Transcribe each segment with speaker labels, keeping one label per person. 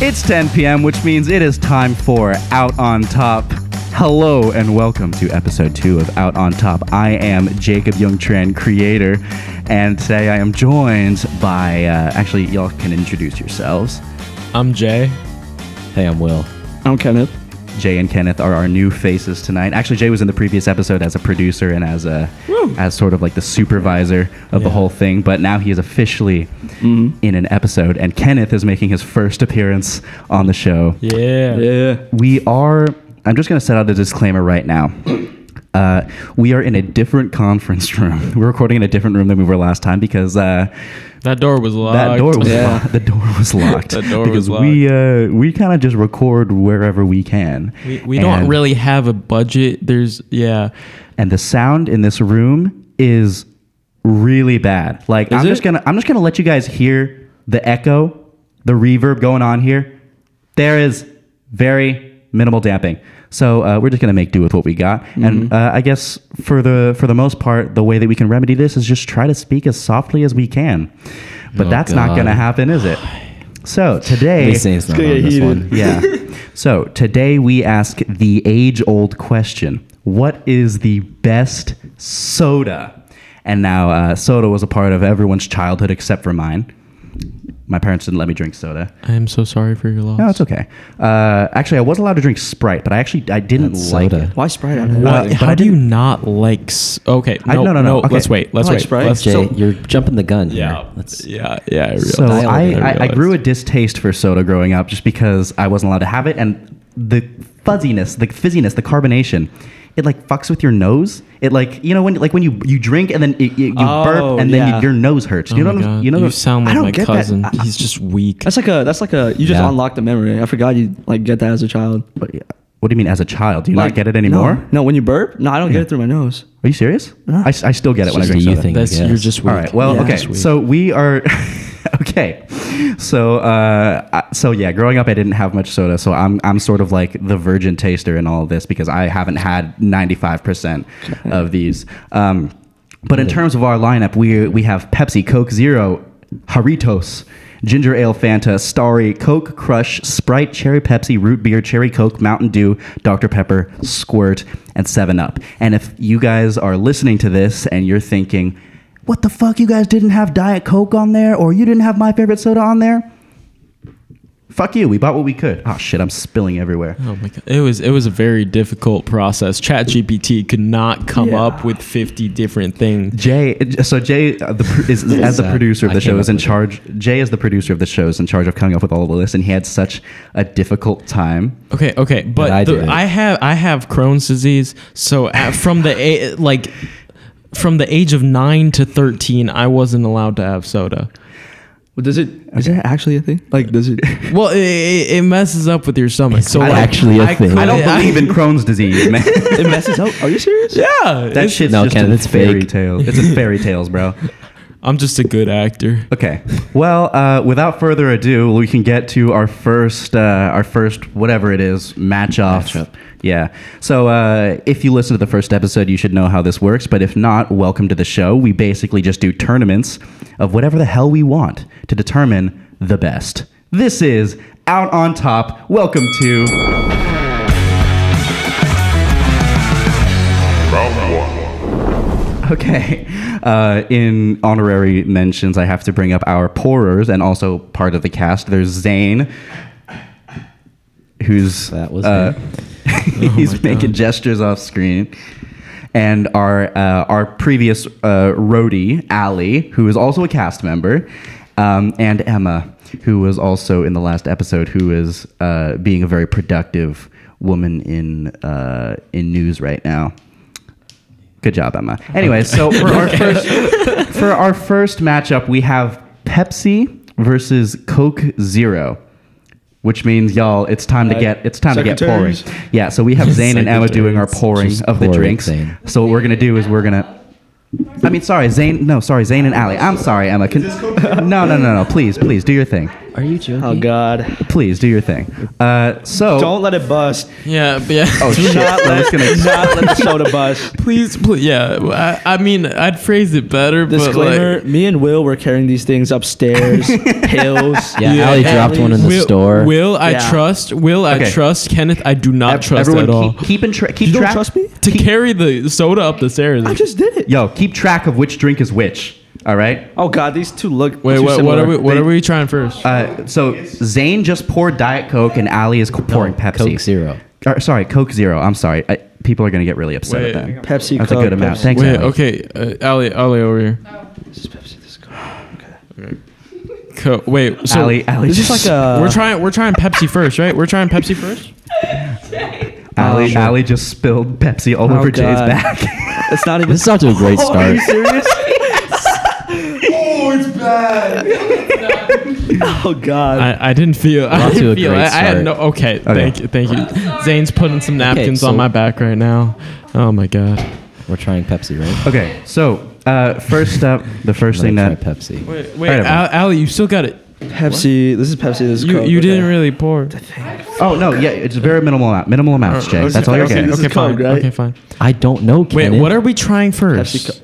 Speaker 1: It's 10 p.m., which means it is time for Out on Top. Hello and welcome to episode two of Out on Top. I am Jacob Youngtran, creator, and today I am joined by. Uh, actually, y'all can introduce yourselves.
Speaker 2: I'm Jay. Hey, I'm Will.
Speaker 3: I'm Kenneth.
Speaker 1: Jay and Kenneth are our new faces tonight. Actually, Jay was in the previous episode as a producer and as a as sort of like the supervisor of the
Speaker 2: Yeah.
Speaker 1: whole thing, but now he is officially in an episode and Kenneth is making his first appearance on the show.
Speaker 2: Yeah.
Speaker 3: Yeah.
Speaker 1: We are I'm just going to set out a disclaimer right now. Uh, we are in a different conference room. We're recording in a different room than we were last time because uh,
Speaker 2: That door was locked.
Speaker 1: that door was
Speaker 3: Yeah.
Speaker 1: locked. The door was locked.
Speaker 2: That door
Speaker 1: because
Speaker 2: was
Speaker 1: we uh, we kind of just record wherever we can.
Speaker 2: We, we don't
Speaker 1: And-
Speaker 2: really have a budget. There's yeah.
Speaker 1: and the sound in this room is really bad. Like I'm
Speaker 3: it?
Speaker 1: just gonna I'm just gonna let you guys hear the echo, the reverb going on here. There is very minimal damping. So uh, we're just gonna make do with what we got, and
Speaker 4: Mm-hmm.
Speaker 1: uh, I guess for the for the most part, the way that we can remedy this is just try to speak as softly as we can. But
Speaker 4: Oh,
Speaker 1: that's not
Speaker 4: God.
Speaker 1: gonna happen, is it? So today,
Speaker 4: At least Zane's not
Speaker 3: gonna
Speaker 4: on
Speaker 3: get
Speaker 4: this
Speaker 3: heated.
Speaker 4: one.
Speaker 1: yeah. So today we ask the age old question What is the best soda? And now, uh, soda was a part of everyone's childhood except for mine. My parents didn't let me drink soda.
Speaker 2: I am so sorry for your loss.
Speaker 1: No, it's okay. Uh, actually, I was allowed to drink Sprite, but I actually I didn't
Speaker 4: That's
Speaker 1: like
Speaker 4: soda.
Speaker 1: it.
Speaker 3: Why Sprite? I
Speaker 2: Why-
Speaker 1: but
Speaker 2: how
Speaker 1: I
Speaker 2: do you not like? s- Okay. No,
Speaker 1: I- no,
Speaker 2: no,
Speaker 1: no,
Speaker 2: no,
Speaker 1: no, okay.
Speaker 2: Let's wait. Let's
Speaker 3: I like
Speaker 2: wait.
Speaker 3: Sprite.
Speaker 2: Let's
Speaker 4: Jay,
Speaker 3: So-
Speaker 4: you're jumping the gun.
Speaker 2: yeah.
Speaker 4: here. Let's,
Speaker 2: yeah. Yeah. I Oh realized.
Speaker 1: So
Speaker 4: Dial
Speaker 1: I,
Speaker 4: it in.
Speaker 1: I, I grew a distaste for soda growing up just because I wasn't allowed to have it, and the fuzziness, the fizziness, the carbonation, it like fucks with your nose. It like you know when like when you you drink and then it, it- you
Speaker 3: Oh,
Speaker 1: burp and then
Speaker 3: yeah.
Speaker 1: you, your nose hurts.
Speaker 2: Oh
Speaker 1: you know
Speaker 2: my
Speaker 1: what I'm,
Speaker 2: God.
Speaker 1: you know
Speaker 2: you
Speaker 1: what-
Speaker 2: sound
Speaker 1: I
Speaker 2: like
Speaker 1: don't
Speaker 2: my
Speaker 1: get that.
Speaker 2: cousin.
Speaker 1: I-
Speaker 2: He's just weak.
Speaker 3: That's like a. That's like a. You just
Speaker 4: Yeah.
Speaker 3: unlocked a memory. I forgot you like get that as a child.
Speaker 1: what what do you mean as a child? Do you
Speaker 3: Like,
Speaker 1: not get it
Speaker 3: no.
Speaker 1: anymore?
Speaker 3: No, when you burp, no, I don't get it through my nose.
Speaker 1: Are you serious? I, s- I still get it when I
Speaker 4: just
Speaker 1: drink
Speaker 4: a you
Speaker 1: soda.
Speaker 4: thing, I
Speaker 2: That's
Speaker 4: guess.
Speaker 2: you're just weak.
Speaker 1: All right. Well,
Speaker 3: Yeah.
Speaker 1: okay.
Speaker 2: Just weak.
Speaker 1: So we are okay. So uh I- so yeah, growing up I didn't have much soda, so I'm I'm sort of like the virgin taster in all of this because I haven't had 95% of these. Um but in terms of our lineup, we we have Pepsi, Coke Zero, Haritos, Ginger Ale Fanta, Starry, Coke Crush, Sprite, Cherry Pepsi, Root Beer, Cherry Coke, Mountain Dew, Dr. Pepper, Squirt, and 7 Up. And if you guys are listening to this and you're thinking, what the fuck, you guys didn't have Diet Coke on there or you didn't have my favorite soda on there? Fuck you, we bought what we could. Oh shit, I'm spilling everywhere.
Speaker 2: Oh my god! It was it was a very difficult process. ChatGPT could not come
Speaker 3: Yeah.
Speaker 2: up with fifty different things.
Speaker 1: Jay, so Jay uh, the, pr- is, as the
Speaker 4: uh,
Speaker 1: producer of
Speaker 4: I
Speaker 1: the show
Speaker 4: came
Speaker 1: is
Speaker 4: up
Speaker 1: in
Speaker 4: with it.
Speaker 1: charge. Jay, as the producer of the show, is in charge of coming up with all of the lists, and he had such a difficult time.
Speaker 2: Okay, okay, but
Speaker 4: I
Speaker 2: the- I,
Speaker 4: didn't.
Speaker 2: have I have Crohn's disease. So at, from the a, like from the age of nine to thirteen, I wasn't allowed to have soda.
Speaker 3: Well, does it? Is that actually a thing? Like, does it?
Speaker 2: Well, it, it it messes up with your stomach. So
Speaker 1: I-
Speaker 2: like,
Speaker 4: actually a
Speaker 2: I-
Speaker 4: thing.
Speaker 1: I don't believe in Crohn's disease, man.
Speaker 3: it messes up. Are you serious?
Speaker 2: Yeah,
Speaker 1: that
Speaker 2: it's-
Speaker 1: shit's
Speaker 4: No,
Speaker 1: just
Speaker 4: Ken,
Speaker 1: in
Speaker 4: it's
Speaker 1: fairy
Speaker 4: fake.
Speaker 1: tales. It's in fairy tales, bro.
Speaker 2: I'm just a good actor.
Speaker 1: Okay. Well, uh, without further ado, we can get to our first, uh, our first whatever it is, match off.
Speaker 4: Matchup.
Speaker 1: Yeah. So uh, if you listen to the first episode, you should know how this works. But if not, welcome to the show. We basically just do tournaments of whatever the hell we want to determine the best. This is out on top. Welcome to okay. Uh, in honorary mentions, I have to bring up our pourers and also part of the cast. There's Zane, who's
Speaker 4: That was
Speaker 1: uh, he's
Speaker 2: my
Speaker 1: making
Speaker 2: God.
Speaker 1: gestures off screen. And our uh, our previous uh, roadie, Allie, who is also a cast member, um, and Emma, who was also in the last episode, who is uh, being a very productive woman in uh, in news right now. Good job, Emma. Anyway, so for our first for our first matchup, we have Pepsi versus Coke Zero, which means y'all, it's time to
Speaker 3: Right.
Speaker 1: get it's time to get pouring.
Speaker 3: Secretaries.
Speaker 1: Yeah, so we have Zane and Emma doing our pouring
Speaker 4: Just
Speaker 1: of the
Speaker 4: pour it,
Speaker 1: drinks.
Speaker 4: Zane.
Speaker 1: So what we're gonna do is we're gonna I mean, sorry, Zane. No, sorry, Zane and Allie. I'm sorry, Emma. Can, no, no, no, no. Please, please do your thing.
Speaker 4: Are you joking?
Speaker 3: Oh God!
Speaker 1: Please do your thing. Uh, so
Speaker 3: Don't let it bust.
Speaker 2: Yeah, but yeah.
Speaker 1: Oh,
Speaker 3: Do
Speaker 1: shit.
Speaker 3: not
Speaker 1: I'm
Speaker 3: let,
Speaker 1: just gonna-
Speaker 3: not let the soda bust.
Speaker 2: please, please. Yeah, I, I mean, I'd phrase it better,
Speaker 3: Disclaimer:
Speaker 2: but like.
Speaker 3: Me and Will were carrying these things upstairs, pills.
Speaker 4: Yeah,
Speaker 2: Yeah,
Speaker 4: Allie
Speaker 2: at
Speaker 4: dropped one in the
Speaker 2: Will,
Speaker 4: store.
Speaker 2: Will I
Speaker 3: Yeah.
Speaker 2: trust? Will I
Speaker 1: Okay.
Speaker 2: trust? Kenneth, I do not
Speaker 1: Ev-
Speaker 2: trust
Speaker 1: everyone
Speaker 2: at all.
Speaker 1: keep keep, in tra- keep
Speaker 3: You don't
Speaker 1: track.
Speaker 3: trust me?
Speaker 2: to carry the soda up the stairs.
Speaker 3: I just did it.
Speaker 1: Yo, keep track of which drink is which. All right.
Speaker 3: Oh God! These two look.
Speaker 2: Wait,
Speaker 3: too
Speaker 2: what, what
Speaker 3: similar.
Speaker 2: are we? What
Speaker 1: They-
Speaker 2: are we trying first?
Speaker 1: Uh, so Zane just poured Diet Coke and Ali is pouring Pepsi.
Speaker 4: Coke Zero.
Speaker 1: Or, sorry, Coke Zero. I'm sorry. I, people are gonna get really upset
Speaker 2: Wait.
Speaker 1: at that.
Speaker 3: Pepsi,
Speaker 1: That's
Speaker 3: Coke,
Speaker 1: a good amount.
Speaker 3: Pepsi.
Speaker 1: Thanks.
Speaker 2: Wait,
Speaker 1: Ali.
Speaker 2: okay, uh, Ali, Ali over here.
Speaker 3: This is Pepsi. This is Coke. Okay.
Speaker 2: Co- wait, so
Speaker 1: Ali, Ali
Speaker 3: This is
Speaker 1: just
Speaker 3: like a.
Speaker 2: we're trying. We're trying Pepsi first, right? We're trying Pepsi first.
Speaker 1: Ali,
Speaker 3: Oh, sure.
Speaker 1: Ali just spilled Pepsi all
Speaker 3: Oh,
Speaker 1: over Jay's
Speaker 3: God.
Speaker 1: back.
Speaker 3: It's not even.
Speaker 4: This is off to a great
Speaker 3: Are
Speaker 4: start.
Speaker 3: you serious? oh God!
Speaker 2: I, I didn't feel. I
Speaker 4: Off to
Speaker 2: didn't
Speaker 4: a
Speaker 2: feel. I,
Speaker 4: great
Speaker 2: I had
Speaker 4: start.
Speaker 2: no. Okay, thank you, thank you. Zane's putting some napkins
Speaker 4: so-
Speaker 2: on my back right now. Oh my god.
Speaker 4: We're trying Pepsi, right?
Speaker 1: okay, so uh, first up, the first
Speaker 4: I'm
Speaker 1: thing
Speaker 4: gonna
Speaker 1: that
Speaker 4: try Pepsi.
Speaker 2: Wait, wait,
Speaker 1: All right,
Speaker 2: Al, Ali, you still got it.
Speaker 3: Pepsi. This is Pepsi. This is
Speaker 2: You
Speaker 3: Coke.
Speaker 2: you
Speaker 3: okay.
Speaker 2: didn't really pour.
Speaker 1: Oh no, yeah, it's very minimal amount. Minimal amounts, Jay. That's all you're
Speaker 3: okay,
Speaker 1: getting.
Speaker 3: this is
Speaker 2: Uh, Okay, fine.
Speaker 3: Coke, right?
Speaker 2: Okay, fine.
Speaker 4: I don't know.
Speaker 2: Wait,
Speaker 4: Kenneth.
Speaker 2: what are we trying
Speaker 3: Pepsi.
Speaker 2: first?
Speaker 3: Coke.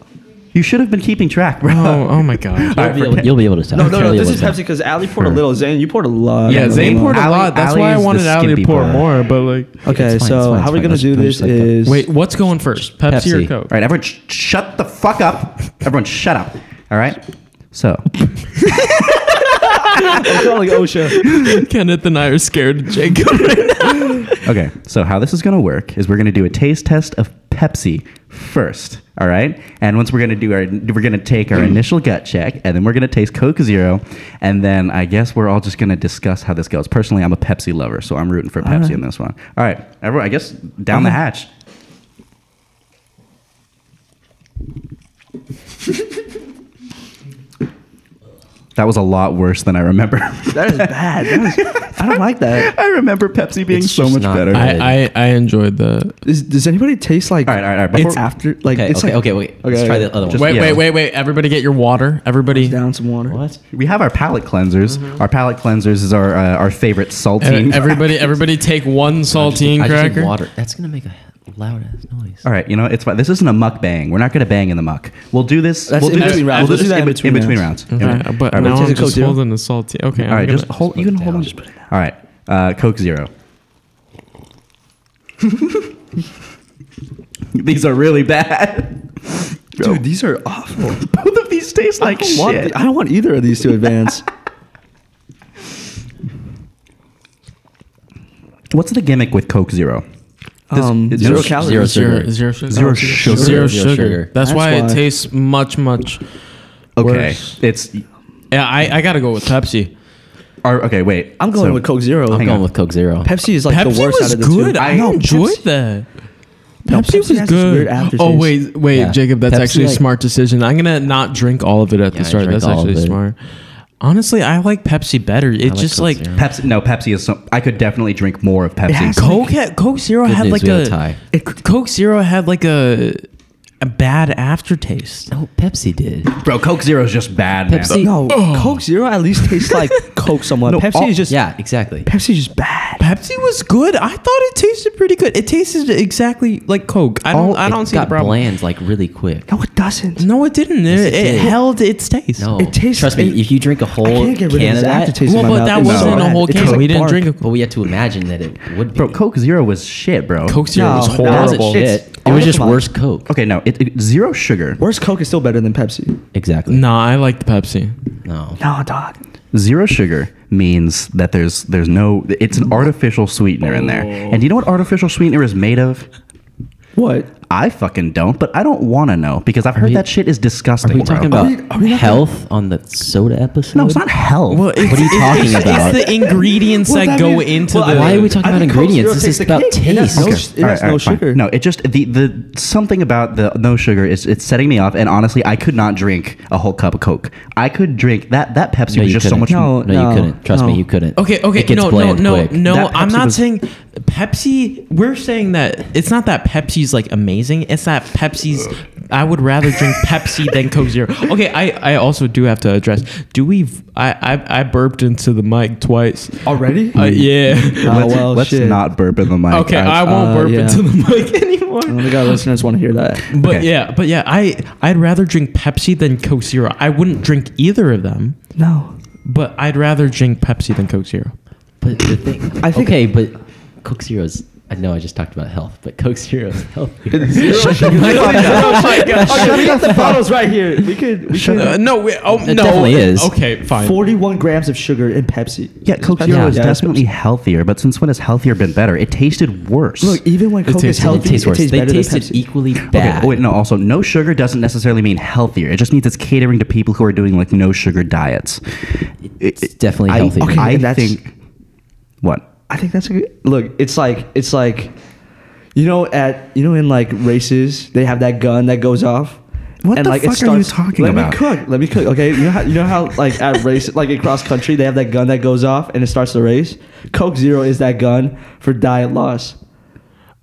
Speaker 1: You should have been keeping track, bro.
Speaker 2: Oh, oh my god.
Speaker 1: All
Speaker 4: You'll,
Speaker 1: right,
Speaker 4: be
Speaker 1: for
Speaker 4: able,
Speaker 1: Ken-
Speaker 4: you'll be able to tell.
Speaker 3: No, no, no.
Speaker 4: You'll be
Speaker 3: This
Speaker 4: able
Speaker 3: is
Speaker 4: to tell.
Speaker 3: Pepsi because Ali poured
Speaker 4: Hmm.
Speaker 3: a little. Zane, you poured a lot.
Speaker 2: Yeah,
Speaker 3: I'm
Speaker 2: Zane
Speaker 3: gonna
Speaker 2: poured a
Speaker 1: Ali-
Speaker 2: lot. That's
Speaker 1: Ali
Speaker 2: why I
Speaker 1: is the
Speaker 2: wanted Ali to
Speaker 1: skimpy
Speaker 2: pour
Speaker 1: part.
Speaker 2: more. But like,
Speaker 3: Okay,
Speaker 4: It's fine,
Speaker 3: so
Speaker 4: it's fine,
Speaker 3: how are we
Speaker 4: it's fine.
Speaker 3: gonna
Speaker 4: Let's
Speaker 3: do
Speaker 4: do
Speaker 3: this?
Speaker 4: just like that.
Speaker 3: Is
Speaker 2: wait, what's going first? Pepsi, or
Speaker 4: Pepsi.
Speaker 2: Coke?
Speaker 1: All right, everyone, sh- shut the fuck up. Everyone, shut up. All right. So,
Speaker 3: I'm calling OSHA.
Speaker 2: Kenneth and I are scared of Jacob.
Speaker 1: okay. So how this is gonna work is we're gonna do a taste test of Pepsi first. All right. And once we're gonna do our, we're gonna take our initial gut check, and then we're gonna taste Coke Zero, and then I guess we're all just gonna discuss how this goes. Personally, I'm a Pepsi lover, so I'm rooting for Pepsi in this one. All right, everyone. I guess down
Speaker 4: Uh-huh.
Speaker 1: the hatch. That was a lot worse than I remember.
Speaker 3: That is bad. That is, I don't like that.
Speaker 1: I remember Pepsi being
Speaker 4: It's
Speaker 1: so
Speaker 4: just
Speaker 1: much
Speaker 4: not
Speaker 1: better.
Speaker 4: good.
Speaker 2: I, I I enjoyed the.
Speaker 3: Is, does anybody taste like?
Speaker 1: All right, all right, all right.
Speaker 3: It's
Speaker 1: Before-
Speaker 3: after like
Speaker 4: Okay,
Speaker 3: it's
Speaker 4: okay,
Speaker 3: like,
Speaker 4: okay, wait. Let's
Speaker 3: okay,
Speaker 4: try
Speaker 3: okay.
Speaker 4: the other one.
Speaker 1: Just-
Speaker 2: Wait,
Speaker 1: Yeah.
Speaker 2: wait, wait, wait! Everybody, get your water. Everybody,
Speaker 3: down some water.
Speaker 4: what?
Speaker 1: We have our palate cleansers.
Speaker 3: Mm-hmm.
Speaker 1: Our palate cleansers is our uh, our favorite saltine.
Speaker 2: And e- everybody, everybody, take one saltine
Speaker 4: I just need
Speaker 2: cracker.
Speaker 4: water. That's gonna make a loud ass noise.
Speaker 1: All right, you know it's fine. This isn't a mukbang. We're not gonna bang in the muck. We'll do this.
Speaker 3: That's
Speaker 1: we'll
Speaker 3: in
Speaker 1: do this-
Speaker 3: between rounds.
Speaker 1: We'll do
Speaker 3: Let's do
Speaker 1: this
Speaker 3: that
Speaker 1: in,
Speaker 3: in
Speaker 1: bet- in between
Speaker 3: between
Speaker 1: rounds.
Speaker 2: All right,
Speaker 4: Mm-hmm.
Speaker 1: In-
Speaker 2: but
Speaker 1: all right,
Speaker 2: now
Speaker 1: we'll
Speaker 3: just
Speaker 2: I'm
Speaker 1: take
Speaker 3: Coke
Speaker 2: just
Speaker 3: Zero?
Speaker 2: holding the saltine. Okay,
Speaker 1: a- all right,
Speaker 2: I'm
Speaker 1: just
Speaker 2: gonna-
Speaker 1: hold. You can hold on.
Speaker 4: uh, Just put it down.
Speaker 1: All right, uh, Coke Zero. these are really bad. Bro,
Speaker 3: Dude, these are awful.
Speaker 1: both of these taste like
Speaker 3: I don't, want
Speaker 1: shit.
Speaker 3: the- I don't want either of these to advance.
Speaker 1: What's the gimmick with Coke Zero? This-
Speaker 3: um,
Speaker 1: no
Speaker 3: zero
Speaker 1: sh-
Speaker 3: calories.
Speaker 4: zero sugar.
Speaker 2: zero, zero sugar.
Speaker 1: Zero sugar.
Speaker 2: Zero
Speaker 4: Zero
Speaker 2: sugar.
Speaker 4: sugar.
Speaker 2: That's,
Speaker 3: That's
Speaker 2: why, it
Speaker 3: why.
Speaker 2: tastes much, much.
Speaker 1: Okay,
Speaker 2: Worse.
Speaker 1: it's.
Speaker 2: Yeah, I, I gotta go with Pepsi.
Speaker 1: Or, okay, wait.
Speaker 3: I'm going
Speaker 1: So-
Speaker 3: with Coke Zero.
Speaker 4: I'm
Speaker 1: Hang
Speaker 4: going
Speaker 1: on.
Speaker 4: with Coke Zero.
Speaker 3: Pepsi is like
Speaker 2: Pepsi
Speaker 3: the worst
Speaker 2: was
Speaker 3: out of the
Speaker 2: good.
Speaker 3: two.
Speaker 2: I,
Speaker 3: No,
Speaker 2: enjoyed
Speaker 3: Pepsi-
Speaker 2: that.
Speaker 3: No,
Speaker 2: Pepsi,
Speaker 3: Pepsi
Speaker 2: was
Speaker 3: has this
Speaker 2: good.
Speaker 3: weird aftertaste.
Speaker 2: Oh wait, wait,
Speaker 4: Yeah.
Speaker 2: Jacob. That's
Speaker 4: Pepsi,
Speaker 2: actually a
Speaker 4: like-
Speaker 2: smart decision. I'm gonna not drink all of it at the
Speaker 4: Yeah, I
Speaker 2: start.
Speaker 4: drank
Speaker 2: That's
Speaker 4: all of
Speaker 2: actually
Speaker 4: it.
Speaker 2: smart. Honestly, I like Pepsi better. It's
Speaker 4: I
Speaker 2: just
Speaker 4: Coke
Speaker 2: like
Speaker 4: Zero.
Speaker 1: Pepsi. No, Pepsi is. Some, I could definitely drink more of Pepsi.
Speaker 3: has-
Speaker 2: Coke. Had, Coke Zero
Speaker 4: Good
Speaker 2: had
Speaker 4: news,
Speaker 2: like
Speaker 4: we have a
Speaker 2: a,
Speaker 4: tie.
Speaker 2: Coke Zero had like a a bad aftertaste.
Speaker 4: no, Pepsi did.
Speaker 1: Bro, Coke Zero is just bad.
Speaker 4: Pepsi.
Speaker 3: No, Coke Zero at least tastes like Coke somewhat.
Speaker 1: No,
Speaker 3: Pepsi
Speaker 1: all-
Speaker 3: is just
Speaker 4: Yeah, exactly.
Speaker 3: Pepsi is just bad.
Speaker 2: Pepsi was good. I thought it tasted pretty good. It tasted exactly like Coke. I don't. I don't
Speaker 4: Oh, it
Speaker 2: see
Speaker 4: got
Speaker 2: the problem.
Speaker 4: bland like really quick.
Speaker 3: No, it doesn't.
Speaker 2: No, it didn't. It,
Speaker 4: it
Speaker 2: it
Speaker 4: did.
Speaker 2: held its taste.
Speaker 4: No,
Speaker 3: It tastes-
Speaker 4: Trust me,
Speaker 3: it-
Speaker 4: if you drink a whole
Speaker 3: I can't get rid
Speaker 4: can
Speaker 3: of
Speaker 4: of
Speaker 3: this
Speaker 4: that,
Speaker 3: aftertaste
Speaker 2: Well,
Speaker 3: in my
Speaker 2: but
Speaker 3: mouth.
Speaker 2: that
Speaker 3: It's
Speaker 1: wasn't
Speaker 3: so
Speaker 1: a
Speaker 3: bad.
Speaker 2: whole
Speaker 3: It
Speaker 2: can.
Speaker 3: tastes
Speaker 2: We
Speaker 3: like
Speaker 2: didn't
Speaker 3: bark.
Speaker 2: drink a-
Speaker 4: but we had to imagine that it would be.
Speaker 1: Bro, Coke Zero was shit, bro.
Speaker 2: Coke Zero
Speaker 3: No,
Speaker 2: was
Speaker 3: no,
Speaker 4: That
Speaker 2: horrible.
Speaker 4: wasn't
Speaker 3: Horrible.
Speaker 4: shit.
Speaker 3: It's-
Speaker 4: It was just
Speaker 3: Come on.
Speaker 4: worse Coke.
Speaker 1: Okay, no, it, it zero sugar,
Speaker 3: Worse Coke is still better than Pepsi.
Speaker 4: Exactly.
Speaker 2: No, I liked Pepsi.
Speaker 4: No.
Speaker 3: No, dog.
Speaker 1: zero sugar means that there's there's no. It's an artificial sweetener in
Speaker 2: Oh.
Speaker 1: there, and you know what artificial sweetener is made of?
Speaker 3: What?
Speaker 1: I fucking don't, but I don't want to know because I've heard
Speaker 4: you-
Speaker 1: that shit is disgusting.
Speaker 4: Are we
Speaker 1: bro.
Speaker 4: talking
Speaker 3: Are
Speaker 4: about
Speaker 3: we- are we not
Speaker 4: health on the soda episode?
Speaker 1: No, it's not health.
Speaker 2: Well, it's,
Speaker 4: What are you talking
Speaker 2: it's,
Speaker 4: about?
Speaker 2: It's the ingredients
Speaker 3: Well,
Speaker 2: that
Speaker 3: that
Speaker 2: go
Speaker 3: means-
Speaker 2: into
Speaker 3: well,
Speaker 2: the.
Speaker 4: Why are we talking
Speaker 3: I
Speaker 4: about
Speaker 3: think Coke
Speaker 4: ingredients?
Speaker 3: Zero
Speaker 4: This
Speaker 3: takes
Speaker 4: is
Speaker 3: the
Speaker 4: about
Speaker 3: cake, and that's
Speaker 4: taste.
Speaker 3: no
Speaker 1: Okay.
Speaker 3: sh- it
Speaker 1: all
Speaker 3: has
Speaker 1: all
Speaker 3: no sugar.
Speaker 1: Fine. No, it just the the something about the no sugar is it's setting me off, and honestly, I could not drink a whole cup of Coke. I could drink that that Pepsi
Speaker 4: No,
Speaker 1: was
Speaker 4: you
Speaker 1: just so
Speaker 4: couldn't.
Speaker 1: much.
Speaker 3: No,
Speaker 4: No, you couldn't. Trust
Speaker 3: no.
Speaker 4: me, you couldn't.
Speaker 2: Okay, okay,
Speaker 4: It gets
Speaker 2: no, no,
Speaker 4: bland
Speaker 2: no,
Speaker 4: quick.
Speaker 2: no.
Speaker 1: That
Speaker 2: I'm
Speaker 1: Pepsi
Speaker 2: not
Speaker 1: was-
Speaker 2: saying Pepsi. We're saying that it's not that Pepsi's like amazing. It's that Pepsi's I would rather drink Pepsi than Coke Zero. Okay, I, I also do have to address. Do we? I I, I burped into the mic twice.
Speaker 3: Already?
Speaker 2: Uh, yeah.
Speaker 3: Oh,
Speaker 1: let's
Speaker 3: well,
Speaker 1: let's
Speaker 3: shit.
Speaker 1: not burp in the mic.
Speaker 2: okay, I,
Speaker 1: I-
Speaker 2: won't
Speaker 3: uh,
Speaker 2: burp
Speaker 3: yeah.
Speaker 2: into the mic anymore.
Speaker 3: Oh my god, listeners want to hear that.
Speaker 2: But
Speaker 1: Okay.
Speaker 2: yeah, but yeah, I I'd rather drink Pepsi than Coke Zero. I wouldn't drink either of them,
Speaker 3: No.
Speaker 2: but I'd rather drink Pepsi than Coke Zero.
Speaker 4: But the thing,
Speaker 3: I think-
Speaker 4: okay, but Coke Zero's. I know I just talked about health, but Coke Zero's healthier.
Speaker 3: Shut the bottles right here. We could. We
Speaker 1: Shut
Speaker 3: could
Speaker 1: up.
Speaker 2: Uh, no, we, oh
Speaker 4: It
Speaker 2: no,
Speaker 4: definitely is.
Speaker 2: Okay, fine.
Speaker 3: 41 grams of sugar in Pepsi.
Speaker 1: yeah, Coke Zero
Speaker 4: Yeah.
Speaker 1: is
Speaker 3: Yeah, it's
Speaker 1: definitely healthier, but since when has healthier been better? It tasted worse.
Speaker 3: Look, even when
Speaker 2: It
Speaker 3: Coke is
Speaker 2: tastes- it
Speaker 3: healthy, it tastes,
Speaker 4: worse. They
Speaker 3: better
Speaker 4: tasted
Speaker 1: e-
Speaker 3: than Pepsi.
Speaker 4: equally
Speaker 1: Okay,
Speaker 4: bad.
Speaker 1: wait, no, also, no sugar doesn't necessarily mean healthier. It just means it's catering to people who are doing like no sugar diets.
Speaker 4: It's definitely healthier.
Speaker 1: I,
Speaker 3: Okay,
Speaker 1: I
Speaker 3: and that's-
Speaker 1: think. What?
Speaker 3: I think that's a good look. It's like it's like, you know, at you know, in like races, they have that gun that goes off.
Speaker 1: What the fuck are you talking
Speaker 3: let
Speaker 1: about?
Speaker 3: Let me cook. Let me cook. Okay, you know how you know how like at race, like in cross country, they have that gun that goes off and it starts the race. Coke Zero is that gun for diet loss.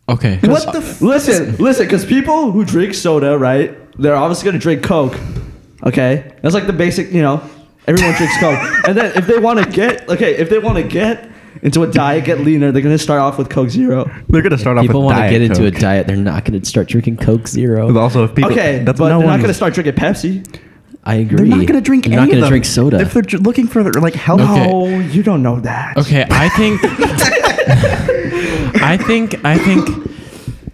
Speaker 2: Okay.
Speaker 3: What the? F- listen, listen, because people who drink soda, right? They're obviously gonna drink Coke. Okay, that's like the basic, you know. Everyone drinks Coke, and then if they want to get okay, if they want to get into a diet, get leaner, they're gonna start off with Coke Zero.
Speaker 1: They're going to start off
Speaker 4: People
Speaker 1: with
Speaker 4: want to
Speaker 1: Diet
Speaker 4: get into a
Speaker 1: Coke.
Speaker 4: diet. They're not going to start drinking Coke Zero.
Speaker 1: Also, if people.
Speaker 3: okay,
Speaker 1: that's-
Speaker 3: but
Speaker 1: no
Speaker 3: they're not
Speaker 1: one's-
Speaker 3: gonna start drinking Pepsi.
Speaker 4: I agree.
Speaker 1: They're not going to drink
Speaker 4: They're
Speaker 1: any
Speaker 4: not
Speaker 1: of
Speaker 4: gonna
Speaker 1: them.
Speaker 4: drink soda.
Speaker 1: If they're dr- looking for like health.
Speaker 2: Okay.
Speaker 3: Oh, you don't know that.
Speaker 2: Okay, I think I think I think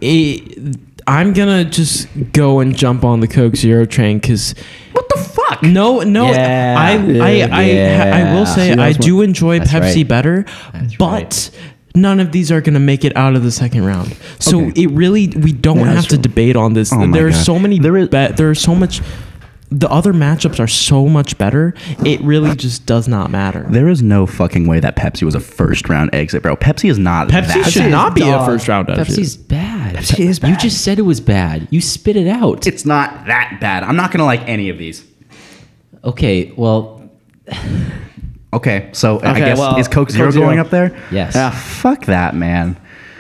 Speaker 2: it, I'm gonna just go and jump on the Coke Zero train because what the fuck? No, no,
Speaker 3: Yeah.
Speaker 2: I I I,
Speaker 4: Yeah.
Speaker 2: I will say
Speaker 3: See,
Speaker 2: I
Speaker 3: that's
Speaker 2: do enjoy
Speaker 4: That's
Speaker 2: Pepsi
Speaker 4: right.
Speaker 2: better,
Speaker 4: That's
Speaker 2: but.
Speaker 4: right.
Speaker 2: None of these are going to make it out of the second round, so
Speaker 1: Okay.
Speaker 2: it really we don't
Speaker 3: Yeah,
Speaker 2: have
Speaker 3: that's
Speaker 2: to
Speaker 3: true.
Speaker 2: debate on this.
Speaker 1: Oh my
Speaker 2: there are
Speaker 1: God.
Speaker 2: so many
Speaker 1: There
Speaker 2: there
Speaker 1: is-
Speaker 2: is, there are so much. The other matchups are so much better. It really just does not matter.
Speaker 1: There is no fucking way that Pepsi was a first round exit, bro. Pepsi is not.
Speaker 2: Pepsi
Speaker 1: that.
Speaker 2: should
Speaker 3: is
Speaker 2: not be a
Speaker 3: dog.
Speaker 2: first round exit.
Speaker 4: Pepsi's bad.
Speaker 3: Pepsi is
Speaker 4: You
Speaker 3: bad.
Speaker 4: just said it was bad. You spit it out.
Speaker 1: It's not that bad. I'm not going to like any of these.
Speaker 4: okay, well,
Speaker 1: Okay, so I
Speaker 3: Okay,
Speaker 1: guess
Speaker 3: well,
Speaker 1: is Coke Zero
Speaker 3: Coke Zero.
Speaker 1: going up there?
Speaker 4: Yes.
Speaker 1: Ah, fuck that, man.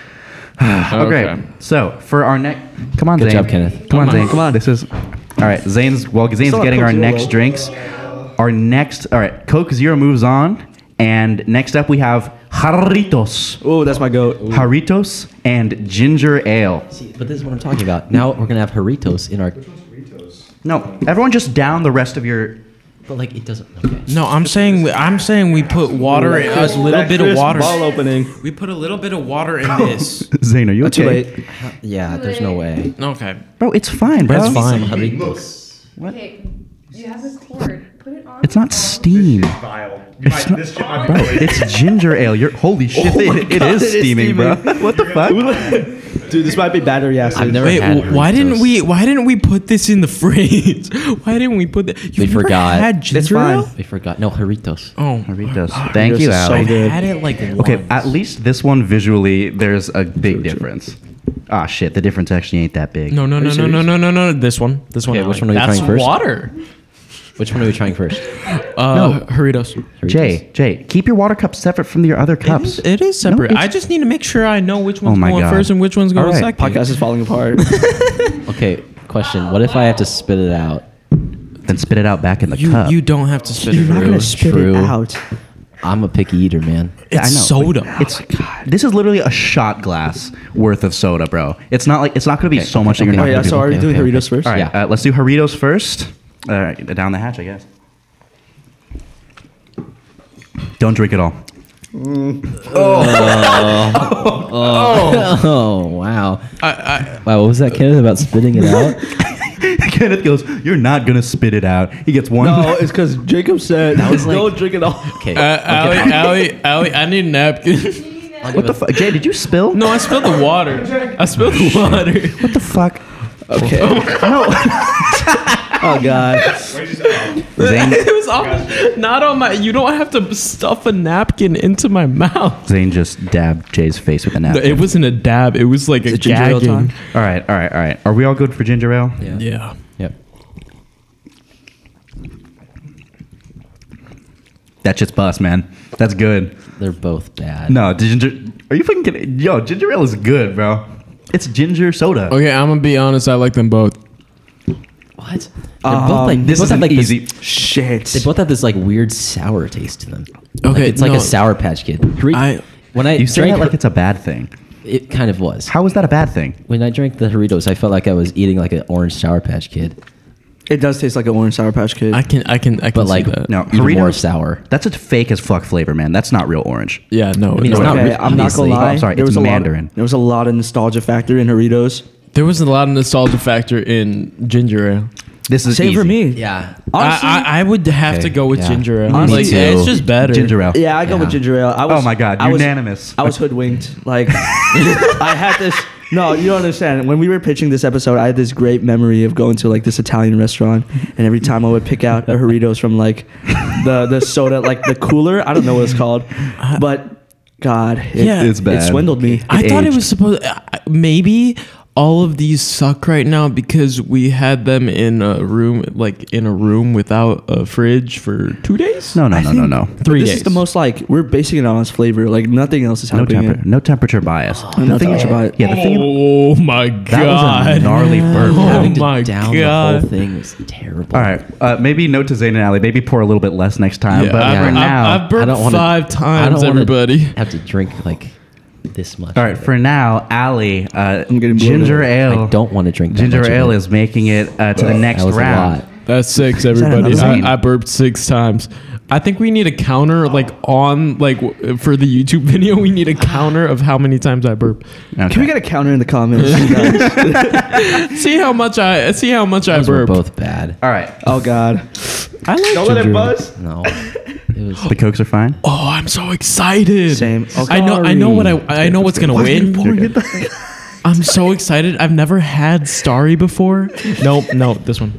Speaker 1: oh,
Speaker 2: Okay.
Speaker 1: great. So for our next, come on,
Speaker 4: Good
Speaker 1: Zane.
Speaker 4: job, Kenneth.
Speaker 1: Come on,
Speaker 2: Come on.
Speaker 1: Zane. Come on. This is all right. Zane's well, Zane's
Speaker 3: Still have
Speaker 1: getting
Speaker 3: Coke
Speaker 1: our
Speaker 3: Zero,
Speaker 1: next
Speaker 3: though.
Speaker 1: drinks. Our next, all right. Coke Zero moves on, and next up we have Jarritos,
Speaker 3: Oh, that's my goat.
Speaker 1: Jarritos, and ginger ale.
Speaker 4: see, but this is what I'm talking about. Now we're going to have Jarritos in our.
Speaker 1: No, everyone just down the rest of your.
Speaker 4: But, like, it doesn't. Okay.
Speaker 2: No, I'm saying I'm saying we put water in a little
Speaker 3: That
Speaker 2: bit of
Speaker 3: crisp
Speaker 2: water.
Speaker 3: Ball opening.
Speaker 2: We put a little bit of water in this.
Speaker 1: Zane, are you okay?
Speaker 3: Too late.
Speaker 4: Yeah, there's no way.
Speaker 2: Okay.
Speaker 1: Bro, it's fine, bro.
Speaker 2: That's
Speaker 4: Some
Speaker 2: fine.
Speaker 4: Jarritos.
Speaker 5: Okay, you have a cord. Put it on.
Speaker 1: It's not steam. It's not, bro, it's ginger ale. You're holy shit. it, Oh it
Speaker 3: Oh God,
Speaker 1: is
Speaker 3: it is
Speaker 1: steaming, bro. What the fuck?
Speaker 3: Dude, this might be battery acid.
Speaker 4: I've never
Speaker 2: Wait,
Speaker 4: had
Speaker 2: wh- why
Speaker 4: Jarritos.
Speaker 2: didn't we? Why didn't we put this in the fridge? Why didn't we put that? You
Speaker 4: They forgot.
Speaker 2: Had
Speaker 4: It's
Speaker 2: ginger
Speaker 3: fine.
Speaker 2: ale?
Speaker 4: We forgot. No, Jarritos.
Speaker 2: Oh,
Speaker 1: Jarritos. Thank you,
Speaker 3: Jarritos is so
Speaker 1: Alex.
Speaker 3: good.
Speaker 2: I had it like
Speaker 1: okay,
Speaker 2: once.
Speaker 1: at least this one visually, there's a big difference. Ah, shit. The difference actually ain't that big.
Speaker 2: no, no, no, no, no, no, no, no. This one. This one.
Speaker 4: Okay, which
Speaker 2: Alec.
Speaker 4: one are we
Speaker 2: That's
Speaker 4: trying first?
Speaker 2: Water.
Speaker 4: Which one are we trying first?
Speaker 2: Uh, Doritos.
Speaker 4: Jarritos.
Speaker 1: Jay, Jay, keep your water cups separate from your other cups.
Speaker 2: It is separate.
Speaker 1: it's-
Speaker 2: I just need to make sure I know which one's
Speaker 1: my
Speaker 2: going
Speaker 1: God.
Speaker 2: first and which one's
Speaker 1: All
Speaker 2: going
Speaker 1: right,
Speaker 2: second.
Speaker 3: Podcast is falling apart.
Speaker 4: Okay, question. What if I have to spit it out?
Speaker 1: Then spit it out back in the
Speaker 2: You
Speaker 1: cup.
Speaker 2: you don't have to spit
Speaker 3: You're
Speaker 2: it
Speaker 3: not
Speaker 2: out.
Speaker 3: gonna spit
Speaker 4: true.
Speaker 3: it out.
Speaker 4: I'm a picky eater, man.
Speaker 1: Yeah, I
Speaker 2: It's
Speaker 1: know.
Speaker 2: soda.
Speaker 1: It's this is literally a shot glass worth of soda, bro. It's not like it's not going to be so much that you're
Speaker 4: okay,
Speaker 1: not
Speaker 3: Oh yeah,
Speaker 1: going to
Speaker 3: so
Speaker 1: be.
Speaker 3: are we
Speaker 4: okay,
Speaker 3: doing
Speaker 4: okay,
Speaker 3: Doritos first?
Speaker 1: All right,
Speaker 4: Yeah.
Speaker 1: uh, let's do Doritos first. All right, down the hatch, I guess. Don't drink it all.
Speaker 4: Oh wow!
Speaker 2: I, I,
Speaker 4: Wow, what was that, Kenneth, about spitting it out?
Speaker 1: Kenneth goes, "You're not gonna spit it out." He gets one.
Speaker 3: No, it's because Jacob said
Speaker 4: That was like-
Speaker 3: don't drink it all.
Speaker 4: Okay.
Speaker 2: Uh, Allie, Allie, Allie, I need a napkin.
Speaker 1: what the fuck? Jay, did you spill?
Speaker 2: no, I spilled the water. I spilled the water.
Speaker 1: What the fuck?
Speaker 3: Okay. oh god.
Speaker 1: Zane,
Speaker 2: it was on, not on my. You don't have to stuff a napkin into my mouth.
Speaker 1: Zane just dabbed Jay's face with a napkin.
Speaker 2: It wasn't a dab. It was like a
Speaker 3: ginger ale
Speaker 2: gagging.
Speaker 3: time?
Speaker 1: all right, all right, all right. Are we all good for ginger ale?
Speaker 4: yeah.
Speaker 2: Yeah.
Speaker 4: Yep.
Speaker 1: That shit's bust, man. That's good.
Speaker 4: They're both bad.
Speaker 1: No, ginger. Are you fucking kidding? Yo, ginger ale is good, bro. It's ginger soda.
Speaker 3: Oh,
Speaker 2: Okay, I'm gonna be honest. I like them both.
Speaker 4: What?
Speaker 3: Um,
Speaker 4: They're both like, they
Speaker 1: This
Speaker 4: both
Speaker 1: is
Speaker 4: have,
Speaker 1: an
Speaker 4: like this-
Speaker 1: easy.
Speaker 3: Shit.
Speaker 4: They both have this like weird sour taste to them. Like,
Speaker 2: Okay,
Speaker 4: it's like
Speaker 2: no.
Speaker 4: a sour patch kid. Hari-
Speaker 2: I-
Speaker 4: when I
Speaker 1: You say
Speaker 4: drank
Speaker 1: that like
Speaker 4: Har-
Speaker 1: it's a bad thing.
Speaker 4: it kind of was.
Speaker 1: How is that a bad thing?
Speaker 4: When I drank the Doritos, I felt like I was eating like an orange sour patch kid,
Speaker 3: it does taste like an orange sour patch kid.
Speaker 2: I can I can I can
Speaker 4: but
Speaker 2: see
Speaker 4: like
Speaker 2: that.
Speaker 1: No,
Speaker 4: even more
Speaker 1: Doritos-
Speaker 4: sour.
Speaker 1: That's a fake as fuck flavor, man. That's not real orange.
Speaker 2: Yeah, no.
Speaker 4: I mean,
Speaker 2: no
Speaker 4: it's
Speaker 2: way.
Speaker 4: not
Speaker 3: okay,
Speaker 4: really-
Speaker 3: I'm not
Speaker 4: obviously.
Speaker 3: gonna lie.
Speaker 1: Oh, I'm sorry,
Speaker 3: there
Speaker 1: it's
Speaker 3: was a
Speaker 1: Mandarin.
Speaker 3: Lot, there was a lot of nostalgia factor in Doritos.
Speaker 2: There was a lot of nostalgia factor in ginger ale.
Speaker 1: This is
Speaker 3: Same
Speaker 1: easy.
Speaker 3: for me.
Speaker 4: Yeah.
Speaker 3: Honestly,
Speaker 2: I, I, I would have
Speaker 1: Okay,
Speaker 2: to go with
Speaker 4: yeah.
Speaker 2: ginger ale.
Speaker 3: Honestly,
Speaker 2: like, yeah, it's just better.
Speaker 1: Ginger ale.
Speaker 3: Yeah, I go with
Speaker 4: Yeah.
Speaker 3: ginger ale. I was,
Speaker 1: Oh my God,
Speaker 3: I was-
Speaker 1: unanimous.
Speaker 3: I was hoodwinked. Like I had this. No, you don't understand. When we were pitching this episode, I had this great memory of going to like this Italian restaurant, and every time I would pick out a Doritos from like the the soda, like the cooler. I don't know what it's called, but God, it,
Speaker 2: Yeah. It's
Speaker 1: bad.
Speaker 3: It swindled me.
Speaker 2: I thought it
Speaker 1: aged.
Speaker 2: was supposed. I- I- Maybe all of these suck right now because we had them in a room, like in a room without a fridge for two days.
Speaker 1: No, no, no, no, no.
Speaker 2: three
Speaker 3: this
Speaker 2: days.
Speaker 3: is the most like we're basing it on its flavor. Like nothing else is
Speaker 1: No
Speaker 3: helping.
Speaker 1: temper,
Speaker 3: it.
Speaker 1: no temperature bias.
Speaker 4: Oh,
Speaker 3: no temperature bias.
Speaker 1: Yeah, the thing.
Speaker 2: Oh my
Speaker 1: That was a
Speaker 2: god!
Speaker 1: gnarly burp.
Speaker 2: Oh
Speaker 1: man.
Speaker 4: Having to
Speaker 2: my
Speaker 4: down The
Speaker 2: God.
Speaker 4: whole thing was terrible.
Speaker 1: All right, uh, maybe note to Zayn and Ali. Maybe pour a little bit less next time.
Speaker 2: Yeah,
Speaker 1: but
Speaker 2: I've,
Speaker 1: for
Speaker 2: I've-
Speaker 1: now,
Speaker 2: I've burped
Speaker 4: I don't wanna-
Speaker 2: five
Speaker 4: I
Speaker 2: times.
Speaker 4: don't wanna
Speaker 2: everybody.
Speaker 4: Have to drink like this much.
Speaker 1: all right.
Speaker 4: of it.
Speaker 1: For now, Ali, uh,
Speaker 3: I'm getting bloated.
Speaker 1: ginger ale.
Speaker 4: I don't want to drink that
Speaker 1: Ginger
Speaker 4: much of
Speaker 1: ale
Speaker 4: it.
Speaker 1: is making it uh, to the next
Speaker 4: that was
Speaker 1: round.
Speaker 4: A lot.
Speaker 2: That's six,
Speaker 3: that
Speaker 2: everybody.
Speaker 3: another
Speaker 2: I,
Speaker 1: one?
Speaker 2: I burped six times. I think we need a counter, like on, like w- for the YouTube video. We need a counter of how many times I burp.
Speaker 1: Okay.
Speaker 3: Can we get a counter in the comments? you guys?
Speaker 2: See how much I see how much I
Speaker 4: Those were
Speaker 2: burp.
Speaker 4: both bad.
Speaker 1: All right.
Speaker 3: oh God,
Speaker 2: I like
Speaker 3: don't let it
Speaker 2: ginger.
Speaker 3: buzz.
Speaker 4: No. It was
Speaker 1: The cokes are fine.
Speaker 2: Oh, I'm so excited.
Speaker 3: Same.
Speaker 2: I know. I know what I. I know what's gonna win.
Speaker 1: You're good.
Speaker 2: I'm so excited. I've never had Starry before. Nope. No, this one.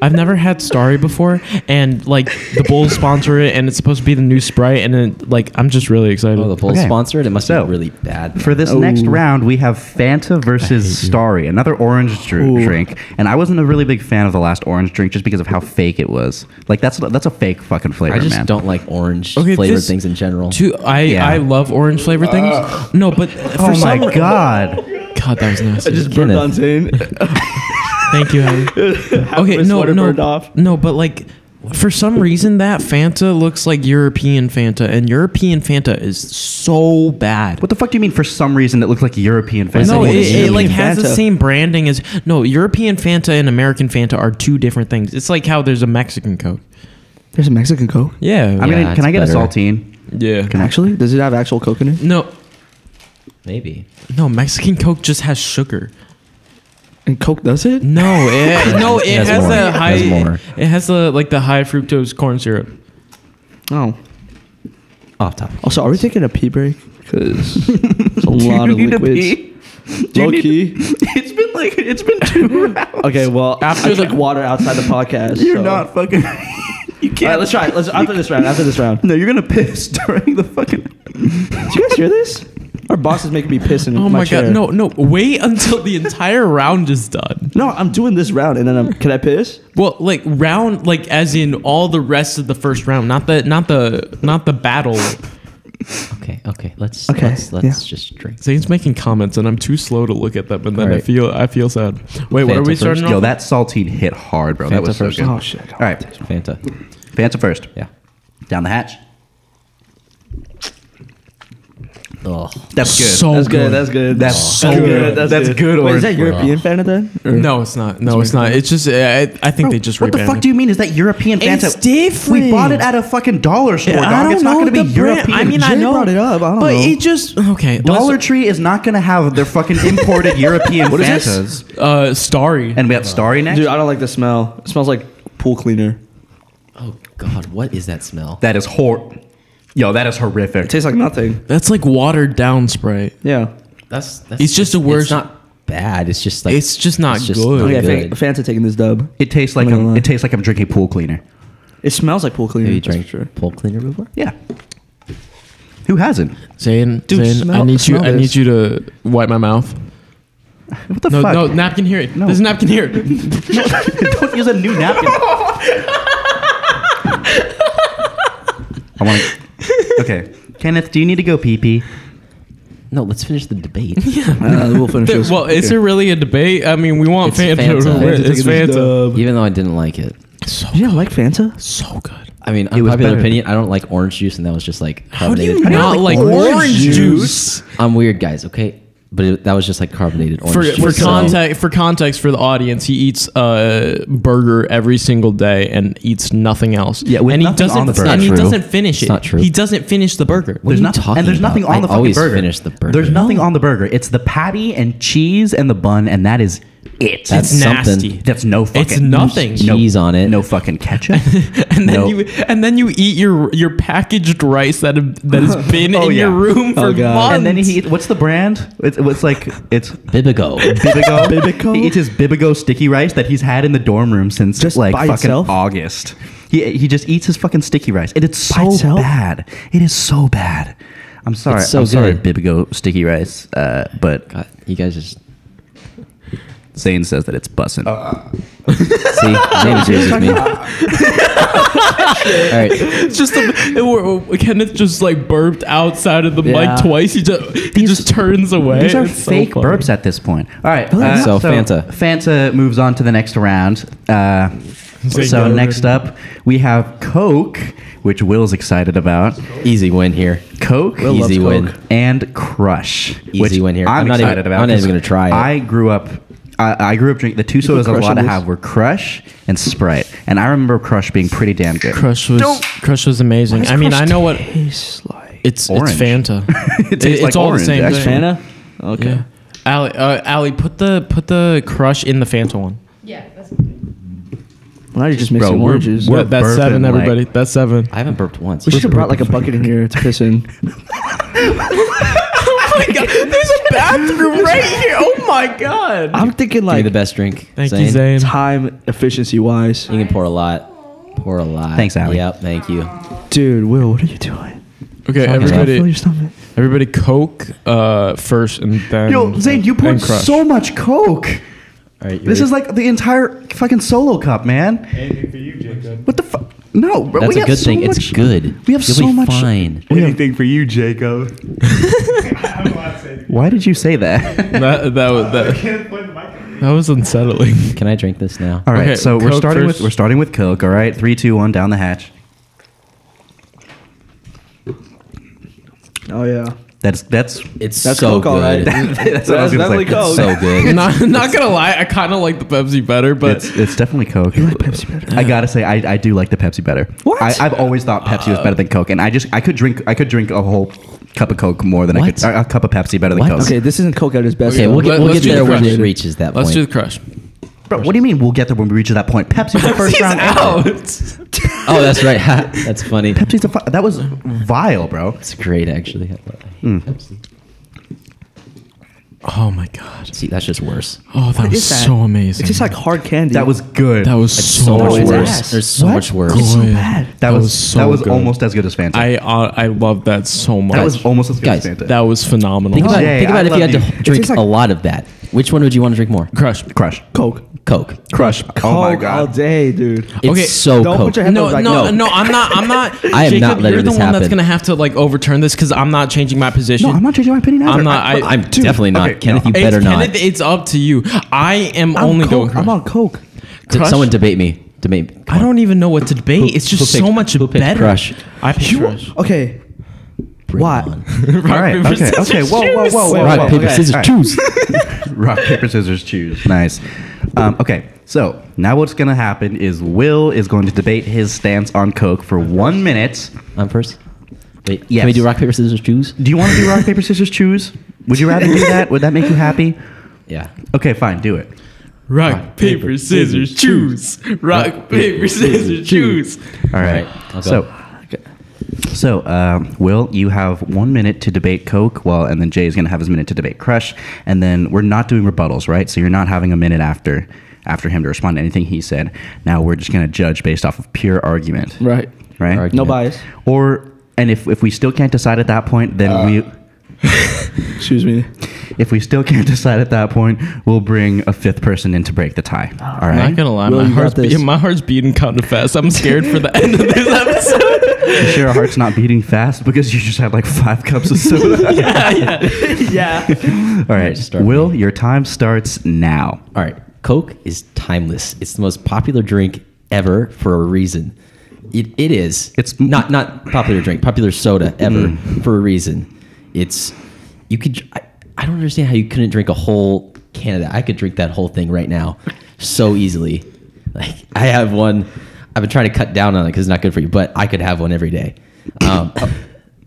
Speaker 2: I've never had Starry before, and like the Bulls sponsor it, and it's supposed to be the new Sprite, and it, like I'm just really excited.
Speaker 4: oh, the Bulls
Speaker 1: Okay.
Speaker 4: sponsored. It must
Speaker 1: So-
Speaker 4: be really bad.
Speaker 1: For this next
Speaker 3: Oh.
Speaker 1: round, we have Fanta versus Starry, another orange dr- drink. And I wasn't a really big fan of the last orange drink just because of how fake it was. Like that's that's a fake fucking flavor,
Speaker 4: I just
Speaker 1: man.
Speaker 4: don't like orange
Speaker 2: Okay,
Speaker 4: flavored
Speaker 2: this-
Speaker 4: things in general.
Speaker 2: Too, I
Speaker 1: Yeah.
Speaker 2: I love orange flavored things. No, but
Speaker 1: Oh
Speaker 2: for
Speaker 1: my
Speaker 2: some-
Speaker 1: god!
Speaker 2: God, that was nasty.
Speaker 3: just burned
Speaker 4: Kenneth.
Speaker 3: on Zane.
Speaker 2: Thank you. Abby. okay,
Speaker 3: his
Speaker 2: no,
Speaker 3: sweater
Speaker 2: no,
Speaker 3: burned off.
Speaker 2: no, but like for some reason that Fanta looks like European Fanta, and European Fanta is so bad.
Speaker 1: What the fuck do you mean? For some reason, it looks like European Fanta.
Speaker 2: no,
Speaker 4: What
Speaker 2: it,
Speaker 4: is
Speaker 2: it, like
Speaker 3: European
Speaker 2: has the
Speaker 3: Fanta?
Speaker 2: same branding as no European Fanta and American Fanta are two different things. It's like how there's a Mexican Coke.
Speaker 3: There's a Mexican Coke.
Speaker 2: Yeah,
Speaker 1: I'm
Speaker 4: Yeah,
Speaker 1: gonna. Can
Speaker 4: it's
Speaker 1: I get a
Speaker 4: better.
Speaker 1: saltine?
Speaker 2: yeah.
Speaker 3: Actually, does it have actual coke in it?
Speaker 2: No,
Speaker 4: Maybe.
Speaker 2: no, Mexican Coke just has sugar.
Speaker 3: And coke does it?
Speaker 2: No, it, no, it
Speaker 4: It
Speaker 2: has,
Speaker 4: has more.
Speaker 2: a
Speaker 4: It has
Speaker 2: high.
Speaker 4: more.
Speaker 2: It has the like the high fructose corn syrup.
Speaker 3: Oh.
Speaker 4: Off topic.
Speaker 3: Also, are we taking a pee break? Because there's a lot of liquids. Low key.
Speaker 1: It's been like it's been two rounds.
Speaker 3: Okay, well, after like water outside the podcast.
Speaker 1: You're
Speaker 3: so-
Speaker 1: not fucking. You can't.
Speaker 3: All right, let's try it. Let's after this round. After this round.
Speaker 1: No, you're gonna piss during the fucking.
Speaker 3: Did you guys hear this? Our boss is making me piss in
Speaker 2: Oh
Speaker 3: my,
Speaker 2: my
Speaker 3: chair.
Speaker 2: god! No, no. Wait until the entire round is done.
Speaker 3: no, I'm doing this round, and then I'm. Can I piss?
Speaker 2: Well, like round, like as in all the rest of the first round, not the, not the, not the battle.
Speaker 4: Okay. Okay. Let's
Speaker 3: Okay,
Speaker 4: let's, let's
Speaker 3: yeah.
Speaker 4: just drink.
Speaker 2: Zane's making comments, and I'm too slow to look at them, and then I
Speaker 4: Alright.
Speaker 2: feel, I feel sad. Wait, what
Speaker 4: Fanta
Speaker 2: are we
Speaker 4: first?
Speaker 2: starting?
Speaker 1: Yo,
Speaker 2: off
Speaker 1: that saltine hit hard, bro. that
Speaker 4: Fanta
Speaker 1: was so
Speaker 4: first.
Speaker 1: good.
Speaker 3: Oh, shit.
Speaker 1: All right,
Speaker 4: Fanta.
Speaker 1: Fanta first.
Speaker 4: Yeah.
Speaker 1: Down the hatch.
Speaker 4: Ugh.
Speaker 1: That's good.
Speaker 2: So
Speaker 3: That's good. That's good.
Speaker 1: That's so good. That's good
Speaker 3: Wait,
Speaker 1: orange
Speaker 3: is that
Speaker 1: flavor.
Speaker 3: European fan of that? Or-
Speaker 2: no, it's not. No, it's not. It's just. I, I think they just
Speaker 1: what the fuck
Speaker 2: rebranded.
Speaker 1: do you mean? Is that European Fanta?
Speaker 2: It's different.
Speaker 1: We bought it at a fucking dollar store,
Speaker 2: I
Speaker 1: dog.
Speaker 2: don't
Speaker 1: It's not
Speaker 2: know
Speaker 1: going to be
Speaker 2: the brand.
Speaker 1: European.
Speaker 2: I mean, I
Speaker 3: Jay
Speaker 2: know
Speaker 3: brought it up. I don't
Speaker 2: but
Speaker 3: know.
Speaker 2: it just okay.
Speaker 1: Dollar
Speaker 2: let's-
Speaker 1: Tree is not going to have their fucking imported European Fantas.
Speaker 2: uh, Starry.
Speaker 1: And we have Starry next.
Speaker 3: Dude, I don't like the smell. It smells like pool cleaner.
Speaker 4: Oh God. What is that smell?
Speaker 1: that is hor. Yo, that is horrific.
Speaker 3: It tastes like nothing.
Speaker 2: That's like watered down Sprite.
Speaker 3: Yeah.
Speaker 4: That's, that's
Speaker 2: It's just a worse-
Speaker 4: It's not bad. It's just like
Speaker 2: It's just not good.
Speaker 3: Okay,
Speaker 4: not
Speaker 3: Fan-
Speaker 4: good.
Speaker 3: Fanta taking this dub.
Speaker 1: It tastes like
Speaker 3: I'm not
Speaker 1: I'm,
Speaker 3: gonna
Speaker 1: it tastes like I'm drinking pool cleaner.
Speaker 3: It smells like pool cleaner.
Speaker 4: Have you
Speaker 3: that's
Speaker 4: drank
Speaker 3: for sure.
Speaker 4: pool cleaner before?
Speaker 1: Yeah. Who hasn't?
Speaker 2: Zane,
Speaker 3: Dude,
Speaker 2: Zane, I
Speaker 3: smell-
Speaker 2: need you.
Speaker 3: smell
Speaker 2: I need
Speaker 3: this.
Speaker 2: you to wipe my mouth.
Speaker 1: What the
Speaker 2: No,
Speaker 1: fuck?
Speaker 2: no, napkin here.
Speaker 1: No.
Speaker 2: There's a napkin here.
Speaker 1: don't use a new napkin. I want. Okay, Kenneth, do you need to go pee pee?
Speaker 4: No, let's finish the debate.
Speaker 3: Uh, we'll finish
Speaker 2: Th-
Speaker 3: this.
Speaker 2: well, is there really a debate? I mean, we want
Speaker 4: It's
Speaker 2: Fanta.
Speaker 4: Fanta.
Speaker 2: to win.
Speaker 4: Fanta's
Speaker 2: It's Fanta.
Speaker 4: Even though I didn't like it.
Speaker 2: So,
Speaker 3: You don't like Fanta?
Speaker 2: so good.
Speaker 4: I mean,
Speaker 1: was
Speaker 4: unpopular
Speaker 1: better.
Speaker 4: opinion. I don't like orange juice, and that was just like
Speaker 2: How do
Speaker 4: carbonated.
Speaker 2: you not like orange, juice?
Speaker 4: I'm weird, guys. Okay, but it, that was just like carbonated orange
Speaker 2: For,
Speaker 4: juice.
Speaker 2: for
Speaker 4: so-
Speaker 2: context, for context for the audience, he eats a burger every single day and eats nothing else.
Speaker 1: Yeah, with
Speaker 2: and he
Speaker 1: nothing
Speaker 2: doesn't.
Speaker 1: on the burger.
Speaker 2: And he
Speaker 4: It's not
Speaker 2: doesn't finish
Speaker 4: It's
Speaker 2: it.
Speaker 4: not true.
Speaker 2: He doesn't finish the burger.
Speaker 4: What are
Speaker 1: There's
Speaker 4: you
Speaker 1: noth-
Speaker 4: talking
Speaker 1: and there's
Speaker 4: about?
Speaker 1: nothing on
Speaker 4: I
Speaker 1: the fucking
Speaker 4: always
Speaker 1: burger.
Speaker 4: finish the burger.
Speaker 1: There's nothing on the burger. It's the patty and cheese and the bun, and that is it.
Speaker 4: That's
Speaker 2: it's
Speaker 4: something.
Speaker 2: nasty.
Speaker 1: That's no fucking
Speaker 2: It's nothing.
Speaker 1: No,
Speaker 4: Cheese on it.
Speaker 1: No fucking ketchup.
Speaker 2: and then
Speaker 1: no.
Speaker 2: you and then you eat your your packaged rice that have, that has been
Speaker 1: Oh,
Speaker 2: in your
Speaker 1: yeah.
Speaker 2: room for
Speaker 3: Oh, God.
Speaker 2: months.
Speaker 1: And then he eats, what's the brand? It's, it's like it's
Speaker 4: Bibigo.
Speaker 1: Bibigo.
Speaker 3: Bibigo?
Speaker 1: He eats his Bibigo sticky rice that he's had in the dorm room since
Speaker 3: Just
Speaker 1: like
Speaker 3: by
Speaker 1: fucking
Speaker 3: itself?
Speaker 1: August. He he just eats his fucking sticky rice, and it's
Speaker 3: By
Speaker 1: so
Speaker 3: itself?
Speaker 1: bad. It is so bad. I'm sorry.
Speaker 4: It's so
Speaker 1: I'm sorry,
Speaker 4: good.
Speaker 1: Bibigo sticky rice. Uh, but
Speaker 4: God, you guys just
Speaker 1: Zane says that it's bussin'.
Speaker 4: see. Zane agrees with me. All right.
Speaker 2: It's just a, it were- Kenneth just like burped outside of the
Speaker 3: Yeah.
Speaker 2: mic twice. He just he just turns away.
Speaker 1: These are
Speaker 2: It's so
Speaker 1: fake
Speaker 2: funny.
Speaker 1: burps at this point. All right.
Speaker 4: Oh,
Speaker 1: uh,
Speaker 4: yeah. So Fanta.
Speaker 1: Fanta moves on to the next round. Uh,
Speaker 2: Zing
Speaker 1: so
Speaker 2: already.
Speaker 1: next up, we have Coke, which Will's excited about.
Speaker 4: Easy win here.
Speaker 1: Coke,
Speaker 4: Will loves
Speaker 1: Easy Win,
Speaker 4: Coke.
Speaker 1: and Crush.
Speaker 4: Easy win here.
Speaker 1: I'm,
Speaker 4: I'm not even-
Speaker 1: excited about.
Speaker 4: I'm not even
Speaker 1: 'cause
Speaker 4: gonna try it.
Speaker 1: I grew up. I, I grew up drinking the two sodas I was
Speaker 3: Crush
Speaker 1: allowed
Speaker 3: on
Speaker 1: to
Speaker 3: this?
Speaker 1: have were Crush and Sprite, and I remember Crush being pretty damn good.
Speaker 2: Crush was Crush was amazing. I mean, I know what
Speaker 3: Tastes like.
Speaker 2: it's
Speaker 1: Orange.
Speaker 2: it's Fanta.
Speaker 1: It tastes
Speaker 2: it's
Speaker 1: like
Speaker 2: all
Speaker 1: orange,
Speaker 2: the same
Speaker 1: actually.
Speaker 2: thing.
Speaker 3: Fanta? Okay.
Speaker 2: Yeah. Ali, uh, Ali, put the put the Crush in the Fanta one.
Speaker 5: Yeah, that's good.
Speaker 3: Well, now you're just mixing
Speaker 1: Bro, we're-
Speaker 3: oranges.
Speaker 1: we're-
Speaker 2: That- that's
Speaker 1: burping,
Speaker 2: seven,
Speaker 1: like- Oh
Speaker 2: everybody. that's seven.
Speaker 4: I haven't burped once.
Speaker 3: we should have brought like a bucket in here to piss in.
Speaker 2: oh my god! There's a bathroom right here. Oh my god!
Speaker 3: I'm thinking
Speaker 4: Give me
Speaker 3: like
Speaker 4: the best drink.
Speaker 2: Thank you, Zane.
Speaker 3: time efficiency wise.
Speaker 4: You can pour a lot. Pour a lot.
Speaker 1: Thanks, Allie.
Speaker 4: Yep. Thank you.
Speaker 3: Dude, Will, what are you doing?
Speaker 2: Okay,
Speaker 3: Don't fill
Speaker 2: everybody,
Speaker 3: your stomach.
Speaker 2: everybody, Coke uh, first, and then
Speaker 1: Yo, Zane, you poured
Speaker 2: and Crush.
Speaker 1: so much Coke.
Speaker 4: All right. you
Speaker 1: This
Speaker 4: ready?
Speaker 1: is like the entire fucking solo cup, man. What the fuck? No, bro.
Speaker 4: That's
Speaker 1: we
Speaker 4: a
Speaker 1: have
Speaker 4: good
Speaker 1: so
Speaker 4: thing.
Speaker 1: Much,
Speaker 4: it's good.
Speaker 1: We have
Speaker 4: You'll
Speaker 1: so
Speaker 4: be
Speaker 1: much.
Speaker 4: Fine.
Speaker 6: Anything for you, Jacob.
Speaker 1: Why did you say that?
Speaker 2: that that was that, that was unsettling.
Speaker 4: Can I drink this now?
Speaker 1: all right,
Speaker 2: Okay,
Speaker 1: so we're
Speaker 2: Coke
Speaker 1: starting
Speaker 2: first.
Speaker 1: with we're starting with Coke. All right, three, two, one, down the hatch.
Speaker 3: Oh yeah.
Speaker 1: That's that's
Speaker 4: It's
Speaker 3: That's
Speaker 4: so
Speaker 3: Coke, all right.
Speaker 4: good.
Speaker 1: that's, what I was
Speaker 3: That's
Speaker 1: gonna say.
Speaker 3: definitely Coke.
Speaker 4: so good.
Speaker 2: not not gonna lie, I kind of like the Pepsi better, but
Speaker 1: It's, it's definitely Coke.
Speaker 3: Pepsi better.
Speaker 1: I gotta say, I, I do like the Pepsi better.
Speaker 3: What?
Speaker 1: I, I've always thought Pepsi was better than Coke, and I just I could drink I could drink a whole cup of Coke more than I could
Speaker 4: What?
Speaker 1: a cup of Pepsi better than
Speaker 4: What?
Speaker 1: Coke.
Speaker 3: Okay, this isn't Coke at its best.
Speaker 4: Okay,
Speaker 3: though.
Speaker 4: we'll get,
Speaker 2: Let-
Speaker 4: we'll
Speaker 2: let's
Speaker 4: get
Speaker 2: do
Speaker 4: there
Speaker 2: the
Speaker 4: when
Speaker 2: crush.
Speaker 4: it reaches that
Speaker 2: let's
Speaker 4: point.
Speaker 2: do the Crush.
Speaker 1: bro, what do you mean we'll get there when we reach that point? Pepsi's the first round.
Speaker 2: out.
Speaker 1: exit.
Speaker 4: oh, that's right. Ha, that's funny.
Speaker 1: Pepsi's the fu- that was vile, bro.
Speaker 4: It's great, actually. I love- I hate Pepsi.
Speaker 2: Oh my god!
Speaker 4: See, that's just worse.
Speaker 2: Oh, that was
Speaker 3: is that?
Speaker 2: so
Speaker 3: It
Speaker 2: amazing.
Speaker 3: tastes like hard candy.
Speaker 1: That was good.
Speaker 2: that was
Speaker 4: It's
Speaker 2: so,
Speaker 4: so
Speaker 1: Oh,
Speaker 2: much
Speaker 4: much
Speaker 3: it's
Speaker 2: worse.
Speaker 4: worse.
Speaker 3: ass.
Speaker 4: There's so
Speaker 3: What?
Speaker 4: much worse.
Speaker 3: It's so
Speaker 2: Good.
Speaker 3: bad.
Speaker 1: that was,
Speaker 2: so
Speaker 1: that was
Speaker 2: good.
Speaker 1: almost as good as Fanta.
Speaker 2: I uh, I love that so much.
Speaker 1: that was almost as good
Speaker 4: Guys,
Speaker 1: as Fanta.
Speaker 2: that was phenomenal.
Speaker 4: Think about,
Speaker 1: Jay,
Speaker 4: think about
Speaker 1: I
Speaker 4: if you had
Speaker 1: love you.
Speaker 4: to drink
Speaker 3: tastes like-
Speaker 4: a lot of that. Which one would you want to drink more?
Speaker 2: Crush.
Speaker 1: Crush. Oh
Speaker 3: Coke.
Speaker 4: Coke.
Speaker 1: Crush.
Speaker 4: oh
Speaker 3: Coke all day, dude.
Speaker 4: It's
Speaker 2: Okay,
Speaker 4: so
Speaker 3: don't put
Speaker 4: Coke.
Speaker 3: your hand-
Speaker 2: No,
Speaker 3: Like,
Speaker 2: no, no,
Speaker 3: no.
Speaker 2: I'm not. I'm not.
Speaker 4: I am not letting
Speaker 2: You're the
Speaker 4: this
Speaker 2: one that's
Speaker 4: happen.
Speaker 2: gonna have to like overturn this because I'm not changing my position.
Speaker 1: No, Oh, I'm not changing my opinion either.
Speaker 2: I'm not. I,
Speaker 4: I'm definitely not.
Speaker 1: okay,
Speaker 4: Kenneth,
Speaker 1: no.
Speaker 4: you
Speaker 2: it's,
Speaker 4: better not.
Speaker 2: Kenneth, It's up to you. I am
Speaker 3: I'm
Speaker 2: only
Speaker 3: Coke.
Speaker 2: going. Crush.
Speaker 3: I'm on Coke.
Speaker 4: Did
Speaker 2: Crush?
Speaker 4: someone debate me. Debate me.
Speaker 2: I don't even know what to debate. it's just
Speaker 4: who
Speaker 2: so
Speaker 4: picked-
Speaker 2: much
Speaker 4: who picked
Speaker 2: better.
Speaker 4: Crush?
Speaker 2: I picked
Speaker 3: You-
Speaker 2: Crush.
Speaker 3: Okay.
Speaker 4: Bring
Speaker 3: Why?
Speaker 4: it on.
Speaker 1: All right.
Speaker 2: paper,
Speaker 1: Okay.
Speaker 2: scissors,
Speaker 1: Okay. Whoa. Whoa. Whoa.
Speaker 2: choose.
Speaker 1: Whoa.
Speaker 4: Rock,
Speaker 1: whoa,
Speaker 4: paper,
Speaker 1: okay.
Speaker 4: scissors,
Speaker 1: All right.
Speaker 4: choose.
Speaker 1: Rock, paper, scissors, choose. Nice. Um, okay, so now what's going to happen is Will is going to debate his stance on Coke for one minute.
Speaker 4: I'm first. Wait,
Speaker 1: Yes.
Speaker 4: can we do rock, paper, scissors, choose?
Speaker 1: Do you want to do rock, paper, scissors, choose? Would you rather do that? Would that make you happy?
Speaker 4: Yeah.
Speaker 1: Okay, fine, do it.
Speaker 2: Rock, paper, scissors, choose. Rock, paper, scissors, choose.
Speaker 1: All right.
Speaker 4: All right, I'll go.
Speaker 1: So, so um, Will, you have one minute to debate Coke. Well, and then Jay is going to have his minute to debate Crush, and then we're not doing rebuttals, right? So you're not having a minute after after him to respond to anything he said. Now we're just going to judge based off of pure argument,
Speaker 3: Right.
Speaker 1: right?
Speaker 4: Argument.
Speaker 3: No bias.
Speaker 1: Or and if if we still can't decide at that point, then we
Speaker 3: Excuse me.
Speaker 1: If we still can't decide at that point, we'll bring a fifth person in to break the tie. All
Speaker 2: I'm
Speaker 1: right.
Speaker 2: not gonna lie,
Speaker 3: Will,
Speaker 2: my
Speaker 3: you got
Speaker 2: heart's, be-
Speaker 3: this.
Speaker 2: my heart's beating kind of fast. I'm scared for the end of this episode.
Speaker 1: You sure our heart's not beating fast because you just had like five cups of soda.
Speaker 3: yeah.
Speaker 1: All right.
Speaker 4: Start
Speaker 1: Will, your time starts now.
Speaker 4: All right, Coke is timeless. It's the most popular drink ever for a reason. It, it is.
Speaker 1: It's-
Speaker 4: not not popular drink, popular soda ever
Speaker 3: Mm.
Speaker 4: for a reason. It's you could. I, I don't understand how you couldn't drink a whole can of that. I could drink that whole thing right now, so easily. Like I have one. I've been trying to cut down on it because it's not good for you, but I could have one every day. Um,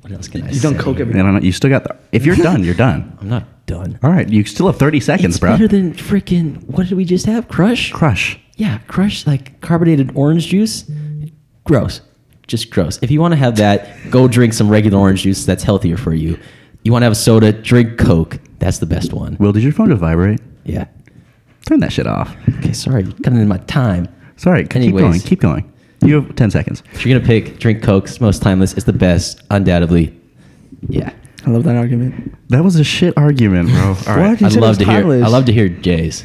Speaker 4: what else can I?
Speaker 3: Oh. You done
Speaker 4: say?
Speaker 3: coke every
Speaker 1: I don't know. You still got the. If you're done, you're done.
Speaker 4: I'm not done.
Speaker 1: All right. You still have 30 seconds,
Speaker 4: It's
Speaker 1: bro.
Speaker 4: better than freaking. What did we just have? Crush.
Speaker 1: Crush.
Speaker 4: Yeah, crush like carbonated orange juice. Gross. Just gross. If you want to have that, go drink some regular orange juice. That's healthier for you. You want to have a soda, drink Coke. That's the best one.
Speaker 1: Will, did your phone just vibrate?
Speaker 4: Yeah.
Speaker 1: Turn that shit off.
Speaker 4: Okay, sorry. Cutting in my time.
Speaker 1: Sorry. c-
Speaker 4: Anyways.
Speaker 1: Keep going. Keep going. You have 10 seconds.
Speaker 4: If you're going to pick, drink Coke. It's most timeless. It's the best, undoubtedly. Yeah.
Speaker 3: I love that argument.
Speaker 1: That was a shit argument, bro. All right.
Speaker 3: He
Speaker 4: I'd
Speaker 3: said it was
Speaker 4: love to hear
Speaker 3: timeless.
Speaker 4: I love to hear Jay's.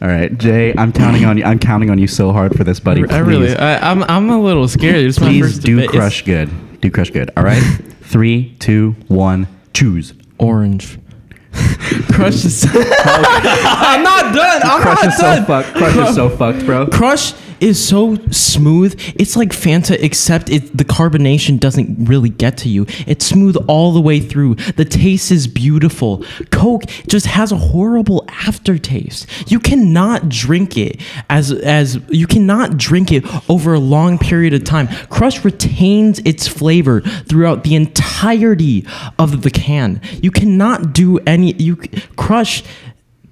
Speaker 1: All right, Jay, I'm counting on you. I'm counting on you so hard for this, buddy.
Speaker 2: I really,
Speaker 1: Please.
Speaker 2: I, I'm, I'm a little scared. It's my
Speaker 1: Please
Speaker 2: first
Speaker 1: do
Speaker 2: debate. It's
Speaker 1: crush good. Do crush good. All right. Three, two, one, choose.
Speaker 2: orange. crush is. I'm not done. Oh, I'm
Speaker 1: Crush
Speaker 2: not
Speaker 1: is so
Speaker 2: done.
Speaker 1: fucked. Crush is so fucked, bro.
Speaker 2: Crush is so smooth. It's like Fanta, except it, the carbonation doesn't really get to you. It's smooth all the way through. The taste is beautiful. Coke just has a horrible aftertaste. You cannot drink it as as you cannot drink it over a long period of time. Crush retains its flavor throughout the entirety of the can. You cannot do any. You Crush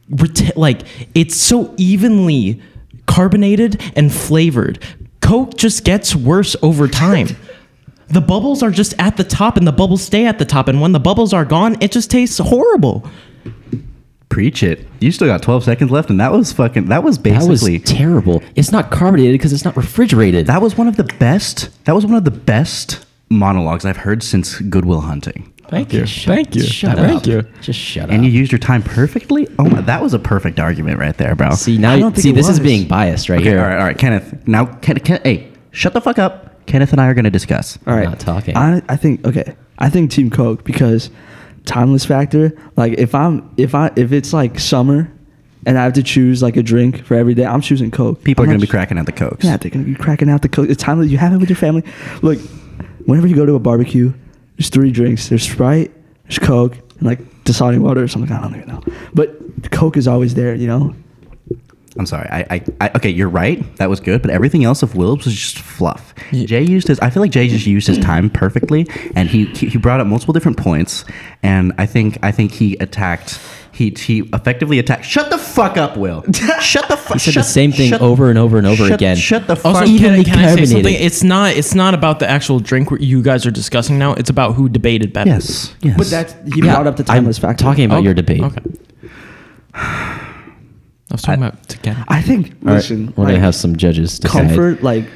Speaker 2: reta- like it's so evenly carbonated and flavored. Coke just gets worse over time. the bubbles are just at the top and the bubbles stay at the top and when the bubbles are gone, it just tastes horrible.
Speaker 1: Preach it. You still got 12 seconds left, and that was fucking. That was
Speaker 4: That was
Speaker 1: basically. That was,
Speaker 4: terrible. It's not carbonated because it's not refrigerated.
Speaker 1: one of the best. That was one of the best monologues I've heard since Goodwill Hunting.
Speaker 2: Thank you.
Speaker 4: Shut-
Speaker 2: Thank you.
Speaker 4: Shut
Speaker 2: Thank
Speaker 4: up.
Speaker 2: you.
Speaker 4: Just shut up.
Speaker 1: And you used your time perfectly. Oh my, that was a perfect argument right there, bro.
Speaker 4: see now.
Speaker 3: I
Speaker 4: you-
Speaker 3: don't think
Speaker 4: See
Speaker 3: it
Speaker 4: this is
Speaker 3: was.
Speaker 4: being biased right
Speaker 1: Okay,
Speaker 4: here.
Speaker 1: all right, all right, Kenneth. Now, Ken, Ken, hey, shut the fuck up. Kenneth and I are going to discuss.
Speaker 3: All right.
Speaker 4: not talking.
Speaker 3: I, I think okay. I think Team Coke because timeless factor. Like if I'm if I if it's like summer and I have to choose like a drink for every day, I'm choosing Coke.
Speaker 1: People are
Speaker 3: I'm
Speaker 1: going
Speaker 3: not
Speaker 1: to be
Speaker 3: ch-
Speaker 1: cracking at the cokes.
Speaker 3: Yeah, they're gonna be cracking out the Coke. It's timeless. You have it with your family. Look, whenever you go to a barbecue, there's three drinks. There's Sprite, there's Coke, and like Dasani water or something. I don't even know. But Coke is always there. You know.
Speaker 1: I'm sorry. I, I, I okay. You're right. That was good, but everything else of Wilbs was just fluff.
Speaker 2: Ye-
Speaker 1: Jay used his. I feel like Jay just used his time perfectly, and he he he brought up multiple different points, and I think I think he attacked. He he effectively attacked. Shut the fuck up, Will. Shut the fuck.
Speaker 4: He said the same thing over and over and over
Speaker 1: shut,
Speaker 4: again.
Speaker 1: Shut the fuck.
Speaker 2: Also,
Speaker 1: up.
Speaker 2: can,
Speaker 4: Evenly
Speaker 2: can I say something?
Speaker 4: carbonated.
Speaker 2: It's not it's not about the actual drink what you guys are discussing now. It's about who debated better.
Speaker 1: yes. Yes.
Speaker 3: But that's he
Speaker 4: Yeah,
Speaker 3: brought up the
Speaker 4: I'm
Speaker 3: timeless factor.
Speaker 4: Talking about
Speaker 2: Okay,
Speaker 4: your debate.
Speaker 2: Okay. I was talking about together.
Speaker 3: I think.
Speaker 4: All right,
Speaker 3: listen,
Speaker 4: we're
Speaker 3: like,
Speaker 4: gonna have some judges decide.
Speaker 3: comfort, like